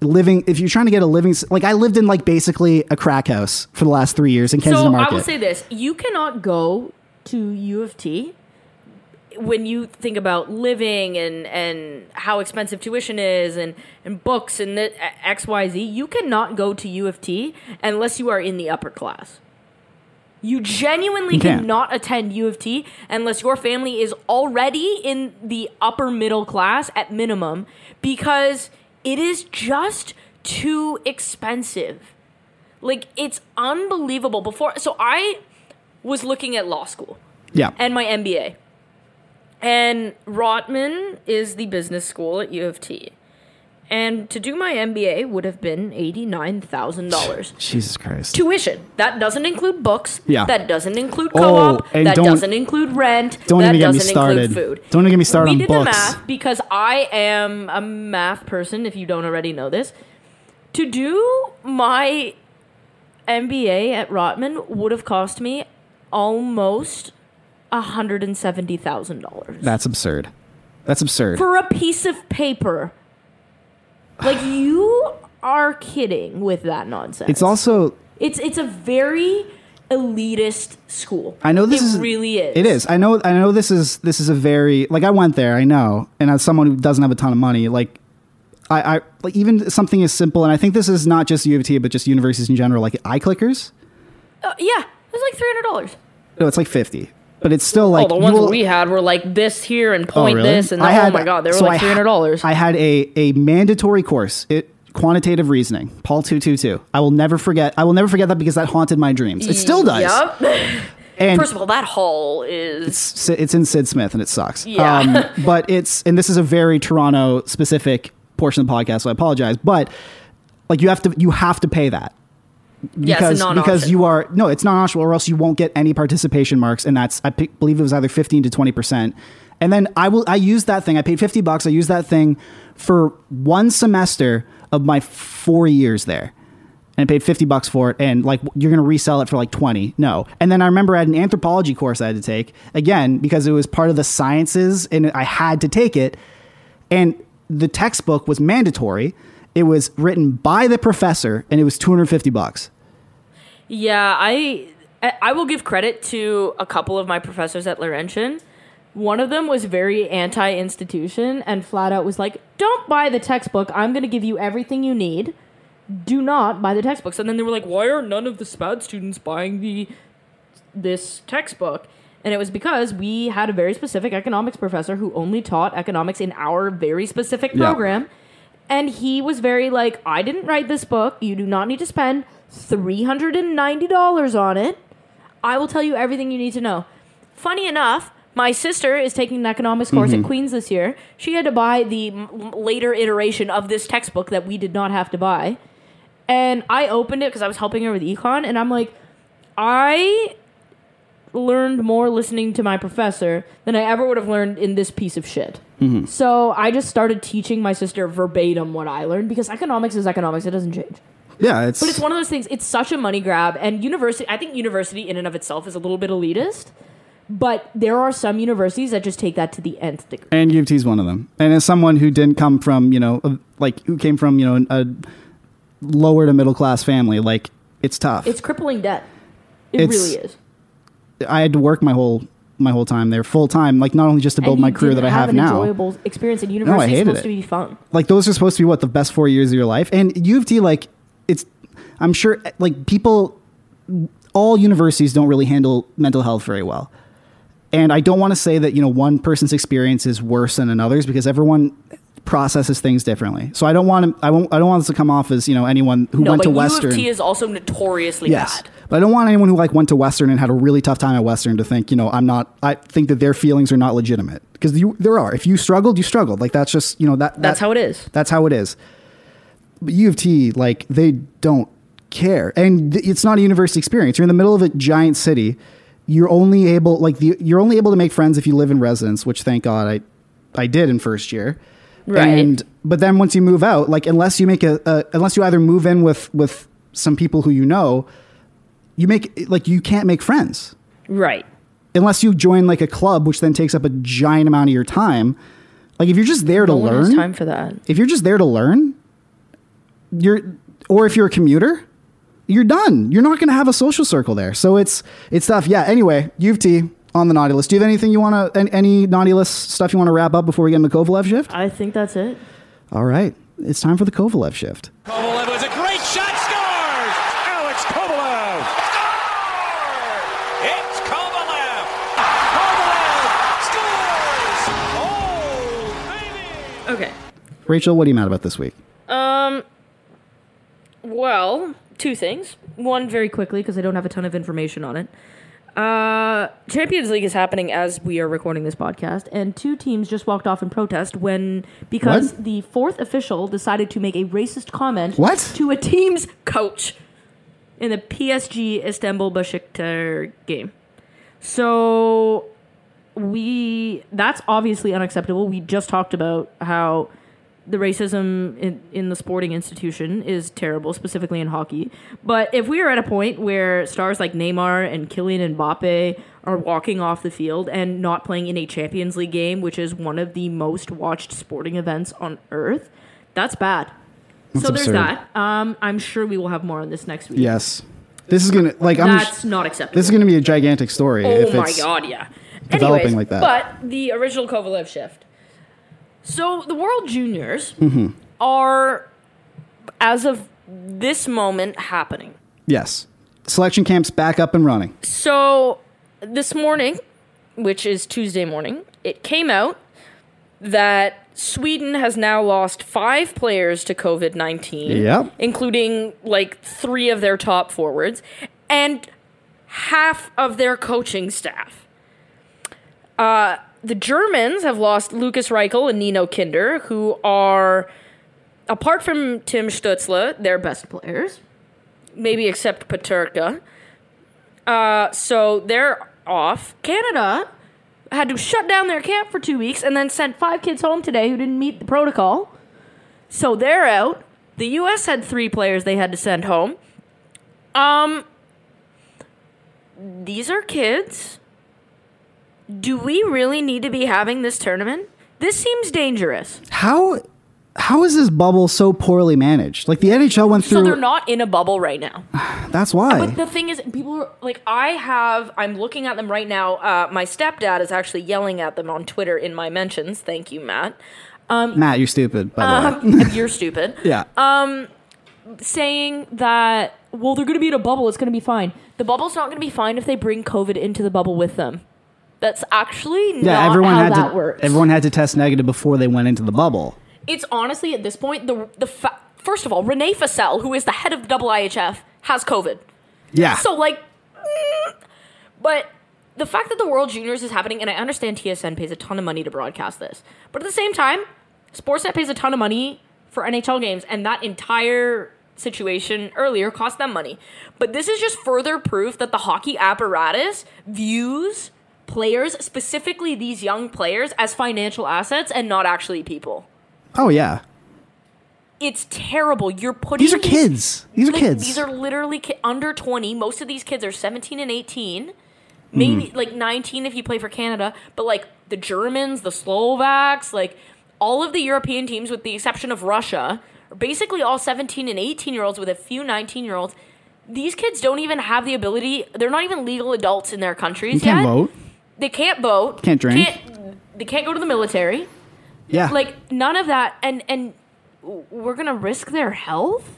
Speaker 5: living if you're trying to get a living s- like i lived in like basically a crack house for the last three years in kensington
Speaker 6: so
Speaker 5: market
Speaker 6: I will say this: you cannot go to U of T when you think about living and and how expensive tuition is and and books and the, X Y Z. You cannot go to U of T unless you are in the upper class. You genuinely
Speaker 5: You can't.
Speaker 6: cannot attend U of T unless your family is already in the upper middle class at minimum because it is just too expensive. Like it's unbelievable. Before so I was looking at law school
Speaker 5: yeah
Speaker 6: and my MBA. And Rotman is the business school at U of T. And to do my MBA would have been $89,000
Speaker 5: jesus christ
Speaker 6: tuition. That doesn't include books.
Speaker 5: Yeah.
Speaker 6: That doesn't include
Speaker 5: Oh,
Speaker 6: co-op.
Speaker 5: and
Speaker 6: that
Speaker 5: don't-
Speaker 6: doesn't include rent.
Speaker 5: Don't
Speaker 6: that
Speaker 5: even get me
Speaker 6: doesn't
Speaker 5: started.
Speaker 6: include food.
Speaker 5: Don't even get me started
Speaker 6: we
Speaker 5: on
Speaker 6: did the
Speaker 5: books.
Speaker 6: math because I am a math person. If you don't already know this, to do my MBA at Rotman would have cost me almost hundred and seventy thousand dollars
Speaker 5: that's absurd that's absurd
Speaker 6: for a piece of paper. Like you are kidding with that nonsense.
Speaker 5: It's also
Speaker 6: It's it's a very elitist school.
Speaker 5: I know this
Speaker 6: it
Speaker 5: is
Speaker 6: really is.
Speaker 5: It is. I know I know this is this is a very like I went there, I know. And as someone who doesn't have a ton of money, like I, I like even something as simple and I think this is not just U of T but just universities in general, like eye clickers.
Speaker 6: Uh, yeah, it was like three hundred dollars.
Speaker 5: No, it's like fifty. But it's still like
Speaker 6: oh, the
Speaker 5: you
Speaker 6: ones
Speaker 5: will-
Speaker 6: that we had were like this here and point
Speaker 5: really?
Speaker 6: this and
Speaker 5: I
Speaker 6: that. oh
Speaker 5: had-
Speaker 6: my god, they were
Speaker 5: so I
Speaker 6: like
Speaker 5: ha-
Speaker 6: three hundred dollars.
Speaker 5: I had a a mandatory course. It quantitative reasoning, Paul two two two. I will never forget I will never forget that because that haunted my dreams. It still does.
Speaker 6: Yep.
Speaker 5: And
Speaker 6: Mm, First of all, that hall is
Speaker 5: it's it's in Sid Smith and it sucks.
Speaker 6: Yeah.
Speaker 5: Um, but it's and this is a very Toronto specific portion of the podcast, so I apologize. But like you have to you have to pay that
Speaker 6: yes, a
Speaker 5: because
Speaker 6: non-option.
Speaker 5: because you are no, it's not optional, or else you won't get any participation marks, and that's I pi- believe it was either fifteen to twenty percent. And then I will I used that thing. I paid fifty bucks. I used that thing for one semester of my four years there. And I paid fifty bucks for it, and like you're gonna resell it for like twenty. No, and then I remember I had an anthropology course I had to take again because it was part of the sciences, and I had to take it and the textbook was mandatory It was written by the professor, and it was 250 bucks.
Speaker 6: Yeah, I I I will give credit to a couple of my professors at Laurentian. One of them was very anti-institution and flat out was like, "Don't buy the textbook. I'm going to give you everything you need. Do not buy the textbooks." And then they were like, "Why are none of the SPAD students buying the this textbook?" And it was because we had a very specific economics professor who only taught economics in our very specific
Speaker 5: Yeah.
Speaker 6: program. And he was very like, I didn't write this book. You do not need to spend $390 on it. I will tell you everything you need to know. Funny enough, my sister is taking an economics course at Queen's this year. She had to buy the m- later iteration of this textbook that we did not have to buy. And I opened it because I was helping her with econ. And I'm like, I learned more listening to my professor than I ever would have learned in this piece of shit. So I just started teaching my sister verbatim what I learned because economics is economics; it doesn't change.
Speaker 5: Yeah, it's,
Speaker 6: But it's one of those things. It's such a money grab, and university. I think university in and of itself is a little bit elitist, but there are some universities that just take that to the nth degree.
Speaker 5: and U of T is one of them. And as someone who didn't come from, you know, a- like who came from, you know, a lower to middle class family, like it's tough.
Speaker 6: It's crippling debt. It
Speaker 5: It's-
Speaker 6: really is.
Speaker 5: I had to work my whole my whole time there, full time. Like not only just to build
Speaker 6: And you
Speaker 5: my career
Speaker 6: didn't
Speaker 5: that I have,
Speaker 6: an
Speaker 5: now.
Speaker 6: Enjoyable experience in university is
Speaker 5: hated
Speaker 6: supposed
Speaker 5: it.
Speaker 6: to be fun.
Speaker 5: Like those are supposed to be what the best four years of your life. And U of T, like it's, I'm sure, like people, all universities don't really handle mental health very well. And I don't want to say that you know one person's experience is worse than another's because everyone processes things differently. So I don't want to, I won't, I don't want this to come off as you know anyone who
Speaker 6: No,
Speaker 5: went
Speaker 6: but
Speaker 5: to
Speaker 6: U
Speaker 5: Western.
Speaker 6: of T is also notoriously
Speaker 5: Yes.
Speaker 6: bad.
Speaker 5: But I don't want anyone who like went to Western and had a really tough time at Western to think, you know, I'm not I think that their feelings are not legitimate because you there are. If you struggled, you struggled. Like that's just, you know, that
Speaker 7: That's
Speaker 5: that-
Speaker 7: how it is.
Speaker 5: That's how it is. But U of T like they don't care. And th- it's not a university experience. You're in the middle of a giant city. You're only able like the, you're only able to make friends if you live in residence, which thank God I I did in first year.
Speaker 7: Right.
Speaker 5: And but then once you move out, like unless you make a, a unless you either move in with with some people who you know, you make like you can't make friends
Speaker 7: Right.
Speaker 5: unless you join like a club, which then takes up a giant amount of your time. Like if you're just there to
Speaker 7: No one has
Speaker 5: learn,
Speaker 7: time for that.
Speaker 5: if you're just there to learn, you're or if you're a commuter, you're done. You're not going to have a social circle there. So it's it's tough. Yeah. Anyway, U of T on the naughty list. Do you have anything you want to any, any naughty list stuff you want to wrap up before we get into Kovalev shift?
Speaker 6: I think that's it.
Speaker 5: All right. It's time for the Kovalev shift.
Speaker 8: Kovalev was a great shot, scores! Alex Kovalev! Scores! It's Kovalev! Kovalev scores! Oh, baby!
Speaker 7: Okay.
Speaker 5: Rachel, what are you mad about this week?
Speaker 7: Um, Well, two things. One very quickly because I don't have a ton of information on it. Uh, Champions League is happening as we are recording this podcast, and two teams just walked off in protest when because
Speaker 5: What?
Speaker 7: the fourth official decided to make a racist comment
Speaker 5: What?
Speaker 7: to a team's coach in the PSG Istanbul Besiktar game. So we that's obviously unacceptable. We just talked about how the racism in, in the sporting institution is terrible, specifically in hockey. But if we are at a point where stars like Neymar and Kylian Mbappe are walking off the field and not playing in a Champions League game, which is one of the most watched sporting events on earth, that's bad. so
Speaker 5: absurd.
Speaker 7: there's that. Um, I'm sure we will have more on this next week.
Speaker 5: Yes. This is gonna like I'm.
Speaker 7: That's not acceptable.
Speaker 5: this is gonna be a gigantic story.
Speaker 7: Oh
Speaker 5: if
Speaker 7: my
Speaker 5: it's,
Speaker 7: god, yeah.
Speaker 5: developing
Speaker 7: Anyways,
Speaker 5: like that.
Speaker 7: But the original Kovalev shift. So the World Juniors
Speaker 5: Mm-hmm.
Speaker 7: are, as of this moment, happening.
Speaker 5: Yes. Selection camps back up and running.
Speaker 7: So this morning, which is Tuesday morning, it came out that Sweden has now lost five players to COVID 19,
Speaker 5: Yep.
Speaker 7: including like three of their top forwards and half of their coaching staff. Uh, the Germans have lost Lucas Reichel and Nino Kinder, who are, apart from Tim Stutzle, their best players, maybe except Paterka. Uh, so they're off.
Speaker 6: Canada had to shut down their camp for two weeks and then sent five kids home today who didn't meet the protocol.
Speaker 7: So they're out. The U.S. had three players they had to send home. Um, these are kids. Do we really need to be having this tournament? This seems dangerous.
Speaker 5: How how is this bubble so poorly managed? Like the NHL went
Speaker 6: So
Speaker 5: through.
Speaker 6: they're not in a bubble right now.
Speaker 5: that's why.
Speaker 6: But the thing is, people are like, I have, I'm looking at them right now. Uh, my stepdad is actually yelling at them on Twitter in my mentions. Thank you, Matt.
Speaker 5: Matt, you're stupid. By the way.
Speaker 6: Um, you're stupid.
Speaker 5: Yeah.
Speaker 6: uh, Saying that, well, they're going to be in a bubble. It's going to be fine. The bubble's not going to be fine if they bring COVID into the bubble with them. That's actually not
Speaker 5: yeah, everyone
Speaker 6: how
Speaker 5: had
Speaker 6: that
Speaker 5: to.
Speaker 6: works.
Speaker 5: Everyone had to test negative before they went into the bubble.
Speaker 6: it's honestly at this point the the fa- first of all, Renee Fassel, who is the head of the IHF, has COVID.
Speaker 5: Yeah.
Speaker 6: So like, mm, but the fact that the World Juniors is happening, and I understand TSN pays a ton of money to broadcast this, but at the same time, Sportsnet pays a ton of money for NHL games, and that entire situation earlier cost them money. But this is just further proof that the hockey apparatus views players, specifically these young players, as financial assets and not actually people.
Speaker 5: oh yeah.
Speaker 6: It's terrible. You're putting
Speaker 5: These are kids. These are
Speaker 6: like,
Speaker 5: kids.
Speaker 6: These are literally ki- under 20. Most of these kids are 17 and 18. Maybe
Speaker 5: Hmm.
Speaker 6: like 19 if you play for Canada, but like the Germans, the Slovaks, like all of the European teams with the exception of Russia are basically all 17 and 18 year olds with a few 19 year olds. These kids don't even have the ability, they're not even legal adults in their countries
Speaker 5: you can't
Speaker 6: yet.
Speaker 5: vote.
Speaker 6: They can't vote.
Speaker 5: Can't drink.
Speaker 6: Can't, they can't go to the military
Speaker 5: Yeah.
Speaker 6: like none of that and and we're gonna risk their health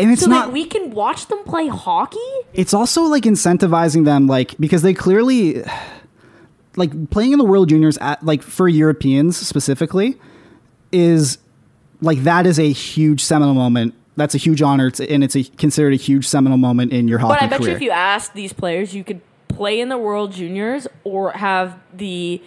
Speaker 5: and it's
Speaker 6: so
Speaker 5: not.
Speaker 6: that we can watch them play hockey
Speaker 5: it's also like incentivizing them like because they clearly like playing in the world juniors at like for europeans specifically is like that is a huge seminal moment that's a huge honor it's, and it's a, considered a huge seminal moment in your hockey
Speaker 6: but i bet
Speaker 5: career
Speaker 6: you if you asked these players you could play in the world juniors or have the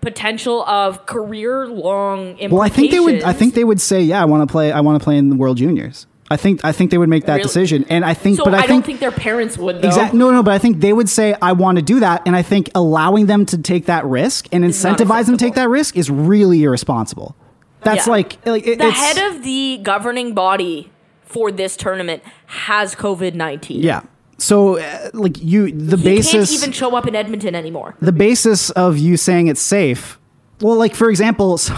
Speaker 6: potential of career long
Speaker 5: well i think they would i think they would say yeah i want to play i want to play in the world juniors i think i think they would make that
Speaker 6: Really?
Speaker 5: decision and i think
Speaker 6: so
Speaker 5: but
Speaker 6: I,
Speaker 5: i,
Speaker 6: don't think their parents would though.
Speaker 5: Exactly. No, no, but I think they would say, I want to do that. And I think allowing them to take that risk and
Speaker 6: not
Speaker 5: incentivize them to take
Speaker 6: acceptable.
Speaker 5: that risk is really irresponsible. That's
Speaker 6: Yeah.
Speaker 5: like, like it,
Speaker 6: the
Speaker 5: it's,
Speaker 6: head of the governing body for this tournament has covid-19
Speaker 5: yeah. So, uh, like you, the
Speaker 6: he
Speaker 5: basis,
Speaker 6: can't even show up in edmonton anymore
Speaker 5: the basis of you saying it's safe. Well, like for example, so,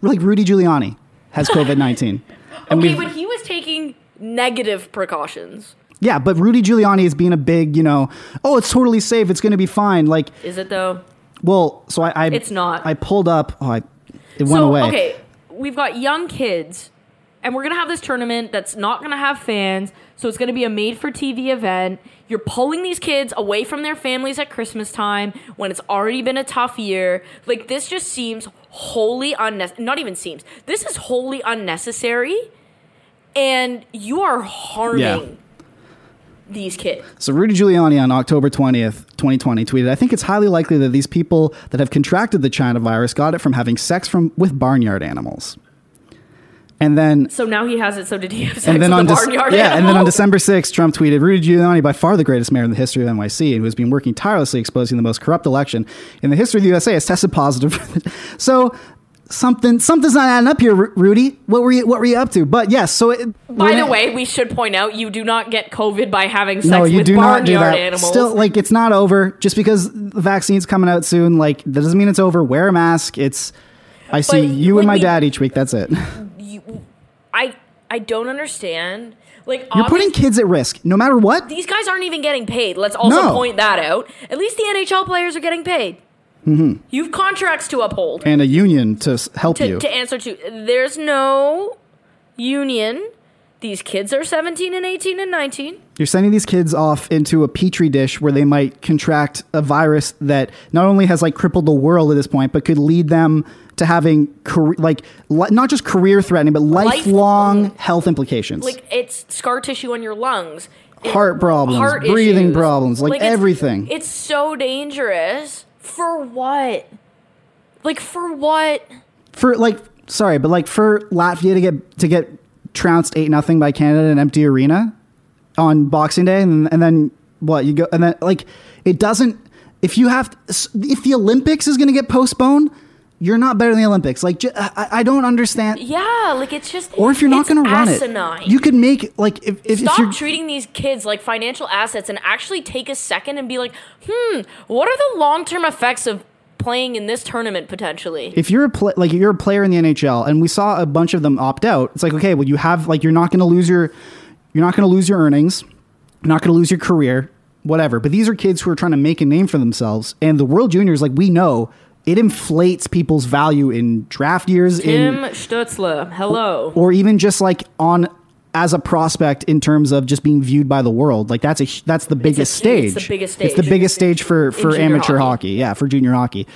Speaker 5: like Rudy Giuliani has COVID nineteen, and
Speaker 6: okay
Speaker 5: we've-
Speaker 6: but he was taking negative precautions
Speaker 5: yeah, but Rudy Giuliani is being a big, you know, oh, it's totally safe, it's going to be fine. Like,
Speaker 6: is it though
Speaker 5: well, so I, I
Speaker 6: It's not.
Speaker 5: I pulled up. Oh, I, it went
Speaker 6: so,
Speaker 5: away.
Speaker 6: Okay, we've got young kids, and we're gonna have this tournament that's not gonna have fans, so it's gonna be a made-for-TV event. You're pulling these kids away from their families at Christmas time when it's already been a tough year. Like this just seems wholly unnecessary. Not even seems. This is wholly unnecessary, and you are harming.
Speaker 5: Yeah.
Speaker 6: These kids.
Speaker 5: So Rudy Giuliani on October 20th, 2020 tweeted, I think it's highly likely that these people that have contracted the China virus got it from having sex from with barnyard animals. And then
Speaker 6: So now he has it. So did he have sex
Speaker 5: and then
Speaker 6: with
Speaker 5: on
Speaker 6: the
Speaker 5: Dec-
Speaker 6: barnyard
Speaker 5: yeah, and then on
Speaker 6: animal?
Speaker 5: December 6th, Trump tweeted, Rudy Giuliani by far the greatest mayor in the history of NYC and who has been working tirelessly exposing the most corrupt election in the history of the USA has tested positive. so something something's not adding up here, Ru- Rudy. What were you what were you up to? But yes, so it,
Speaker 6: By the way, we should point out you do not get COVID by having sex
Speaker 5: no, you
Speaker 6: with
Speaker 5: do
Speaker 6: barnyard
Speaker 5: not do that.
Speaker 6: animals.
Speaker 5: Still, like it's not over just because the vaccine's coming out soon. Like that doesn't mean it's over. Wear a mask. It's I see
Speaker 6: But,
Speaker 5: you
Speaker 6: like,
Speaker 5: and my
Speaker 6: we-
Speaker 5: dad each week. That's it. You're
Speaker 6: you, I I don't understand. Like
Speaker 5: putting
Speaker 6: obviously,
Speaker 5: kids at risk, no matter what.
Speaker 6: these guys aren't even getting paid. Let's also
Speaker 5: No.
Speaker 6: point that out. At least the NHL players are getting paid. You've contracts to uphold
Speaker 5: And a union to s- help
Speaker 6: to,
Speaker 5: Mm-hmm. you.
Speaker 6: to answer to. There's no union. These kids are 17 and 18 and 19.
Speaker 5: You're sending these kids off into a petri dish where they might contract a virus that not only has like crippled the world at this point, but could lead them to having car- like li- not just career threatening, but lifelong health implications.
Speaker 6: Like it's scar tissue on your lungs, It-
Speaker 5: Heart problems, breathing problems, like,
Speaker 6: it's-
Speaker 5: everything.
Speaker 6: It's so dangerous. For what? Like for what?
Speaker 5: for like sorry, but like for Latvia to get to get trounced eight nothing by Canada in an empty arena on Boxing Day, and, and then what you go and then like it doesn't. If you have if the Olympics is going to get postponed, you're not better than the Olympics. Like ju- I, I don't understand.
Speaker 6: Yeah, like it's just.
Speaker 5: Or if you're not
Speaker 6: it's
Speaker 5: going to run
Speaker 6: asinine.
Speaker 5: it, you could make like if if, if
Speaker 6: stop
Speaker 5: you're
Speaker 6: treating these kids like financial assets and actually take a second and be like, hmm, what are the long term effects of playing in this tournament potentially.
Speaker 5: if you're a pl- like you're a player in the NHL and we saw a bunch of them opt out, it's like okay, well you have like you're not going to lose your you're not going to lose your earnings, you're not going to lose your career, whatever. But these are kids who are trying to make a name for themselves and the World Juniors like we know it inflates people's value in draft years
Speaker 6: Tim
Speaker 5: in
Speaker 6: Stutzla, hello.
Speaker 5: or even just like on as a prospect in terms of just being viewed by the world like that's a hu- that's the biggest
Speaker 6: it's
Speaker 5: stage
Speaker 6: the biggest
Speaker 5: it's the
Speaker 6: stage.
Speaker 5: biggest stage for for
Speaker 6: junior
Speaker 5: amateur hockey.
Speaker 6: hockey.
Speaker 5: yeah for junior hockey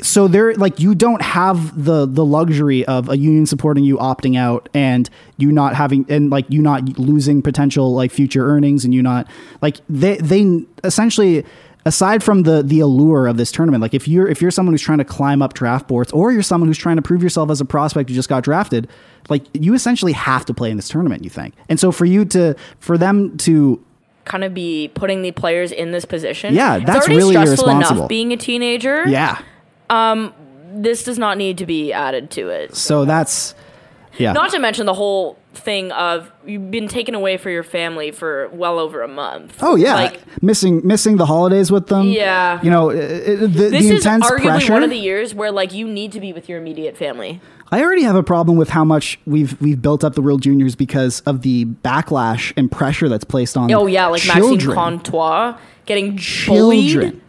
Speaker 5: so there like you don't have the the luxury of a union supporting you opting out and you not having and like you not losing potential like future earnings and you not like they they essentially aside from the the allure of this tournament like if you're if you're someone who's trying to climb up draft boards or you're someone who's trying to prove yourself as a prospect who just got drafted like you essentially have to play in this tournament you think and so for you to for them to
Speaker 6: Kind of be putting the players in this position.
Speaker 5: Yeah, that's
Speaker 6: it's already
Speaker 5: really
Speaker 6: stressful
Speaker 5: irresponsible.
Speaker 6: enough being a teenager.
Speaker 5: yeah
Speaker 6: This does not need to be added to it.
Speaker 5: so that's yeah
Speaker 6: Not to mention the whole thing of you've been taken away from your family for well over a month.
Speaker 5: Oh yeah,
Speaker 6: Like
Speaker 5: missing missing the holidays with them.
Speaker 6: Yeah.
Speaker 5: you know uh, uh, the,
Speaker 6: this
Speaker 5: the
Speaker 6: is
Speaker 5: intense
Speaker 6: arguably
Speaker 5: pressure.
Speaker 6: one of the years where like you need to be with your immediate family.
Speaker 5: I already have a problem with how much we've we've built up the World Juniors because of the backlash and pressure that's placed on.
Speaker 6: Oh yeah, like Maxime
Speaker 5: children,
Speaker 6: Comtois getting
Speaker 5: children.
Speaker 6: bullied.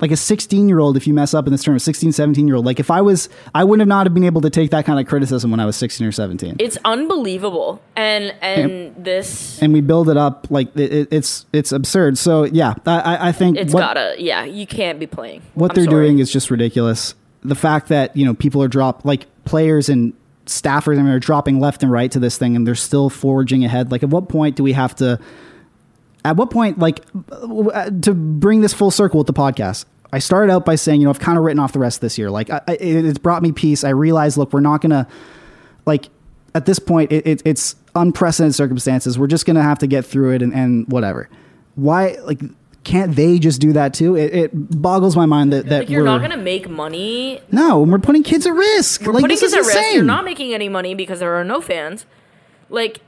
Speaker 5: Like a 16 year old, if you mess up in this term, 16, 17 year old. Like if I was, I would have not have been able to take that kind of criticism when I was 16 or 17.
Speaker 6: It's unbelievable. And and this
Speaker 5: and we build it up like it, it- it's it's absurd. So yeah, I- I, I think
Speaker 6: it's
Speaker 5: what-
Speaker 6: gotta yeah, you can't be playing.
Speaker 5: what
Speaker 6: I'm
Speaker 5: they're
Speaker 6: sorry.
Speaker 5: doing is just ridiculous. The fact that you know people are drop like players and staffers, I mean, are dropping left and right to this thing, and they're still forging ahead. Like, at what point do we have to? At what point, like, uh, to bring this full circle with the podcast? I started out by saying, you know, I've kind of written off the rest of this year. Like, I, I, it- it's brought me peace. I realize, look, we're not gonna like at this point it, it, it's unprecedented circumstances we're just gonna have to get through it and, and whatever why like can't they just do that too it, it boggles my mind that, that
Speaker 6: Like you're
Speaker 5: we're
Speaker 6: not gonna make money.
Speaker 5: no and we're putting kids at risk
Speaker 6: We're
Speaker 5: like,
Speaker 6: putting
Speaker 5: this
Speaker 6: kids
Speaker 5: is
Speaker 6: at risk.
Speaker 5: insane.
Speaker 6: You're not making any money because there are no fans. Like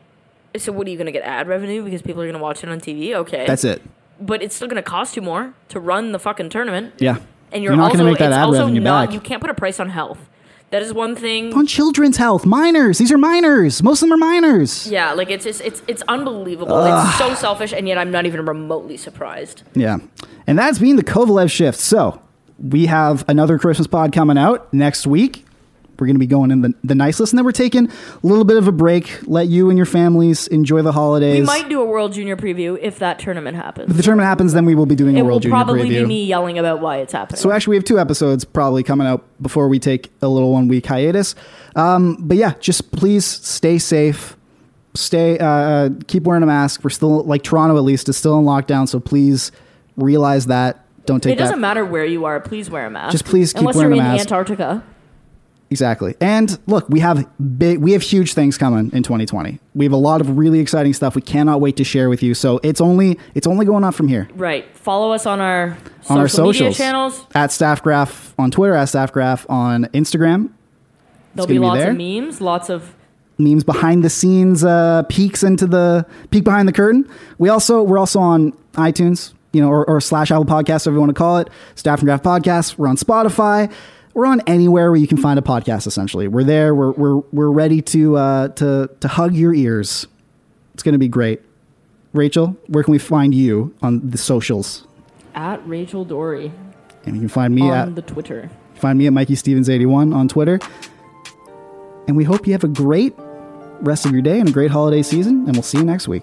Speaker 6: so what are you gonna get ad revenue because people are gonna watch it on TV? Okay.
Speaker 5: that's it
Speaker 6: But it's still gonna cost you more to run the fucking tournament.
Speaker 5: yeah
Speaker 6: And you're,
Speaker 5: not
Speaker 6: also,
Speaker 5: gonna make that
Speaker 6: it's
Speaker 5: ad
Speaker 6: also
Speaker 5: revenue
Speaker 6: not,
Speaker 5: back
Speaker 6: You can't put a price on health. That is one thing.
Speaker 5: on children's health minors these are minors most of them are minors
Speaker 6: Yeah, like it's it's it's, it's unbelievable. It's so selfish, and yet I'm not even remotely surprised.
Speaker 5: Yeah. And that's been the Kovalev shift. So we have another Christmas pod coming out next week. We're going to be going in the, the nice list. And then we're taking a little bit of a break. Let you and your families enjoy the holidays.
Speaker 6: We might do a World Junior preview if that tournament happens.
Speaker 5: if the tournament happens, then we will be doing
Speaker 6: It
Speaker 5: a World
Speaker 6: will
Speaker 5: Junior
Speaker 6: probably
Speaker 5: preview.
Speaker 6: be me yelling about why it's happening.
Speaker 5: So actually, we have two episodes probably coming out before we take a little one week hiatus. Um, but yeah, just please stay safe. Stay, uh, uh, keep wearing a mask. We're still like Toronto at least is still in lockdown, so please realize that. Don't take
Speaker 6: it doesn't
Speaker 5: that
Speaker 6: matter where you are. Please wear a mask.
Speaker 5: Just please keep
Speaker 6: unless
Speaker 5: wearing
Speaker 6: you're
Speaker 5: a
Speaker 6: in
Speaker 5: mask.
Speaker 6: Antarctica.
Speaker 5: Exactly. And look, we have big, we have huge things coming in 2020. We have a lot of really exciting stuff we cannot wait to share with you. So it's only it's only going up from here.
Speaker 6: Right. Follow us on our
Speaker 5: on our
Speaker 6: social media
Speaker 5: socials
Speaker 6: channels.
Speaker 5: at Staff Graph on Twitter, at Staff Graph on Instagram.
Speaker 6: There'll be
Speaker 5: gonna be
Speaker 6: lots of
Speaker 5: there.
Speaker 6: memes, lots of
Speaker 5: Memes behind the scenes uh, peeks into the peek behind the curtain. We also we're also on iTunes, you know, or, or slash Apple Podcasts, whatever you want to call it. Staff and Graph Podcast. We're on Spotify. We're on anywhere where you can find a podcast. Essentially, we're there. We're we're we're ready to uh, to to hug your ears. It's going to be great. Rachel, where can we find you on the socials?
Speaker 6: at Rachel Dory
Speaker 5: And you can find me at
Speaker 6: on the Twitter.
Speaker 5: Find me at Mikey Stevens 81 on Twitter. And we hope you have a great rest of your day and a great holiday season, and we'll see you next week.